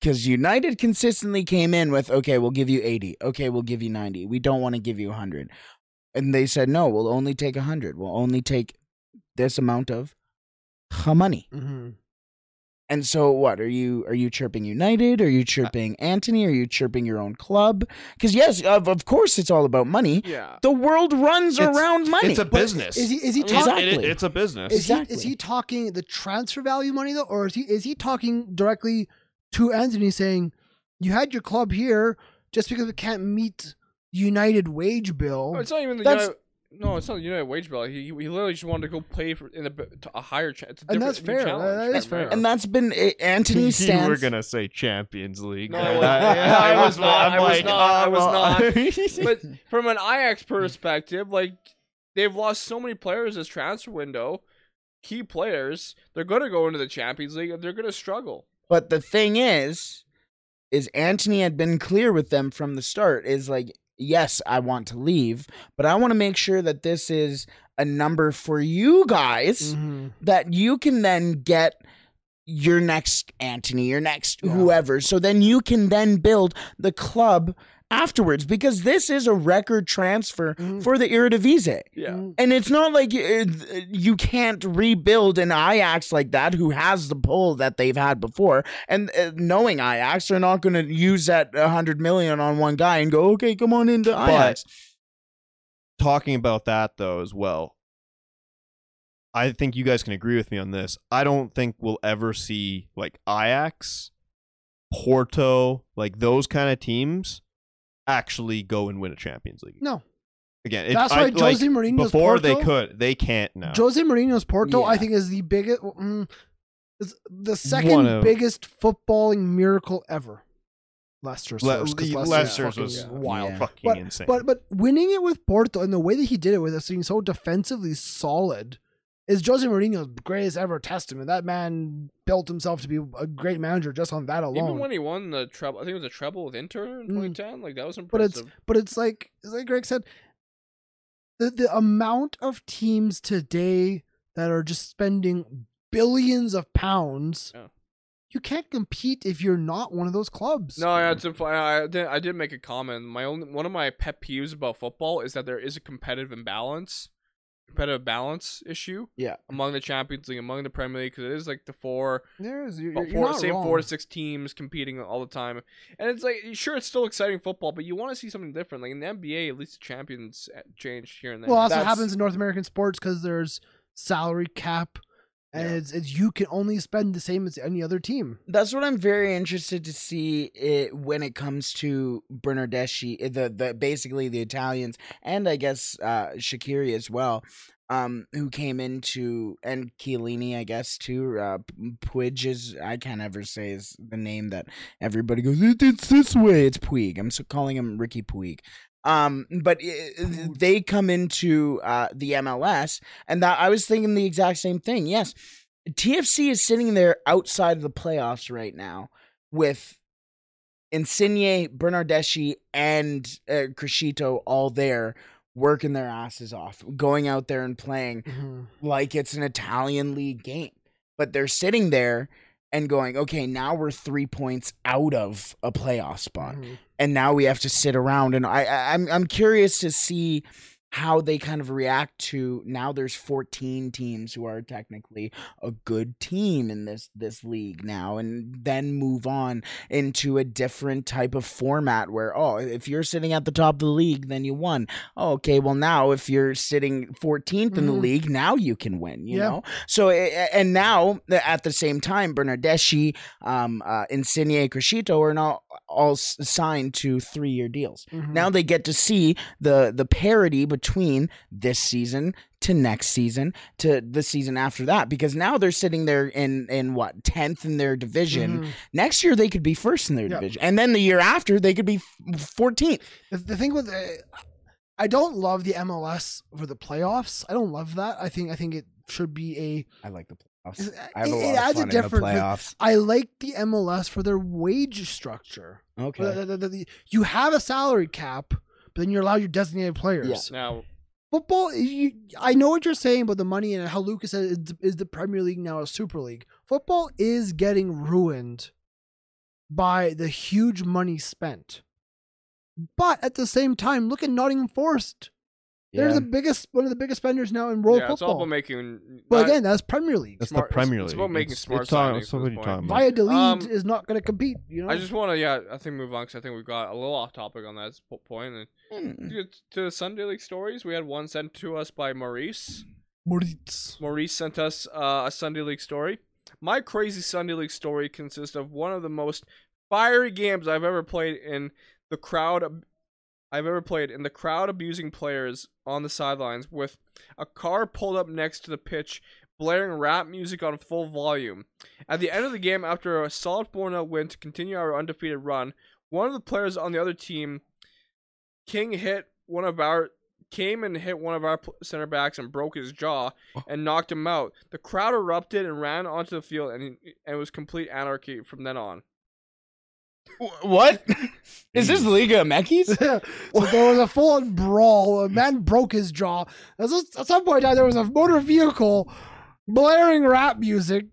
Speaker 5: because United consistently came in with, okay, we'll give you 80. Okay, we'll give you 90. We don't want to give you 100. And they said, no, we'll only take 100. We'll only take this amount of money.
Speaker 2: hmm
Speaker 5: And so what? Are you are you chirping United? Are
Speaker 4: Uh,
Speaker 5: you chirping Anthony? Are you chirping your own club? Cuz yes, of, of course it's all about money.
Speaker 3: Yeah.
Speaker 5: The world runs
Speaker 4: It's-
Speaker 5: around money.
Speaker 4: It's a business.
Speaker 2: Is he is he
Speaker 4: It-
Speaker 2: talking?
Speaker 5: Exactly.
Speaker 4: it- it's a business.
Speaker 2: Is he,
Speaker 5: Exactly.
Speaker 2: is he talking the transfer value money though, or is he is he talking directly to Anthony saying, "You had your club here just because we can't meet United wage bill"?
Speaker 4: Oh.
Speaker 3: No, it's not even the
Speaker 5: That's-
Speaker 3: United, no. It's not the United wage bill. He, he literally just wanted to go play for in a, b- to a higher chance.
Speaker 2: And that's fair. That- that is fair.
Speaker 5: and that's been eh,
Speaker 4: You
Speaker 5: Anthony stands
Speaker 4: were gonna say Champions League.
Speaker 3: No, I
Speaker 4: there.
Speaker 3: was-
Speaker 4: That- yeah,
Speaker 3: I was
Speaker 4: I'm
Speaker 3: not, I was
Speaker 4: like, "Uh,
Speaker 3: not, I
Speaker 4: oh,
Speaker 3: was
Speaker 4: well,
Speaker 3: but from an Ajax perspective, like they've lost so many players this transfer window, key players. They're gonna go into the Champions League. and They're gonna struggle.
Speaker 5: But the thing is, is Anthony had been clear with them from the start is like, yes, I want to leave, but I want to make sure that this is a number for you guys that you can then get your next Anthony, your next whoever. So then you can then build the club afterwards because this is a record transfer for the Eredivisie.
Speaker 3: Yeah.
Speaker 2: Mm,
Speaker 5: And it's not like uh, th- you can't rebuild an Ajax like that who has the pull that they've had before. And uh, knowing Ajax, they're not going to use that 100 million on one guy and go, okay, come on into Ajax.
Speaker 4: talking about that though as well. I think you guys can agree with me on this. I don't think we'll ever see like Ajax, Porto, like those kind of teams actually go and win a Champions League.
Speaker 2: No.
Speaker 4: Again, it-
Speaker 2: That's
Speaker 4: I-
Speaker 2: why Jose
Speaker 4: like,
Speaker 2: Mourinho's
Speaker 4: before they
Speaker 2: Porto-
Speaker 4: could, they can't now.
Speaker 2: Jose Mourinho's Porto, I
Speaker 5: Yeah.
Speaker 2: think, is the biggest, mm, is the second
Speaker 4: One of-
Speaker 2: biggest footballing miracle ever. Leicester's
Speaker 4: Le-
Speaker 2: first, 'cause
Speaker 4: the-
Speaker 2: Leicester's
Speaker 4: Leicester's
Speaker 2: fucking
Speaker 4: was
Speaker 2: wild.
Speaker 5: Yeah.
Speaker 4: fucking
Speaker 2: But,
Speaker 4: insane.
Speaker 2: but but winning it with Porto and the way that he did it with us being so defensively solid is Jose Mourinho's greatest ever testament. That man built himself to be a great manager just on that alone.
Speaker 3: Even when he won the treble, I think it was a treble with Inter in
Speaker 2: Mm.
Speaker 3: 2010. Like that was
Speaker 2: but it's
Speaker 3: impressive.
Speaker 2: but it's like it's like Greg said, the the amount of teams today that are just spending billions of pounds,
Speaker 3: Yeah.
Speaker 2: you can't compete if you're not one of those clubs.
Speaker 3: no, yeah, it's a, I, I did. I did make a comment. My only one of my pet peeves about football is that there is a competitive imbalance, competitive balance issue
Speaker 5: Yeah.
Speaker 3: among the Champions League, among the Premier League, because it is like the four
Speaker 2: there is
Speaker 3: about
Speaker 2: you're, you're
Speaker 3: four,
Speaker 2: not
Speaker 3: same
Speaker 2: wrong.
Speaker 3: four to six teams competing all the time, and it's like sure it's still exciting football, but you want to see something different. Like in the NBA, at least the champions uh, change here and there.
Speaker 2: Well, also
Speaker 5: That's-
Speaker 2: happens in North American sports because there's salary cap, and
Speaker 3: Yeah.
Speaker 2: it's, it's you can only spend the same as any other team.
Speaker 5: That's what I'm very interested to see it when it comes to Bernardeschi, eh, the the basically the Italians, and I guess uh, Shakiri as well, um, who came into and Chiellini, I guess too. Uh, P- Puig is I can't ever say is the name that everybody goes. "It- It's this way. It's Puig. I'm so calling him Ricky Puig. Um, but i- i they come into uh, the MLS, and that I was thinking the exact same thing. Yes, TFC is sitting there outside of the playoffs right now with Insigne, Bernardeschi, and uh, Crescito all there working their asses off, going out there and playing
Speaker 2: Mm-hmm.
Speaker 5: like it's an Italian league game. But they're sitting there and going, okay, now we're three points out of a playoff spot,
Speaker 2: Mm-hmm.
Speaker 5: and now we have to sit around. And I, I I'm I'm curious to see how they kind of react to now. There's 14 teams who are technically a good team in this this league now, and then move on into a different type of format where oh, if you're sitting at the top of the league, then you won. Oh, okay, well now if you're sitting 14th in the
Speaker 2: Mhm.
Speaker 5: league, now you can win. You
Speaker 2: Yeah.
Speaker 5: know, so a- a- and now at the same time, Bernardeschi, um, uh, Insigne, Crescito are now all s- signed to three year deals.
Speaker 2: Mm-hmm.
Speaker 5: Now they get to see the the parity between this season to next season to the season after that because now they're sitting there in in what tenth in their division.
Speaker 2: Mm-hmm.
Speaker 5: Next year they could be first in their
Speaker 2: Yeah.
Speaker 5: division, and then the year after they could be fourteenth.
Speaker 2: The, the thing with uh, I don't love the MLS for the playoffs. I don't love that. I think I think it should be a
Speaker 5: I like the playoffs.
Speaker 2: it,
Speaker 5: I have a lot
Speaker 2: it
Speaker 5: of
Speaker 2: adds a
Speaker 5: fun in the
Speaker 2: different.
Speaker 5: playoffs.
Speaker 2: I like the MLS for their wage structure.
Speaker 5: Okay.
Speaker 2: The- the- the- the- you have a salary cap, but then you allow your designated players.
Speaker 5: Yeah.
Speaker 3: now,
Speaker 2: Football, you, I know what you're saying about the money and how Lucas said is, is the Premier League now a Super League. Football is getting ruined by the huge money spent. But at the same time, look at Nottingham Forest. They're the biggest, one of the biggest spenders now in world
Speaker 3: yeah, it's all
Speaker 2: football.
Speaker 3: about making.
Speaker 2: but
Speaker 3: not-
Speaker 2: again, that's Premier League.
Speaker 4: That's
Speaker 3: smart-
Speaker 4: the
Speaker 3: it's-
Speaker 4: Premier League.
Speaker 3: it's about making smart signings
Speaker 4: talking,
Speaker 3: at
Speaker 4: so what
Speaker 3: this
Speaker 4: are you
Speaker 3: point.
Speaker 4: talking about?
Speaker 2: Valladolid
Speaker 3: Um,
Speaker 2: is not going to compete. You know,
Speaker 3: I just want to, yeah, I think move on because I think we got a little off topic on that po- point. And
Speaker 5: Hmm.
Speaker 3: to get to the Sunday League stories, we had one sent to us by Maurice.
Speaker 2: Moritz.
Speaker 3: Maurice sent us uh, a Sunday League story. My crazy Sunday League story consists of one of the most fiery games I've ever played in the crowd. ab- I've ever played in the crowd abusing players on the sidelines with a car pulled up next to the pitch blaring rap music on full volume. At the end of the game, after a solid 4 0 win to continue our undefeated run, one of the players on the other team, King, hit one of our came and hit one of our pl- center backs and broke his jaw and knocked him out. The crowd erupted and ran onto the field, and, and it was complete anarchy from then on.
Speaker 5: What? Is this Liga Mekis?
Speaker 2: so there was a full-on brawl. A man broke his jaw. At some- at some point, in time, there was a motor vehicle blaring rap music.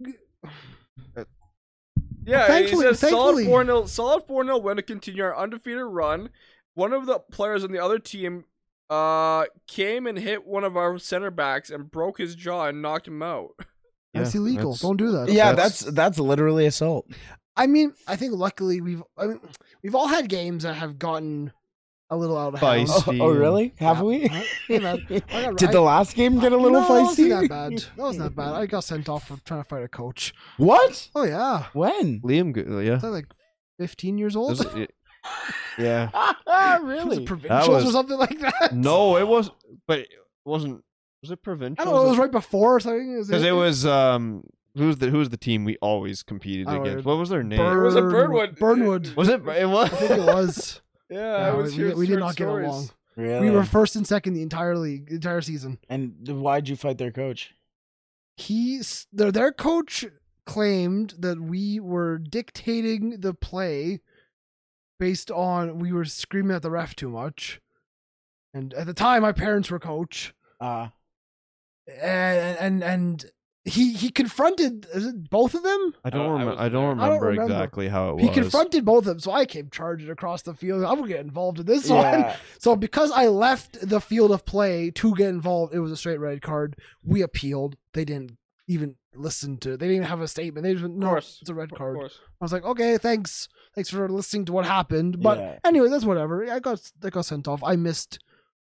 Speaker 3: Yeah,
Speaker 2: Thankfully-
Speaker 3: it's a solid
Speaker 2: thankfully-
Speaker 3: four 0 solid four 0 win to continue our undefeated run. One of the players on the other team uh came and hit one of our center backs and broke his jaw and knocked him out.
Speaker 2: that's illegal. Don't do that.
Speaker 5: Yeah,
Speaker 4: That's-
Speaker 5: that's that's literally assault.
Speaker 2: I mean, I think luckily we've I mean, we've all had games that have gotten a little out of hand.
Speaker 4: Feisty.
Speaker 5: Oh, oh, really? Have
Speaker 2: Yeah.
Speaker 5: we?
Speaker 2: Huh? Hey, man, I got-
Speaker 5: Did the last game get a little
Speaker 2: no, That
Speaker 5: feisty?
Speaker 2: wasn't that bad. That wasn't that bad. I got sent off for trying to fight a coach.
Speaker 5: What?
Speaker 2: Oh yeah,
Speaker 5: When?
Speaker 4: Liam, go- uh, yeah.
Speaker 2: was I like fifteen years old?
Speaker 4: This is- it- yeah.
Speaker 2: Was
Speaker 5: really?
Speaker 2: it provincials or
Speaker 4: was-
Speaker 2: something like that?
Speaker 4: No, it was, but it wasn't. Was it
Speaker 2: I
Speaker 4: provincial?
Speaker 2: don't know. It was right before or something.
Speaker 4: because it was um. Who's the who's the team we always competed
Speaker 2: I don't
Speaker 4: against?
Speaker 2: know.
Speaker 4: What was their name?
Speaker 2: Bird-
Speaker 3: It was a Birdwood.
Speaker 2: Burnwood.
Speaker 4: Was it? It was.
Speaker 2: I think it was.
Speaker 3: Yeah,
Speaker 2: Yeah,
Speaker 3: I was
Speaker 2: we, we-
Speaker 3: hearing
Speaker 2: we did
Speaker 3: certain
Speaker 2: not get
Speaker 3: stories.
Speaker 2: along.
Speaker 5: Really?
Speaker 2: We were first and second the entire league, the entire season.
Speaker 5: and why'd you fight their coach?
Speaker 2: He's their their coach claimed that we were dictating the play based on we were screaming at the ref too much. And at the time, my parents were coach,
Speaker 5: Uh
Speaker 2: and and and he he confronted is it both of them.
Speaker 4: I don't,
Speaker 3: Uh, I
Speaker 4: remem-
Speaker 3: wasn't there.
Speaker 4: I, don't
Speaker 3: I
Speaker 2: don't
Speaker 4: remember
Speaker 2: remember.
Speaker 4: exactly how it
Speaker 2: He
Speaker 4: was.
Speaker 2: confronted both of them, so I came charging across the field. I'm gonna get involved in this one.
Speaker 5: yeah.
Speaker 2: So because I left the field of play to get involved, it was a straight red card. We appealed. They didn't even listen to. They didn't even have a statement. They just went,
Speaker 3: Of
Speaker 2: no,
Speaker 3: course.
Speaker 2: it's a red
Speaker 3: Of
Speaker 2: card.
Speaker 3: course.
Speaker 2: I was like, okay, thanks, thanks for listening to what happened. But
Speaker 5: Yeah.
Speaker 2: anyway, that's whatever. I got I got sent off. I missed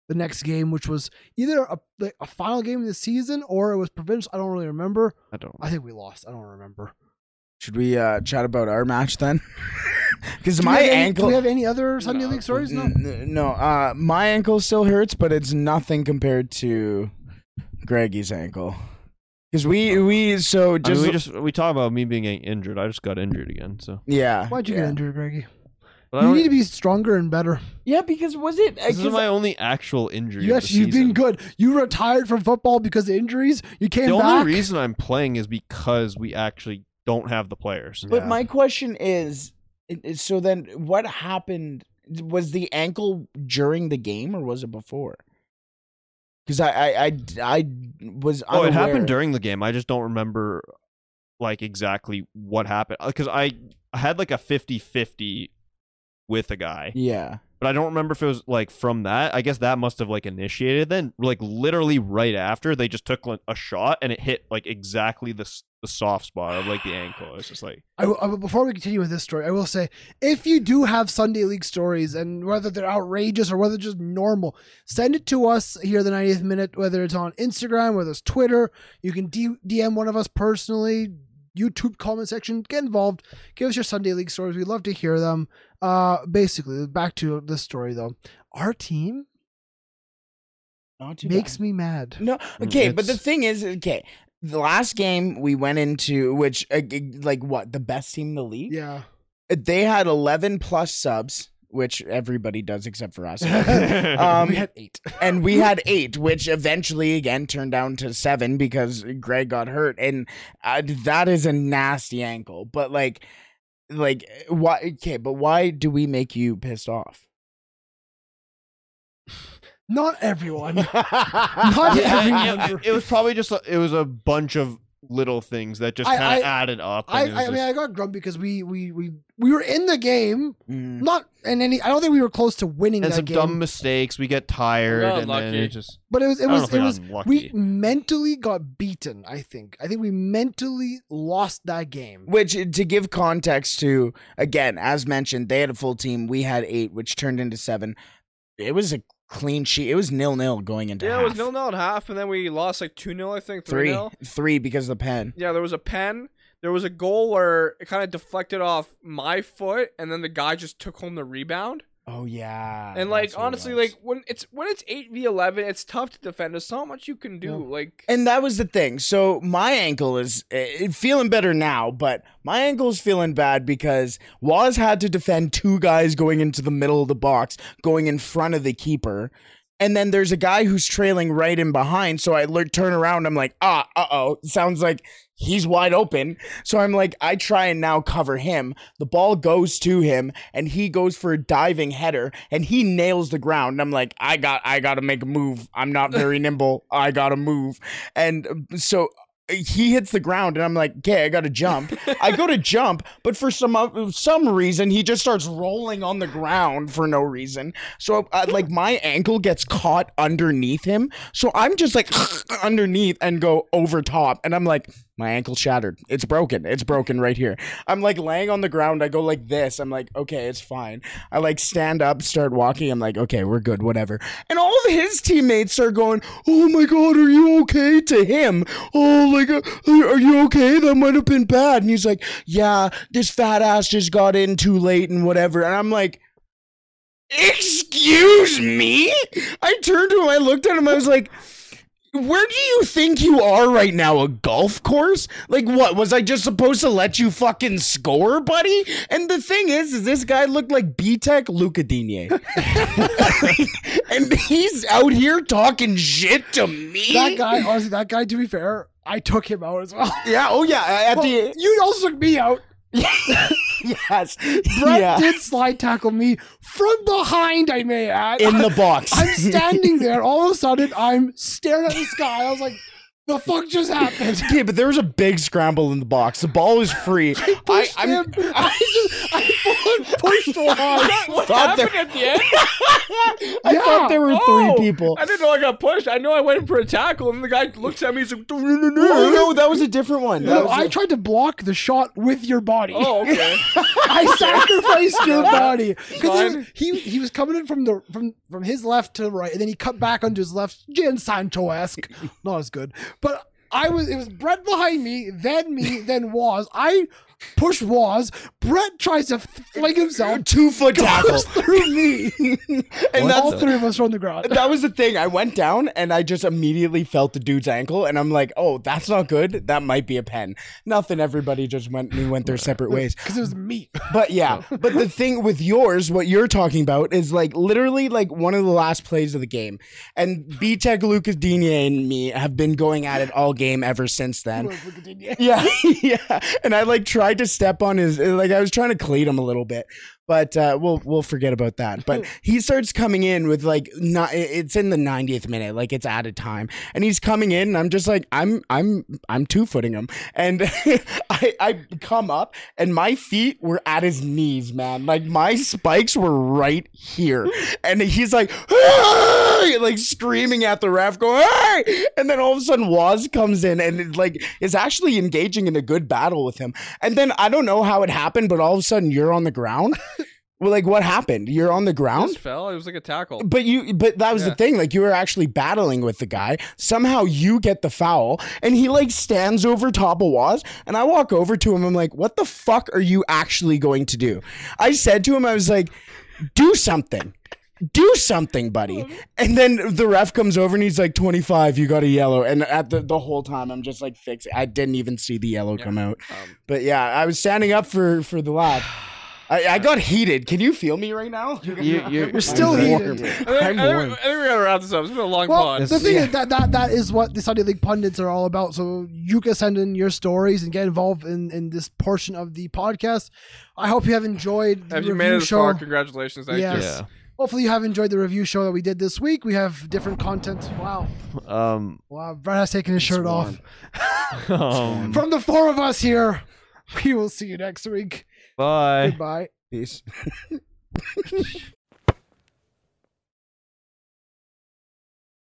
Speaker 2: the next game, which was either a like, a final game of the season or it was provincial. I don't really remember.
Speaker 4: I don't.
Speaker 2: I think we lost. I don't remember.
Speaker 5: Should we uh, chat about our match then? Because
Speaker 2: Do we
Speaker 5: my
Speaker 2: have any-
Speaker 5: ankle.
Speaker 2: Do we have any other Sunday League stories? No.
Speaker 5: N- n- no, uh, my ankle still hurts, but it's nothing compared to Greggy's ankle. Because we we so
Speaker 4: I mean,
Speaker 5: just,
Speaker 4: we just we talk about me being injured. I just got injured again. So
Speaker 5: yeah.
Speaker 2: Why'd you
Speaker 5: yeah.
Speaker 2: get injured, Greggy?
Speaker 4: But I
Speaker 2: You
Speaker 4: don't- e
Speaker 2: need to be stronger and better.
Speaker 5: Yeah, because was it? uh,
Speaker 4: this is
Speaker 5: 'cause
Speaker 4: my only actual injury. of
Speaker 2: Yes,
Speaker 4: the
Speaker 2: you've been
Speaker 4: season.
Speaker 2: good. You retired from football because of injuries. You came
Speaker 4: The
Speaker 2: back.
Speaker 4: only reason I'm playing is because we actually don't have the players.
Speaker 5: But my question is, it- it- so then what happened? Was the ankle during the game or was it before? Because I, I, I, I was.
Speaker 4: Oh, it
Speaker 5: unaware.
Speaker 4: happened during the game. I just don't remember like exactly what happened because I I had like a 50-50 with a guy,
Speaker 5: Yeah.
Speaker 4: but I don't remember if it was like from that. I guess that must have like initiated. Then like literally right after they just took like, a shot and it hit like exactly the s- the soft spot of like the ankle. It's just like
Speaker 2: I, will- I will- before we continue with this story, I will say if you do have Sunday League stories and whether they're outrageous or whether they're just normal, send it to us here at the 90th minute, whether it's on Instagram, whether it's Twitter. You can D- DM one of us personally, YouTube comment section, get involved. Give us your Sunday League stories. We'd love to hear them. Uh, basically, back to this story though. Our team
Speaker 5: Not too
Speaker 2: makes
Speaker 5: bad.
Speaker 2: me mad.
Speaker 5: No.
Speaker 4: Mm,
Speaker 5: Okay, but the
Speaker 4: it's-
Speaker 5: thing is, okay, the last game we went into, which uh, g- like what the best team in the league.
Speaker 2: Yeah.
Speaker 5: They had eleven plus subs, which everybody does except for us.
Speaker 4: um,
Speaker 5: Um,
Speaker 2: we had eight.
Speaker 5: and we had eight, which eventually again turned down to seven because Greg got hurt, and uh, that is a nasty ankle. But like, like why? Okay, but why do we make you pissed off?
Speaker 2: Not everyone.
Speaker 5: Not
Speaker 4: it, it was probably just a, it was a bunch of little things that just
Speaker 2: I-
Speaker 4: kind of
Speaker 2: I-
Speaker 4: added up. and
Speaker 2: I,
Speaker 4: it was
Speaker 2: I mean,
Speaker 4: just-
Speaker 2: I got grumpy because we, we, we, we were in the game,
Speaker 5: Mm.
Speaker 2: not in any. I don't think we were close to winning
Speaker 4: Mm. and
Speaker 2: that
Speaker 4: some
Speaker 2: game,
Speaker 4: dumb mistakes. We get tired,
Speaker 3: Well,
Speaker 4: and then
Speaker 3: lucky.
Speaker 4: it just
Speaker 2: but it was, it
Speaker 4: I don't know
Speaker 2: was,
Speaker 4: if we
Speaker 2: it
Speaker 4: got
Speaker 2: was.
Speaker 4: lucky.
Speaker 2: We mentally got beaten. I think. I think we mentally lost that game.
Speaker 5: Which, to give context to, again, as mentioned, they had a full team. We had eight, which turned into seven. It was a clean sheet. It was nil nil going into
Speaker 3: Yeah,
Speaker 5: half.
Speaker 3: it was nil nil at half, and then we lost like two 0 I think three
Speaker 5: Three,
Speaker 3: 0
Speaker 5: three because of the pen.
Speaker 3: Yeah, there was a pen. There was a goal where it kind of deflected off my foot, and then the guy just took home the rebound.
Speaker 5: Oh yeah.
Speaker 3: and
Speaker 5: that's
Speaker 3: like
Speaker 5: what it
Speaker 3: honestly,
Speaker 5: was.
Speaker 3: like when it's when it's eight v eleven, it's tough to defend. There's not much you can do. Like
Speaker 5: And that was the thing. So my ankle is eh, feeling better now, but my ankle's feeling bad because Waz had to defend two guys going into the middle of the box, going in front of the keeper. And then there's a guy who's trailing right in behind. So I le- turn around. I'm like, ah, uh oh. Sounds like he's wide open. So I'm like, I try and now cover him. The ball goes to him, and he goes for a diving header, and he nails the ground. And I'm like, I got, I got to make a move. I'm not very nimble. I got to move. And uh, so he hits the ground and I'm like, okay, I gotta jump. I go to jump, but for some o- some reason he just starts rolling on the ground for no reason. So uh, like my ankle gets caught underneath him, so I'm just like underneath and go over top, and I'm like, my ankle shattered. It's broken. It's broken right here. I'm like laying on the ground. I go like this. I'm like, okay, it's fine. I like stand up, start walking. I'm like, okay, we're good, whatever. And all of his teammates are going, oh my God, are you okay? To him, oh, like, uh, are you okay? That might have been bad. And he's like, yeah, this fat ass just got in too late and whatever. And I'm like, excuse me? I turned to him. I looked at him. I was like, where do you think you are right now? A golf course? Like what? Was I just supposed to let you fucking score, buddy? And the thing is, is this guy looked like B Tech Luca Digne. and he's out here talking shit to me.
Speaker 2: That guy, honestly, that guy. To be fair, I took him out as well.
Speaker 5: Yeah, oh yeah. At
Speaker 2: Well,
Speaker 5: the
Speaker 2: you also took me out.
Speaker 5: Yes.
Speaker 2: Brett
Speaker 5: yeah.
Speaker 2: did slide tackle me from behind. I may add.
Speaker 5: In the box.
Speaker 2: I'm standing there. All of a sudden, I'm staring at the sky. I was like, "The fuck just happened?"
Speaker 5: Okay, but there was a big scramble in the box. The ball was free. I,
Speaker 2: Pushed
Speaker 5: I'm,
Speaker 2: him. I just, I full-on pushed him hard.
Speaker 3: What
Speaker 5: Thought
Speaker 3: happened
Speaker 5: there-
Speaker 3: at the end?
Speaker 5: I
Speaker 2: Yeah.
Speaker 5: thought there were
Speaker 3: Oh,
Speaker 5: three people.
Speaker 3: I didn't know I got pushed. I know I went in for a tackle, and the guy looks at me. He's like, "No, no, no."
Speaker 5: Oh no, that was a different one. That
Speaker 2: No,
Speaker 5: was a-
Speaker 2: I tried to block the shot with your body.
Speaker 3: "Oh, okay."
Speaker 2: I sacrificed your body
Speaker 3: Fine.
Speaker 2: because he he was coming in from the from from his left to the right, and then he cut back onto his left, Jan Sancho esque, not as good. But I was it was Brett behind me, then me, then Waz. I push Waz. Brett tries to fling himself,
Speaker 5: two foot tackle.
Speaker 2: goes through me,
Speaker 5: And
Speaker 2: and
Speaker 5: that's
Speaker 2: all
Speaker 5: the-
Speaker 2: three of us are on the ground.
Speaker 5: that was the thing. I went down and I just immediately felt the dude's ankle, and I'm like, "Oh, that's not good. That might be a pen." Nothing. Everybody just went. We went their separate ways.
Speaker 2: Because it was me.
Speaker 5: But yeah. But the thing with yours, what you're talking about, is like literally like one of the last plays of the game, and B Tech Lucas Digne and me have been going at it all game ever since then. Yeah, yeah. And I like tried to step on his like I was trying to cleat him a little bit, but uh, we'll we'll forget about that. But he starts coming in with like not it's in the 90th minute, like it's out of time, and he's coming in, and I'm just like I'm I'm I'm two footing him, and I I come up, and my feet were at his knees, man. Like my spikes were right here, and he's like. "Hey!" like screaming at the ref, going, hey! And then all of a sudden, Waz comes in and it, like is actually engaging in a good battle with him. And then I don't know how it happened, but all of a sudden, you're on the ground. well, like what happened? You're on the
Speaker 3: I
Speaker 5: ground.
Speaker 3: just fell. It was like a tackle.
Speaker 5: But you, but that was the
Speaker 3: Yeah.
Speaker 5: thing. Like you were actually battling with the guy. Somehow you get the foul, and he like stands over top of Waz, and I walk over to him. I'm like, "What the fuck are you actually going to do?" I said to him, "I was like, do something." Do something, buddy. And then the ref comes over and he's like, 25, you got a yellow. And at the, the whole time, I'm just like, fix it. I didn't even see the yellow come out. but yeah, I was standing up for, for the lad. I, I got heated. Can you feel me right now?
Speaker 4: You, you're,
Speaker 2: We're still here.
Speaker 3: I think, I, think, I think we gotta wrap this up. It's been a long
Speaker 2: Well,
Speaker 3: pod.
Speaker 2: the thing is that, that that is what the Sunday League pundits are all about. So you can send in your stories and get involved in, in this portion of the podcast. I hope you have enjoyed the
Speaker 3: Have you
Speaker 2: review
Speaker 3: made it this
Speaker 2: show.
Speaker 3: far? Congratulations. Thank you.
Speaker 2: Yes.
Speaker 4: Yeah.
Speaker 2: Hopefully you have enjoyed the review show that we did this week. We have different content. Wow,
Speaker 4: um,
Speaker 2: wow! Brett has taken his shirt off.
Speaker 4: um,
Speaker 2: From the four of us here, we will see you next week.
Speaker 4: bye.
Speaker 2: Goodbye.
Speaker 5: Peace.